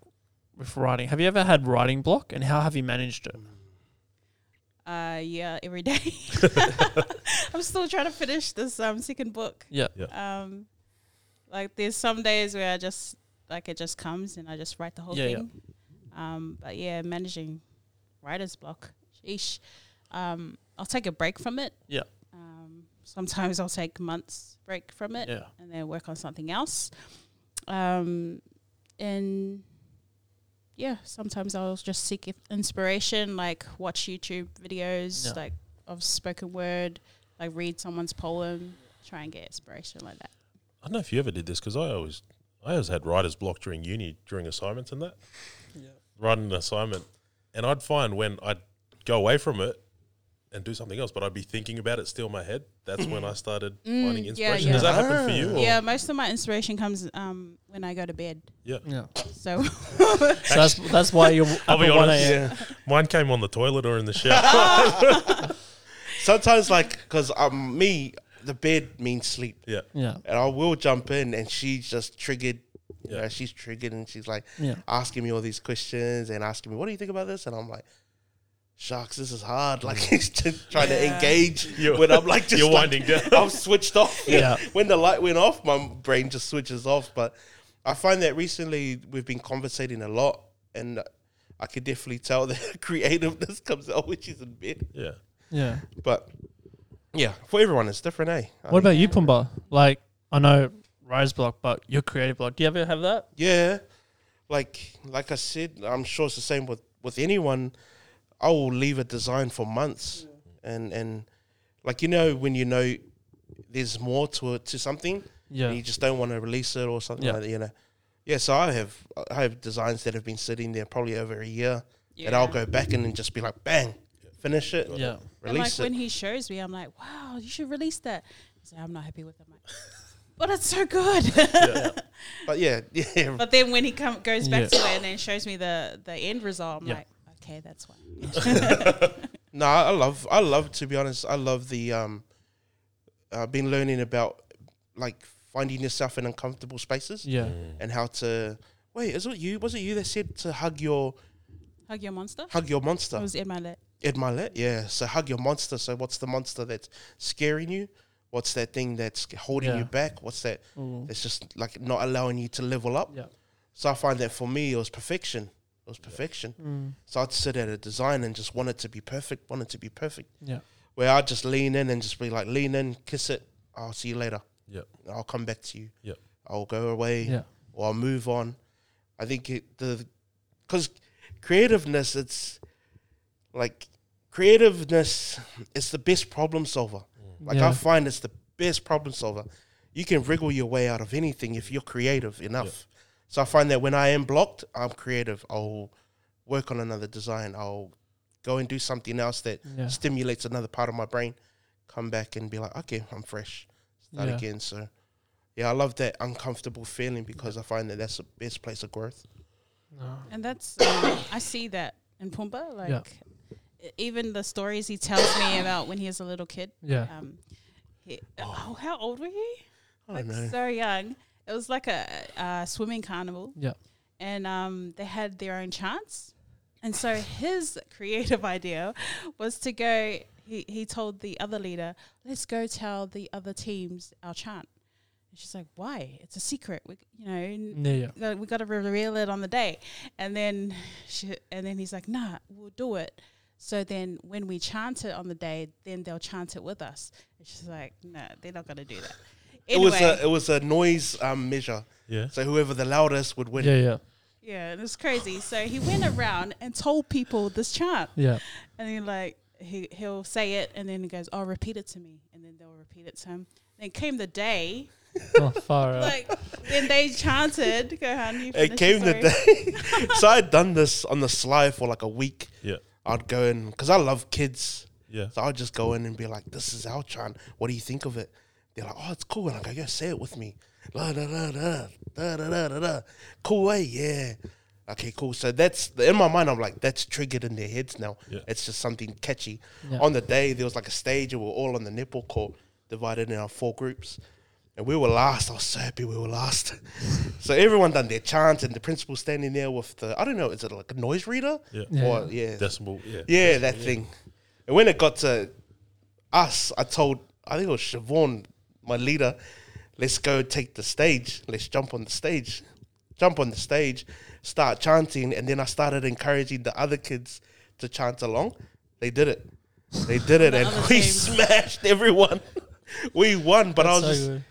Speaker 1: with writing. Have you ever had writing block, and how have you managed it?
Speaker 4: Uh, yeah, every day. I'm still trying to finish this um second book.
Speaker 1: Yeah.
Speaker 4: Um, like there's some days where I just like it just comes and I just write the whole
Speaker 1: Yeah, yeah.
Speaker 4: thing. Um, but yeah, managing writer's block. Sheesh. Um, I'll take a break from it.
Speaker 1: Yeah.
Speaker 4: Um, sometimes I'll take months break from it
Speaker 1: Yeah.
Speaker 4: and then work on something else. Um, and yeah, sometimes I'll just seek if- inspiration, like watch YouTube videos,
Speaker 1: Yeah.
Speaker 4: like of spoken word, like read someone's poem, try and get inspiration like that.
Speaker 2: I don't know if you ever did this because I always, I always had writer's block during uni during assignments and that.
Speaker 1: Yeah.
Speaker 2: Writing an assignment, and I'd find when I'd go away from it and do something else, but I'd be thinking about it still in my head. That's when I started finding
Speaker 4: Mm, yeah,
Speaker 2: inspiration.
Speaker 4: yeah.
Speaker 2: Does that happen for
Speaker 1: Ah.
Speaker 2: you? Or?
Speaker 4: Yeah, most of my inspiration comes um, when I go to bed.
Speaker 2: Yeah.
Speaker 1: Yeah.
Speaker 4: So
Speaker 1: So that's that's why you're
Speaker 2: I'll
Speaker 1: up
Speaker 2: be
Speaker 1: at one
Speaker 2: honest.
Speaker 1: a.m.
Speaker 3: Yeah.
Speaker 2: Mine came on the toilet or in the shower.
Speaker 3: Sometimes, like, because um, me, the bed means sleep.
Speaker 2: yeah.
Speaker 1: Yeah.
Speaker 3: And I will jump in, and she's just triggered. You
Speaker 2: Yeah.
Speaker 3: know, she's triggered, and she's like
Speaker 1: Yeah.
Speaker 3: asking me all these questions and asking me, "What do you think about this?" And I'm like, "Sharks, this is hard." Like, it's just trying to
Speaker 4: Yeah.
Speaker 3: engage
Speaker 2: Mm. You're-
Speaker 3: when I'm like, just
Speaker 2: you're
Speaker 3: like-
Speaker 2: winding down.
Speaker 3: I'm switched off.
Speaker 1: Yeah.
Speaker 3: when the light went off, my brain just switches off. But I find that recently we've been conversating a lot, and I could definitely tell that creativeness comes out when she's in bed.
Speaker 2: Yeah.
Speaker 1: Yeah.
Speaker 3: But yeah, for everyone, it's different, eh? I
Speaker 1: What
Speaker 3: mean,
Speaker 1: about you, Pumba? Like I know writer's block, but your creative block. Do you ever have that?
Speaker 3: yeah, like like I said, I'm sure it's the same with with anyone. I will leave a design for months, and and like you know when you know there's more to it to something,
Speaker 1: Yeah.
Speaker 3: and you just don't want to release it or something
Speaker 1: Yeah.
Speaker 3: like that, you know. Yeah, so I have I have designs that have been sitting there probably over a year, and I'll go back in and just be like, bang, finish it,
Speaker 1: Yeah.
Speaker 4: And like
Speaker 3: release
Speaker 4: when
Speaker 3: it.
Speaker 4: he shows me, I'm like, wow, you should release that. He's like, I'm not happy with it. I'm like, but it's so good.
Speaker 3: But yeah, yeah,
Speaker 4: but then when he come, goes back
Speaker 1: Yeah.
Speaker 4: to it and then shows me the, the end result, I'm
Speaker 1: Yeah.
Speaker 4: like, okay, that's why.
Speaker 3: No, I love I love to be honest. I love the um I've been learning about like finding yourself in uncomfortable spaces
Speaker 1: Yeah.
Speaker 3: and how to wait, is it you was it you that said to hug your
Speaker 4: Hug your monster.
Speaker 3: hug your
Speaker 4: It
Speaker 3: monster?
Speaker 4: was in my lap.
Speaker 3: Ed Milet, yeah. So hug your monster. So what's the monster that's scaring you? What's that thing that's holding
Speaker 1: Yeah.
Speaker 3: you back? What's that
Speaker 1: Mm.
Speaker 3: that's just like not allowing you to level up?
Speaker 1: Yeah.
Speaker 3: So I find that for me, it was perfection. It was perfection.
Speaker 1: Mm.
Speaker 3: So I'd sit at a design and just want it to be perfect, want it to be perfect.
Speaker 1: Yeah.
Speaker 3: Where I'd just lean in and just be like, lean in, kiss it. I'll see you later.
Speaker 2: Yeah.
Speaker 3: I'll come back to you.
Speaker 2: Yeah.
Speaker 3: I'll go away
Speaker 1: Yeah.
Speaker 3: or I'll move on. I think it, the because creativeness, it's like creativeness is the best problem solver. Like
Speaker 1: Yeah.
Speaker 3: I find it's the best problem solver. You can wriggle your way out of anything if you're creative enough. So I find that when I am blocked, I'm creative. I'll work on another design. I'll go and do something else that
Speaker 1: Yeah.
Speaker 3: stimulates another part of my brain. Come back and be like, okay, I'm fresh. Start
Speaker 1: Yeah.
Speaker 3: again. So yeah, I love that uncomfortable feeling because I find that that's the best place of growth.
Speaker 4: And that's, um, I see that in Pumba. Like, e- even the stories he tells me about when he was a little kid.
Speaker 1: Yeah.
Speaker 4: Um, he, oh, how old were you?
Speaker 3: I don't
Speaker 4: Like,
Speaker 3: know.
Speaker 4: so young. It was like a, a swimming carnival.
Speaker 1: Yeah.
Speaker 4: and um, they had their own chance. And so his creative idea was to go. He, he told the other leader, "Let's go tell the other teams our chant." And she's like, "Why? It's a secret. We, you know, n-
Speaker 1: Yeah. Yeah.
Speaker 4: go- we got to reveal it on the day." And then she, and then he's like, "Nah, we'll do it." So then, when we chant it on the day, then they'll chant it with us. And she's like, "No, they're not going to do that."
Speaker 3: It was
Speaker 4: Anyway,
Speaker 3: a it was a noise um, measure.
Speaker 2: Yeah.
Speaker 3: So whoever the loudest would win.
Speaker 1: Yeah. Yeah.
Speaker 4: yeah, it was crazy. So he went around and told people this chant.
Speaker 1: Yeah.
Speaker 4: And then like he he'll say it, and then he goes, "Oh, repeat it to me," and then they'll repeat it to him. Then came the day,
Speaker 1: Oh, far out.
Speaker 4: like then they chanted, "Go on, you finish
Speaker 3: It came the
Speaker 4: story."
Speaker 3: day. so I'd done this on the sly for like a week.
Speaker 2: Yeah.
Speaker 3: I'd go in because I love kids.
Speaker 2: Yeah.
Speaker 3: So I'd just go in and be like, "This is our chant. What do you think of it?" They're like, "Oh, it's cool." And I go, "Yeah, say it with me." La da da da da da da da. da. Cool way, yeah. Okay, cool. So that's in my mind. I'm like, that's triggered in their heads now.
Speaker 2: Yeah.
Speaker 3: It's just something catchy.
Speaker 1: Yeah.
Speaker 3: On the day, there was like a stage, and we were all on the nipple court, divided into our four groups. And we were last. I was so happy we were last. so everyone done their chant, and the principal standing there with the I don't know, is it like a noise reader?
Speaker 2: Yeah.
Speaker 1: Yeah.
Speaker 3: Or, yeah.
Speaker 2: Decimal. Yeah.
Speaker 3: Yeah, that thing. And when it got to us, I told, I think it was Siobhan, my leader, let's go take the stage. Let's jump on the stage. jump on the stage, start chanting, and then I started encouraging the other kids to chant along. They did it. They did it, and
Speaker 4: other
Speaker 3: we
Speaker 4: teams.
Speaker 3: smashed everyone. we won, but I was
Speaker 1: So
Speaker 3: just
Speaker 1: good.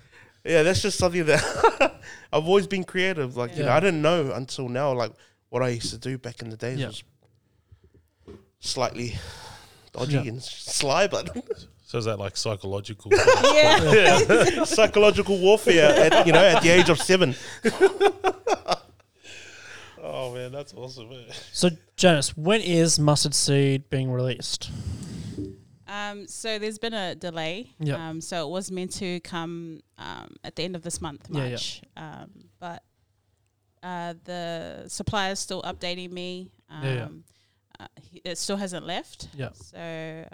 Speaker 3: yeah, that's just something that I've always been creative. Like you know,
Speaker 1: Yeah.
Speaker 3: I didn't know until now. Like what I used to do back in the days
Speaker 1: Yeah.
Speaker 3: was slightly dodgy
Speaker 1: Yeah.
Speaker 3: and sly, but
Speaker 2: So is that like psychological?
Speaker 4: yeah.
Speaker 3: psychological warfare. At, you know, at the age of seven.
Speaker 2: oh man, that's awesome. Man.
Speaker 1: So, Janice, when is Mustard Seed being released?
Speaker 4: Um, so there's been a delay.
Speaker 1: Yep.
Speaker 4: Um, so it was meant to come um, at the end of this month,
Speaker 1: Yeah, yeah.
Speaker 4: March. Um, but uh, the supplier is still updating me. Um,
Speaker 1: Yeah, yeah.
Speaker 4: Uh, he- it still hasn't left.
Speaker 1: Yeah.
Speaker 4: So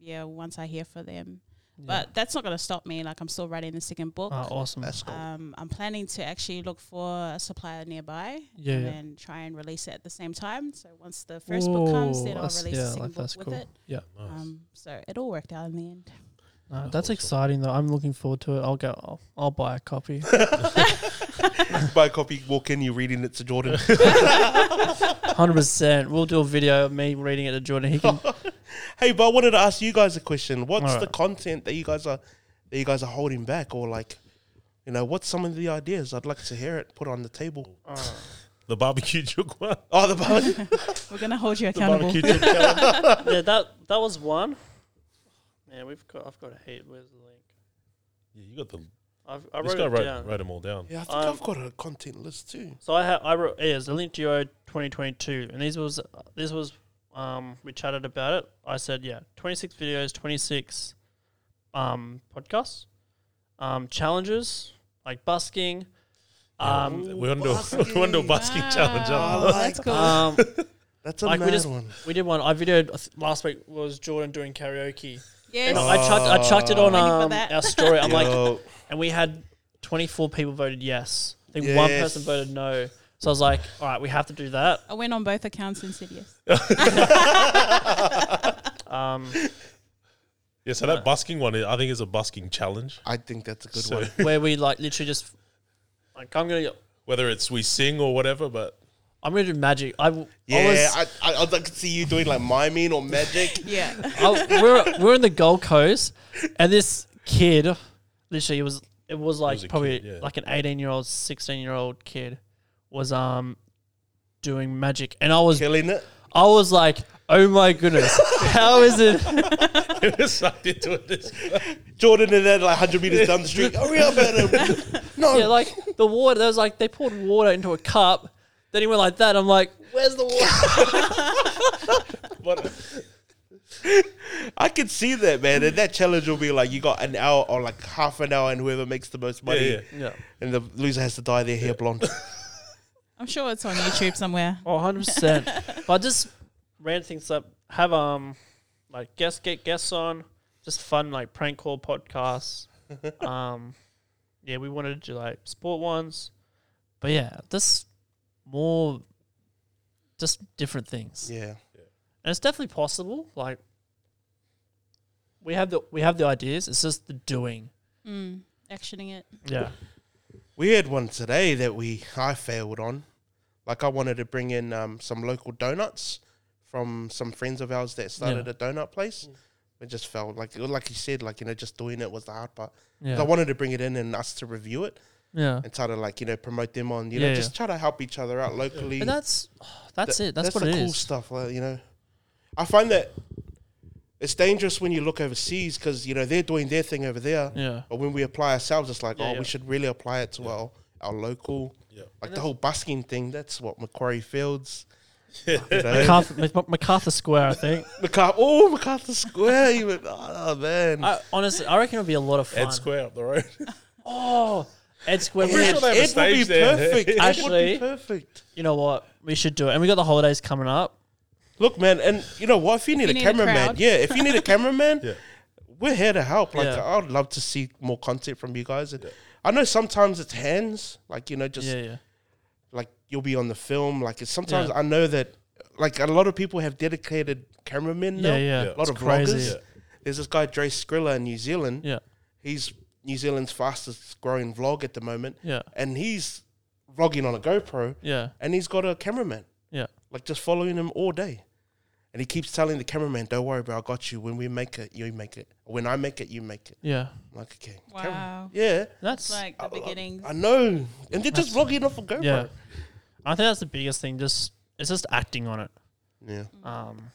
Speaker 4: yeah, once I hear for them,
Speaker 1: Yeah.
Speaker 4: but that's not going to stop me. Like I'm still writing the second book.
Speaker 1: Ah, awesome.
Speaker 3: That's cool.
Speaker 4: Um, I'm planning to actually look for a supplier nearby
Speaker 1: Yeah,
Speaker 4: and
Speaker 1: yeah.
Speaker 4: then try and release it at the same time. So once the first book comes,
Speaker 1: Ooh,
Speaker 4: then I'll
Speaker 1: that's-
Speaker 4: release the
Speaker 1: yeah,
Speaker 4: second
Speaker 1: like,
Speaker 4: book
Speaker 1: that's
Speaker 4: with
Speaker 1: cool.
Speaker 4: it.
Speaker 1: Yeah,
Speaker 2: Nice.
Speaker 4: Um, so it all worked out in the end.
Speaker 1: no, that's exciting though. I'm looking forward to it. I'll go. I'll, I'll buy a copy.
Speaker 3: Buy a copy, walk in, you're reading it to Jordan.
Speaker 1: Hundred percent. We'll do a video of me reading it to Jordan. He can.
Speaker 3: hey, but I wanted to ask you guys a question. What's
Speaker 1: All right.
Speaker 3: the content that you guys are that you guys are holding back, or like, you know, what's some of the ideas? I'd like to hear it put on the table.
Speaker 2: the barbecue joke one.
Speaker 3: Oh, the barbecue.
Speaker 4: We're gonna hold you
Speaker 2: The
Speaker 4: accountable.
Speaker 2: barbecue joke. challenge.
Speaker 1: yeah, that that was one. Man, we've got. I've got a hate. Where's the link?
Speaker 2: Yeah, you got the.
Speaker 1: I've, I
Speaker 2: this
Speaker 1: wrote
Speaker 2: guy
Speaker 1: it
Speaker 2: wrote,
Speaker 1: down.
Speaker 2: wrote them all down.
Speaker 3: yeah, I think
Speaker 1: Um,
Speaker 3: I've got a content list too.
Speaker 1: So I have I wrote yeah, it's the Link Duo 2022, and these was this was um we chatted about it. I said yeah, 26 videos, 26 um podcasts, um challenges like busking,
Speaker 2: Yeah,
Speaker 1: um
Speaker 2: we want to do we want to do a basking challenge.
Speaker 3: I
Speaker 2: aren't
Speaker 3: like
Speaker 4: Ah, oh, that's cool.
Speaker 1: um
Speaker 3: That's a
Speaker 1: Like, we
Speaker 3: mad
Speaker 1: just-
Speaker 3: one.
Speaker 1: we did one. I videoed I th- last week was Jordan doing karaoke.
Speaker 4: yes.
Speaker 1: And I chucked I chucked it on
Speaker 4: Ready for
Speaker 1: um,
Speaker 4: that?
Speaker 1: our story. I'm like,
Speaker 3: Yo,
Speaker 1: and we had 24 people voted yes. I think one
Speaker 3: Yes.
Speaker 1: person voted no. So I was like, all right, we have to do that.
Speaker 4: I went on both accounts and said yes.
Speaker 1: Um,
Speaker 2: Yeah, so that busking one, I think, is a busking challenge.
Speaker 3: I think that's a good
Speaker 2: So
Speaker 3: one.
Speaker 1: where we like literally just like I'm gonna
Speaker 2: whether it's we sing or whatever, but
Speaker 1: I'm gonna do magic. I w-
Speaker 3: Yeah,
Speaker 1: I
Speaker 3: I, I, I, could see you doing like miming or magic.
Speaker 4: Yeah.
Speaker 1: was, I, we're we're in the Gold Coast, and this kid, literally, it was it was like
Speaker 2: was a
Speaker 1: probably
Speaker 2: kid, yeah.
Speaker 1: like an 18 year old, 16 year old kid, was um doing magic, and I was
Speaker 3: Killing it.
Speaker 1: I was like, oh my goodness, how is it?
Speaker 2: sucked into it. This
Speaker 3: Jordan and then like 100 meters down the street. Hurry up, Adam. No.
Speaker 1: Yeah, like the water. There was like they poured water into a cup. Then he went like that. I'm like, where's the water?
Speaker 2: but
Speaker 3: I could see that, man. And that challenge will be like you got an hour or like half an hour, and whoever makes the most money,
Speaker 2: yeah,
Speaker 1: Yeah.
Speaker 3: and the loser has to dye their hair blonde.
Speaker 4: I'm sure it's on YouTube somewhere.
Speaker 1: Oh, 100%. but I just ran things up. Have, um, like, guests get guests on. Just fun, like, prank call podcasts. um, yeah, we wanted to do, like, sport ones. But yeah, just more, just different things.
Speaker 3: yeah.
Speaker 1: And it's definitely possible. Like, we have the we have the ideas. It's just the doing.
Speaker 4: Mm, actioning it.
Speaker 1: Yeah.
Speaker 3: We had one today that we I failed on. Like I wanted to bring in um, some local donuts from some friends of ours that started
Speaker 1: Yeah.
Speaker 3: a donut place. It just felt like like you said, like you know, just doing it was the hard part. 'Cause
Speaker 1: Yeah.
Speaker 3: I wanted to bring it in and us to review it
Speaker 1: yeah.
Speaker 3: and try to like you know promote them on you
Speaker 1: Yeah,
Speaker 3: know
Speaker 1: yeah.
Speaker 3: just try to help each other out locally.
Speaker 1: And that's that's
Speaker 3: Th-
Speaker 1: it. That's, what
Speaker 3: the
Speaker 1: it is.
Speaker 3: cool stuff. Like, you know, I find that it's dangerous when you look overseas because you know they're doing their thing over there.
Speaker 1: Yeah.
Speaker 3: But when we apply ourselves, it's like,
Speaker 1: Yeah,
Speaker 3: oh,
Speaker 1: yeah.
Speaker 3: we should really apply it to our, our local,
Speaker 2: Yeah.
Speaker 3: like the whole busking thing. That's what Macquarie Fields,
Speaker 1: MacArthur, Mac- MacArthur Square, I think.
Speaker 3: MacArthur, oh Macarthur Square. you went, oh man,
Speaker 1: I, honestly, I reckon it'd be a lot of fun.
Speaker 2: Ed Square up the road.
Speaker 1: Oh, Ed Square.
Speaker 3: Ed,
Speaker 1: We
Speaker 2: pretty sure
Speaker 1: should-
Speaker 2: they have a
Speaker 3: Ed would be
Speaker 2: stage there.
Speaker 3: perfect. Ed would
Speaker 1: Actually-
Speaker 3: be perfect.
Speaker 1: you know what? We should do it. And we got the holidays coming up.
Speaker 3: Look, man, and you know what? If you need
Speaker 4: you
Speaker 3: a
Speaker 4: need a
Speaker 3: cameraman,
Speaker 4: crowd.
Speaker 3: yeah, if you need a cameraman,
Speaker 2: Yeah.
Speaker 3: we're here to help. Like,
Speaker 1: Yeah.
Speaker 3: I'd love to see more content from you guys. And I know sometimes it's hands, like you know, just
Speaker 1: Yeah, yeah.
Speaker 3: like you'll be on the film. Like, it's sometimes
Speaker 1: Yeah.
Speaker 3: I know that, like, a lot of people have dedicated cameramen
Speaker 1: Yeah,
Speaker 3: now.
Speaker 1: yeah.
Speaker 2: Yeah.
Speaker 3: A lot
Speaker 1: It's
Speaker 3: of
Speaker 1: crazy.
Speaker 3: vloggers. There's this guy Dre Skrilla in New Zealand.
Speaker 1: Yeah.
Speaker 3: He's New Zealand's fastest growing vlog at the moment,
Speaker 1: Yeah.
Speaker 3: and he's vlogging on a GoPro,
Speaker 1: Yeah.
Speaker 3: and he's got a cameraman,
Speaker 1: Yeah.
Speaker 3: like just following him all day. And he keeps telling the cameraman, "Don't worry, bro, I got you. When we make it, you make it. When I make it, you make it."
Speaker 1: Yeah.
Speaker 3: I'm like, okay, cameraman.
Speaker 4: Wow.
Speaker 3: yeah,
Speaker 1: That's
Speaker 4: Like the beginnings.
Speaker 3: I know. And they're just vlogging off a GoPro.
Speaker 1: yeah. I think that's the biggest thing. Just it's just acting on it.
Speaker 3: yeah.
Speaker 4: Mm.
Speaker 1: Um,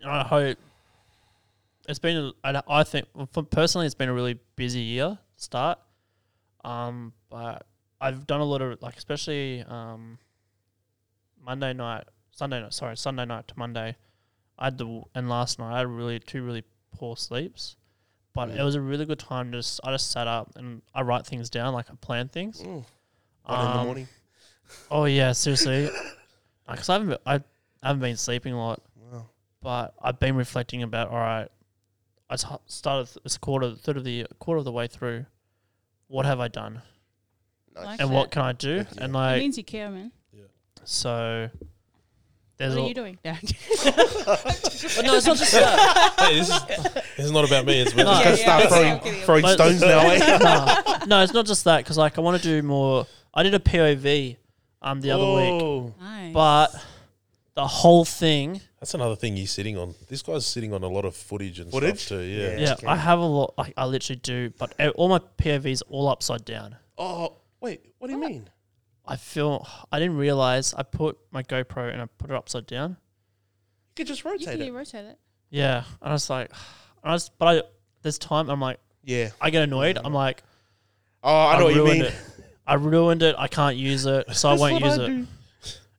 Speaker 1: and I hope it's been. a- I, I think for personally, it's been a really busy year to start. Um, but I've done a lot of like, especially um, Monday night, Sunday night. Sorry, Sunday night to Monday. I had the and last night I had really two really poor sleeps, but
Speaker 3: Mm.
Speaker 1: it was a really good time. to Just I just sat up and I write things down, like I plan things.
Speaker 3: Mm. One in the
Speaker 1: Um,
Speaker 3: morning.
Speaker 1: Oh yeah, seriously. Because I haven't been- I haven't been sleeping a lot,
Speaker 3: Wow.
Speaker 1: but I've been reflecting about all right. I s- started th- this quarter, third of the quarter of the way through. What have I done,
Speaker 4: Like
Speaker 1: and
Speaker 4: that.
Speaker 1: what can I do?
Speaker 3: Yeah.
Speaker 1: And
Speaker 4: It
Speaker 1: like
Speaker 4: means you care, man.
Speaker 1: so, there's
Speaker 4: What
Speaker 1: a
Speaker 4: are you doing? Yeah.
Speaker 1: But no, it's not just that.
Speaker 2: Hey, this is, this is not about me. It's about
Speaker 1: No.
Speaker 3: Gotta start
Speaker 4: yeah,
Speaker 3: throwing,
Speaker 4: I'm kidding.
Speaker 3: throwing
Speaker 1: But-
Speaker 3: stones now, eh?
Speaker 1: Nah. no, it's not just that because like I want to do more. I did a POV um the other week,
Speaker 3: Oh.
Speaker 4: Nice.
Speaker 1: but the whole thing
Speaker 2: That's another thing he's sitting on. This guy's sitting on a lot of footage and
Speaker 3: Footage?
Speaker 2: stuff too. Yeah.
Speaker 1: Yeah,
Speaker 3: Okay.
Speaker 1: I have a lot. I, I literally do, but e- all my POVs all upside down.
Speaker 3: Oh, wait, what do you mean?
Speaker 1: I feel I didn't realize I put my GoPro and I put it upside down.
Speaker 3: You could just
Speaker 4: you
Speaker 3: rotate
Speaker 4: can
Speaker 3: it.
Speaker 4: rotate it.
Speaker 1: Yeah, and I was like, and I was, but I this time I'm like,
Speaker 3: Yeah.
Speaker 1: I get annoyed. I'm like,
Speaker 3: Oh, I know what you
Speaker 1: ruined
Speaker 3: mean.
Speaker 1: it. I ruined it. I can't use it, so I won't
Speaker 3: That's what
Speaker 1: use
Speaker 3: I
Speaker 1: it.
Speaker 3: do.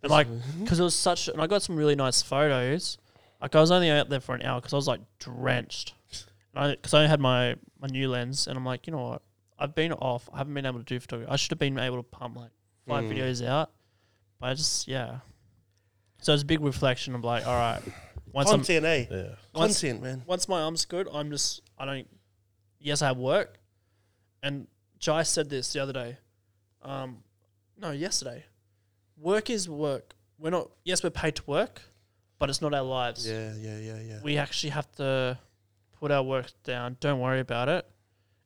Speaker 1: And like, because it was such, and I got some really nice photos. Like I was only out there for an hour because I was like drenched, and I because I had my my new lens, and I'm like, you know what? I've been off. I haven't been able to do photography. I should have been able to pump like five
Speaker 3: Mm.
Speaker 1: videos out, but I just yeah. So it's a big reflection of like, all right, once I'm
Speaker 3: Content, eh?
Speaker 2: Yeah.
Speaker 1: once-
Speaker 3: Content, man.
Speaker 1: once my arm's good, I'm just I don't. Yes, I have work, and Jai said this the other day. Um, no, yesterday. Work is work. We're not. Yes, we're paid to work, but it's not our lives.
Speaker 3: Yeah, yeah, yeah, yeah.
Speaker 1: We actually have to put our work down. Don't worry about it,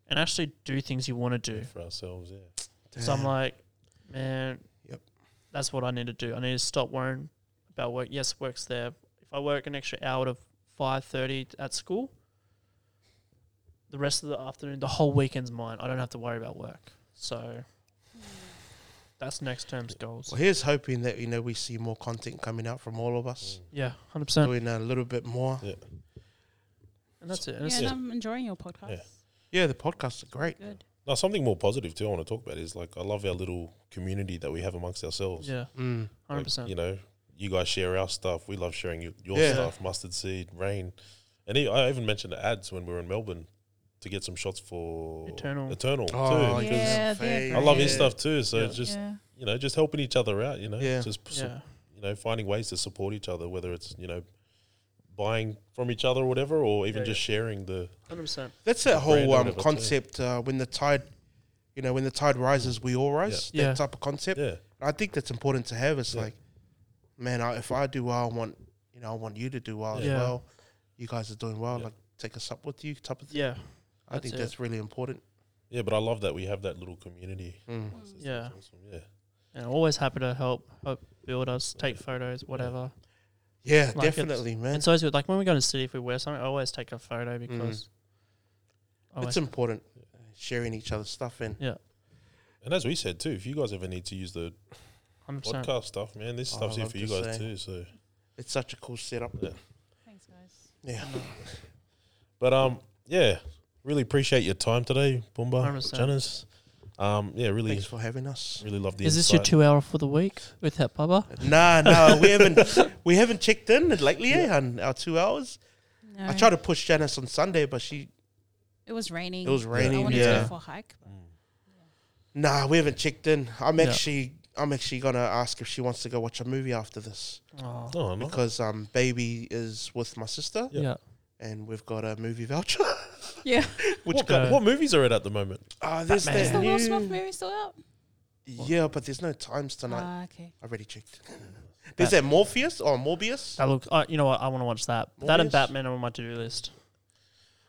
Speaker 1: and actually do things you want to do.
Speaker 2: For ourselves. Yeah.
Speaker 1: So I'm
Speaker 3: Damn.
Speaker 1: like, man,
Speaker 3: Yep.
Speaker 1: that's what I need to do. I need to stop worrying about work. Yes, work's there. If I work an extra hour to five thirty at school, the rest of the afternoon, the whole weekend's mine. I don't have to worry about work. So that's next term's goals.
Speaker 3: Well, here's hoping that, you know, we see more content coming out from all of
Speaker 2: Mm.
Speaker 3: us.
Speaker 1: Yeah, hundred percent.
Speaker 3: Doing a little bit more.
Speaker 2: Yeah.
Speaker 1: And that's it. And
Speaker 4: Yeah,
Speaker 1: it's-
Speaker 4: and
Speaker 2: Yeah.
Speaker 4: I'm enjoying your podcast.
Speaker 2: Yeah.
Speaker 3: Yeah, the podcasts are great.
Speaker 4: Good.
Speaker 2: Now something more positive too. I want to talk about is like I love our little community that we have amongst ourselves.
Speaker 1: yeah,
Speaker 3: Mm.
Speaker 1: hundred
Speaker 2: Like,
Speaker 1: percent.
Speaker 2: You know, you guys share our stuff. We love sharing your, your
Speaker 3: Yeah.
Speaker 2: stuff. Mustard seed, rain, and he, I even mentioned the ads when we were in Melbourne to get some shots for
Speaker 1: Eternal.
Speaker 2: Eternal
Speaker 3: Oh,
Speaker 2: too. 'cause
Speaker 4: Yeah, they're
Speaker 2: I love
Speaker 4: great.
Speaker 2: his stuff too. So
Speaker 1: Yeah.
Speaker 2: it's just
Speaker 4: yeah.
Speaker 2: you know, just helping each other out. You know,
Speaker 3: Yeah.
Speaker 2: just su-
Speaker 1: Yeah,
Speaker 2: you know, finding ways to support each other, whether it's you know, buying from each other or whatever, or even
Speaker 1: Yeah,
Speaker 2: just sharing the
Speaker 1: hundred percent.
Speaker 3: That's
Speaker 2: brand
Speaker 3: that whole
Speaker 2: or
Speaker 3: um,
Speaker 2: whatever too.
Speaker 3: concept uh, when the tide, you know, when the tide rises, we all rise.
Speaker 1: Yeah.
Speaker 3: That
Speaker 1: Yeah.
Speaker 3: type of concept.
Speaker 2: yeah.
Speaker 3: I think that's important to have. It's
Speaker 2: Yeah.
Speaker 3: like, man, I, if I do well, I want you know, I want you to do well as
Speaker 1: Yeah.
Speaker 3: well. You guys are doing well.
Speaker 2: Yeah.
Speaker 3: Like, take us up with you, type of thing.
Speaker 1: Yeah,
Speaker 3: I think
Speaker 1: that's it.
Speaker 3: that's really important.
Speaker 2: Yeah, but I love that we have that little community.
Speaker 3: Mm.
Speaker 4: Mm.
Speaker 1: yeah.
Speaker 2: Awesome, yeah.
Speaker 1: And I'm always happy to help, help build us, take photos, whatever.
Speaker 3: Yeah,
Speaker 1: it's-
Speaker 3: definitely, man.
Speaker 1: It's
Speaker 3: It's,
Speaker 1: always good. Like when we go to the city, if we wear something, I always take a photo
Speaker 2: Mm.
Speaker 1: because Oh, I always-
Speaker 3: important uh, sharing each other's stuff and
Speaker 1: yeah,
Speaker 2: And as we said too, if you guys ever need to use the
Speaker 1: hundred percent.
Speaker 2: podcast stuff, man, this
Speaker 3: Oh,
Speaker 2: stuff's
Speaker 3: I
Speaker 2: here
Speaker 3: love
Speaker 2: for you
Speaker 3: to
Speaker 2: guys
Speaker 3: say.
Speaker 2: too. So
Speaker 3: it's such a cool setup.
Speaker 2: Yeah.
Speaker 4: Thanks, guys.
Speaker 3: Yeah.
Speaker 2: But um, yeah, really appreciate your time today, Bumba,
Speaker 1: 100%.
Speaker 2: Janice. Um, yeah, really,
Speaker 3: Thanks for having us.
Speaker 2: really love the.
Speaker 1: Is this your
Speaker 2: insight.
Speaker 1: two hour for the week with that Bubba?
Speaker 3: nah, no, we haven't we haven't checked in lately eh, on our two hours.
Speaker 4: No,
Speaker 3: I tried to push Janice on Sunday, but she
Speaker 4: it was raining.
Speaker 3: it was
Speaker 4: I
Speaker 3: raining.
Speaker 4: wanted to
Speaker 3: yeah.
Speaker 4: go for a hike.
Speaker 2: Mm.
Speaker 3: Nah, we haven't checked in. I'm
Speaker 1: Yeah.
Speaker 3: actually I'm actually gonna ask if she wants to go watch a movie after this
Speaker 1: Oh,
Speaker 2: Oh, no.
Speaker 3: because um baby is with my sister
Speaker 2: Yeah.
Speaker 1: yeah.
Speaker 3: and we've got a movie voucher.
Speaker 4: Yeah.
Speaker 3: Which
Speaker 2: what,
Speaker 1: guy?
Speaker 2: what movies are it at the moment?
Speaker 3: oh, there's
Speaker 1: Batman.
Speaker 4: Is
Speaker 3: that
Speaker 4: the Will
Speaker 3: new,
Speaker 4: Smith movie still out?
Speaker 3: yeah, but there's no times tonight.
Speaker 4: Ah, okay.
Speaker 3: I already checked. There's that Morpheus or Morbius.
Speaker 1: That looks. Uh, you know what? I want to watch that. That and
Speaker 3: Morbius?
Speaker 1: Batman are on my to do list.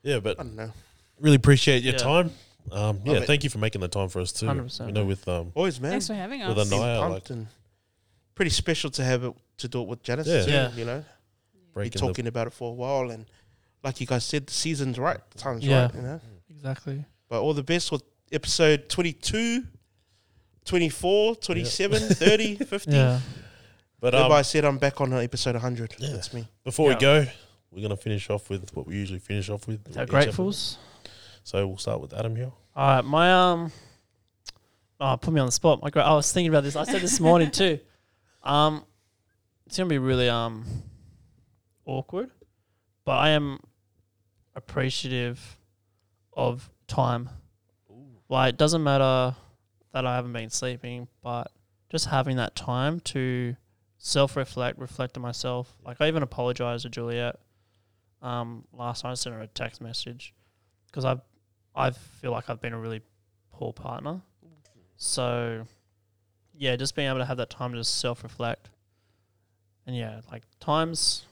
Speaker 2: Yeah,
Speaker 3: I
Speaker 2: but
Speaker 3: don't know.
Speaker 2: really appreciate your
Speaker 1: Yeah.
Speaker 2: time. Um, yeah,
Speaker 3: Love it.
Speaker 2: thank you for making the time for us too.
Speaker 1: 100%,
Speaker 2: You know,
Speaker 1: man.
Speaker 2: with um,
Speaker 3: Always, man.
Speaker 4: Thanks for having us.
Speaker 2: With a
Speaker 3: Been
Speaker 2: nice- Naya,
Speaker 3: pumped and pretty special to have it to do it with Janice.
Speaker 2: Yeah.
Speaker 3: too,
Speaker 1: Yeah.
Speaker 3: you know, be
Speaker 2: breaking the
Speaker 3: talking about it for a while, and like you guys said, the season's right, the time's
Speaker 1: Yeah.
Speaker 3: right, you know.
Speaker 2: Mm.
Speaker 1: Exactly.
Speaker 3: But all the best with episode 22, 24, 27, 30, 50.
Speaker 1: Yeah.
Speaker 2: But
Speaker 3: Everybody
Speaker 2: um,
Speaker 3: said I'm back on episode 100.
Speaker 2: Yeah.
Speaker 3: That's me.
Speaker 2: before
Speaker 1: Yeah.
Speaker 2: we go, we're gonna finish off with what we usually finish off with.
Speaker 1: Our
Speaker 2: each episode.
Speaker 1: gratefuls.
Speaker 2: So we'll start with Adam here.
Speaker 1: All right, my um, oh, put me on the spot. My gra- I was thinking about this. I said this morning too. Um, it's gonna be really um awkward, but I am appreciative of time. Like, it doesn't matter that I haven't been sleeping, but just having that time to self-reflect, reflect on myself. Like, I even apologized to Juliet. Um, last night I sent her a text message because I've I feel like I've been a really poor partner. So, yeah, just being able to have that time to just self reflect. And yeah, like times,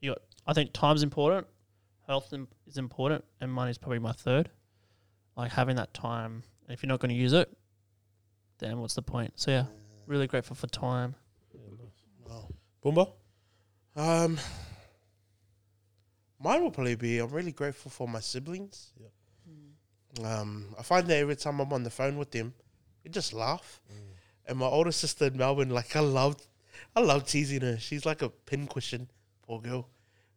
Speaker 1: you got, I think time's important, health im- is important, and money's probably my third. Like having that time, and if you're not going to use it, then what's the point? So, yeah, really grateful for time.
Speaker 2: Boomba.
Speaker 3: Um, mine will probably be I'm really grateful for my siblings.
Speaker 4: Mm.
Speaker 3: Um, I find that every time I'm on the phone with them, they just laugh. And my older sister in Melbourne, like I loved, I love teasing her. She's like a pincushion, poor girl.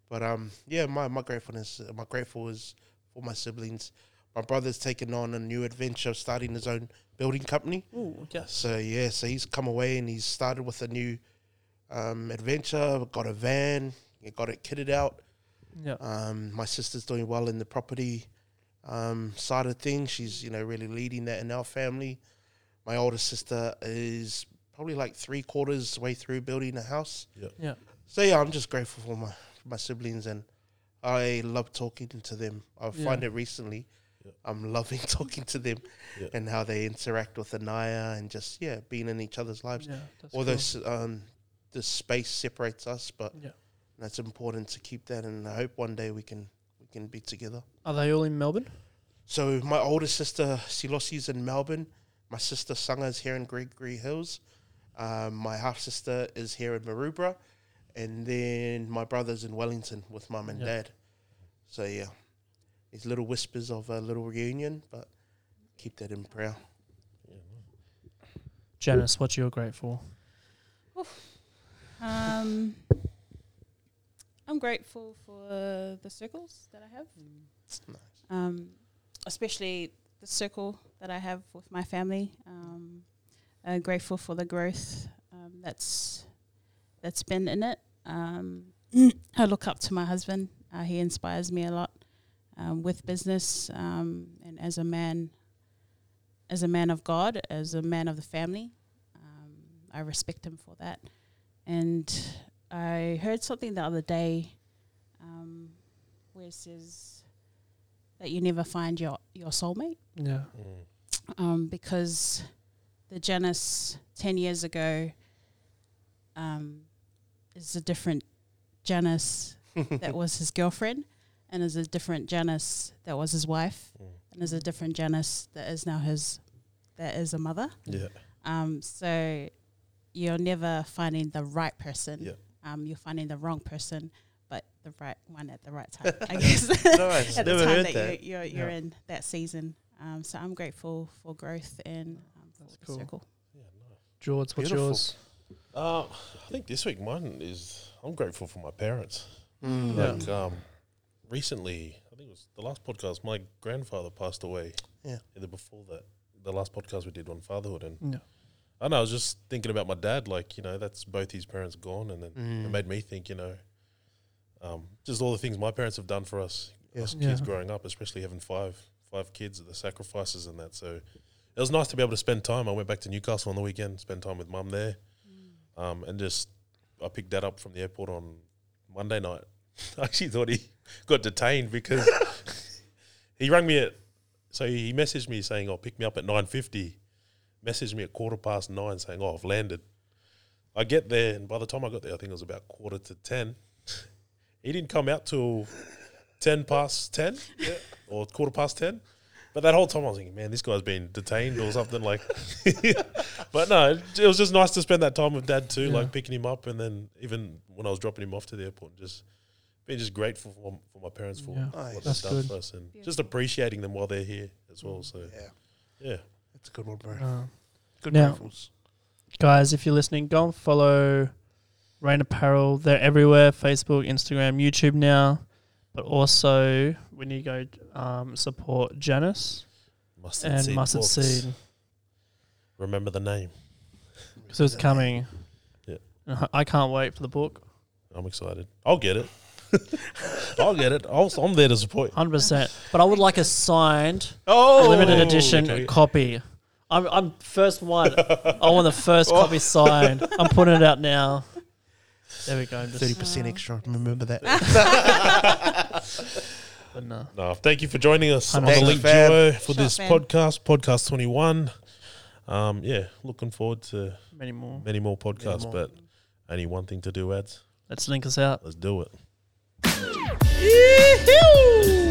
Speaker 3: But um, yeah, my my gratefulness, my grateful is for my siblings. My brother's taken on a new adventure, starting his own building company.
Speaker 1: Ooh, yes.
Speaker 3: So yeah, so he's come away and he's started with a new um, adventure. Got a van, got it kitted out.
Speaker 1: Yeah.
Speaker 3: Um, my sister's doing well in the property um, side of things. She's you know really leading that in our family. My older sister is probably like three quarters way through building a house.
Speaker 1: Yeah.
Speaker 3: So yeah, I'm just grateful for my for my siblings and I love talking to them. I
Speaker 1: Yeah.
Speaker 3: find it recently.
Speaker 2: Yeah.
Speaker 3: I'm loving talking to them
Speaker 2: Yeah.
Speaker 3: and how they interact with Anaya and just yeah, being in each other's lives.
Speaker 1: Yeah. that's
Speaker 3: Although s um, the space separates us, but
Speaker 1: cool. yeah.
Speaker 3: that's important to keep that. And I hope one day we can we can be together.
Speaker 1: Are they all in Melbourne?
Speaker 3: So my older sister Silosi's in Melbourne. My sister Sanga's here in Gregory Hills. Um, my half sister is here in Maroubra, and then my brother's in Wellington with mum and
Speaker 1: Yeah.
Speaker 3: dad. So yeah, these little whispers of a little reunion, but keep that in prayer.
Speaker 1: Janice, what you're grateful?
Speaker 4: Um, I'm grateful for the circles that I have, um, especially the circle that I have with my family. Um, uh, grateful for the growth um, that's that's been in it. Um, I look up to my husband. Uh, he inspires me a lot um, with business um, and as a man, as a man of God, as a man of the family. Um, I respect him for that. And I heard something the other day um, where it says that you never find your, your soulmate
Speaker 1: Yeah.
Speaker 2: Mm,
Speaker 4: um, because the Janice 10 years ago um, is a different Janice that was his girlfriend, and is a different Janice that was his wife,
Speaker 2: mm.
Speaker 4: and is a different Janice that is now his, that is a mother.
Speaker 2: Yeah.
Speaker 4: Um, so you're never finding the right person.
Speaker 2: Yeah.
Speaker 4: Um, you're finding the wrong person, but the right one at the right time, I guess.
Speaker 3: Nice.
Speaker 4: at
Speaker 3: Never
Speaker 4: the time
Speaker 3: heard
Speaker 4: that,
Speaker 3: that.
Speaker 4: you're, you're, you're
Speaker 1: Yeah.
Speaker 4: in that season. Um, so I'm grateful for growth and um, for
Speaker 1: That's
Speaker 4: the
Speaker 1: cool.
Speaker 4: circle.
Speaker 1: George, what's
Speaker 3: Beautiful.
Speaker 1: yours?
Speaker 2: Uh, I think this week mine is I'm grateful for my parents.
Speaker 3: Mm.
Speaker 1: Yeah.
Speaker 2: Like um, recently, I think it was the last podcast. My grandfather passed away.
Speaker 3: Yeah.
Speaker 2: Either before that, the last podcast we did on fatherhood, and
Speaker 1: Yeah.
Speaker 2: I know I was just thinking about my dad. Like you know, that's both his parents gone, and then
Speaker 3: Mm.
Speaker 2: it made me think. You know, um, just all the things my parents have done for us,
Speaker 3: Yeah.
Speaker 2: us kids
Speaker 1: Yeah.
Speaker 2: growing up, especially having five five kids, the sacrifices and that. So it was nice to be able to spend time. I went back to Newcastle on the weekend, spent time with mum there,
Speaker 3: Mm.
Speaker 2: um, and just I picked that up from the airport on Monday night. I actually thought he got detained because he rang me at so he messaged me saying, "Oh, pick me up at 9.50. Messaged me at quarter past nine saying, "Oh, I've landed." I get there, and by the time I got there, I think it was about quarter to ten. He didn't come out till ten past ten, or quarter past ten, But that whole time I was thinking, man, this guy's been detained or something like. but no, it was just nice to spend that time with Dad too, like picking him up, and then even when I was dropping him off to the airport, just being just grateful for, for my parents for
Speaker 1: Yeah.
Speaker 2: what
Speaker 3: Nice.
Speaker 2: they've
Speaker 1: That's
Speaker 2: done
Speaker 1: good.
Speaker 2: for us, and just
Speaker 4: Beautiful.
Speaker 2: appreciating them while they're here as well. So
Speaker 3: Yeah,
Speaker 2: yeah,
Speaker 3: that's a good one, bro.
Speaker 1: Um,
Speaker 3: Good
Speaker 1: Now-
Speaker 3: rifles.
Speaker 1: guys, if you're listening, go and follow Rain Apparel. They're everywhere Facebook, Instagram, YouTube now. But also, when you go um, support Janice
Speaker 2: mustard
Speaker 1: and
Speaker 2: seed
Speaker 1: Mustard
Speaker 2: books.
Speaker 1: Seed
Speaker 2: Remember the name.
Speaker 1: because it's coming.
Speaker 2: Yeah.
Speaker 1: Uh, I can't wait for the book.
Speaker 2: I'm excited. I'll get it. I'll get it. I'll, I'm there to support. you.
Speaker 1: 100%. But I would like a signed,
Speaker 3: Oh,
Speaker 1: limited edition
Speaker 2: okay.
Speaker 1: copy. I'm, I'm first one. I want the first copy signed. I'm putting it out now. There we go. I'm
Speaker 3: Thirty
Speaker 1: Just,
Speaker 3: percent extra. Remember that.
Speaker 1: but no.
Speaker 2: No, thank you for joining us on
Speaker 1: Thanks,
Speaker 2: the Link
Speaker 3: fam.
Speaker 2: Duo for
Speaker 4: Sure,
Speaker 2: this
Speaker 4: fam.
Speaker 2: podcast, Podcast 21. Um, yeah, looking forward to
Speaker 1: Many more.
Speaker 2: many more podcasts,
Speaker 3: more.
Speaker 2: but only one thing to do, ads.
Speaker 1: Let's link us out.
Speaker 2: Let's do it.
Speaker 4: Yee-hoo!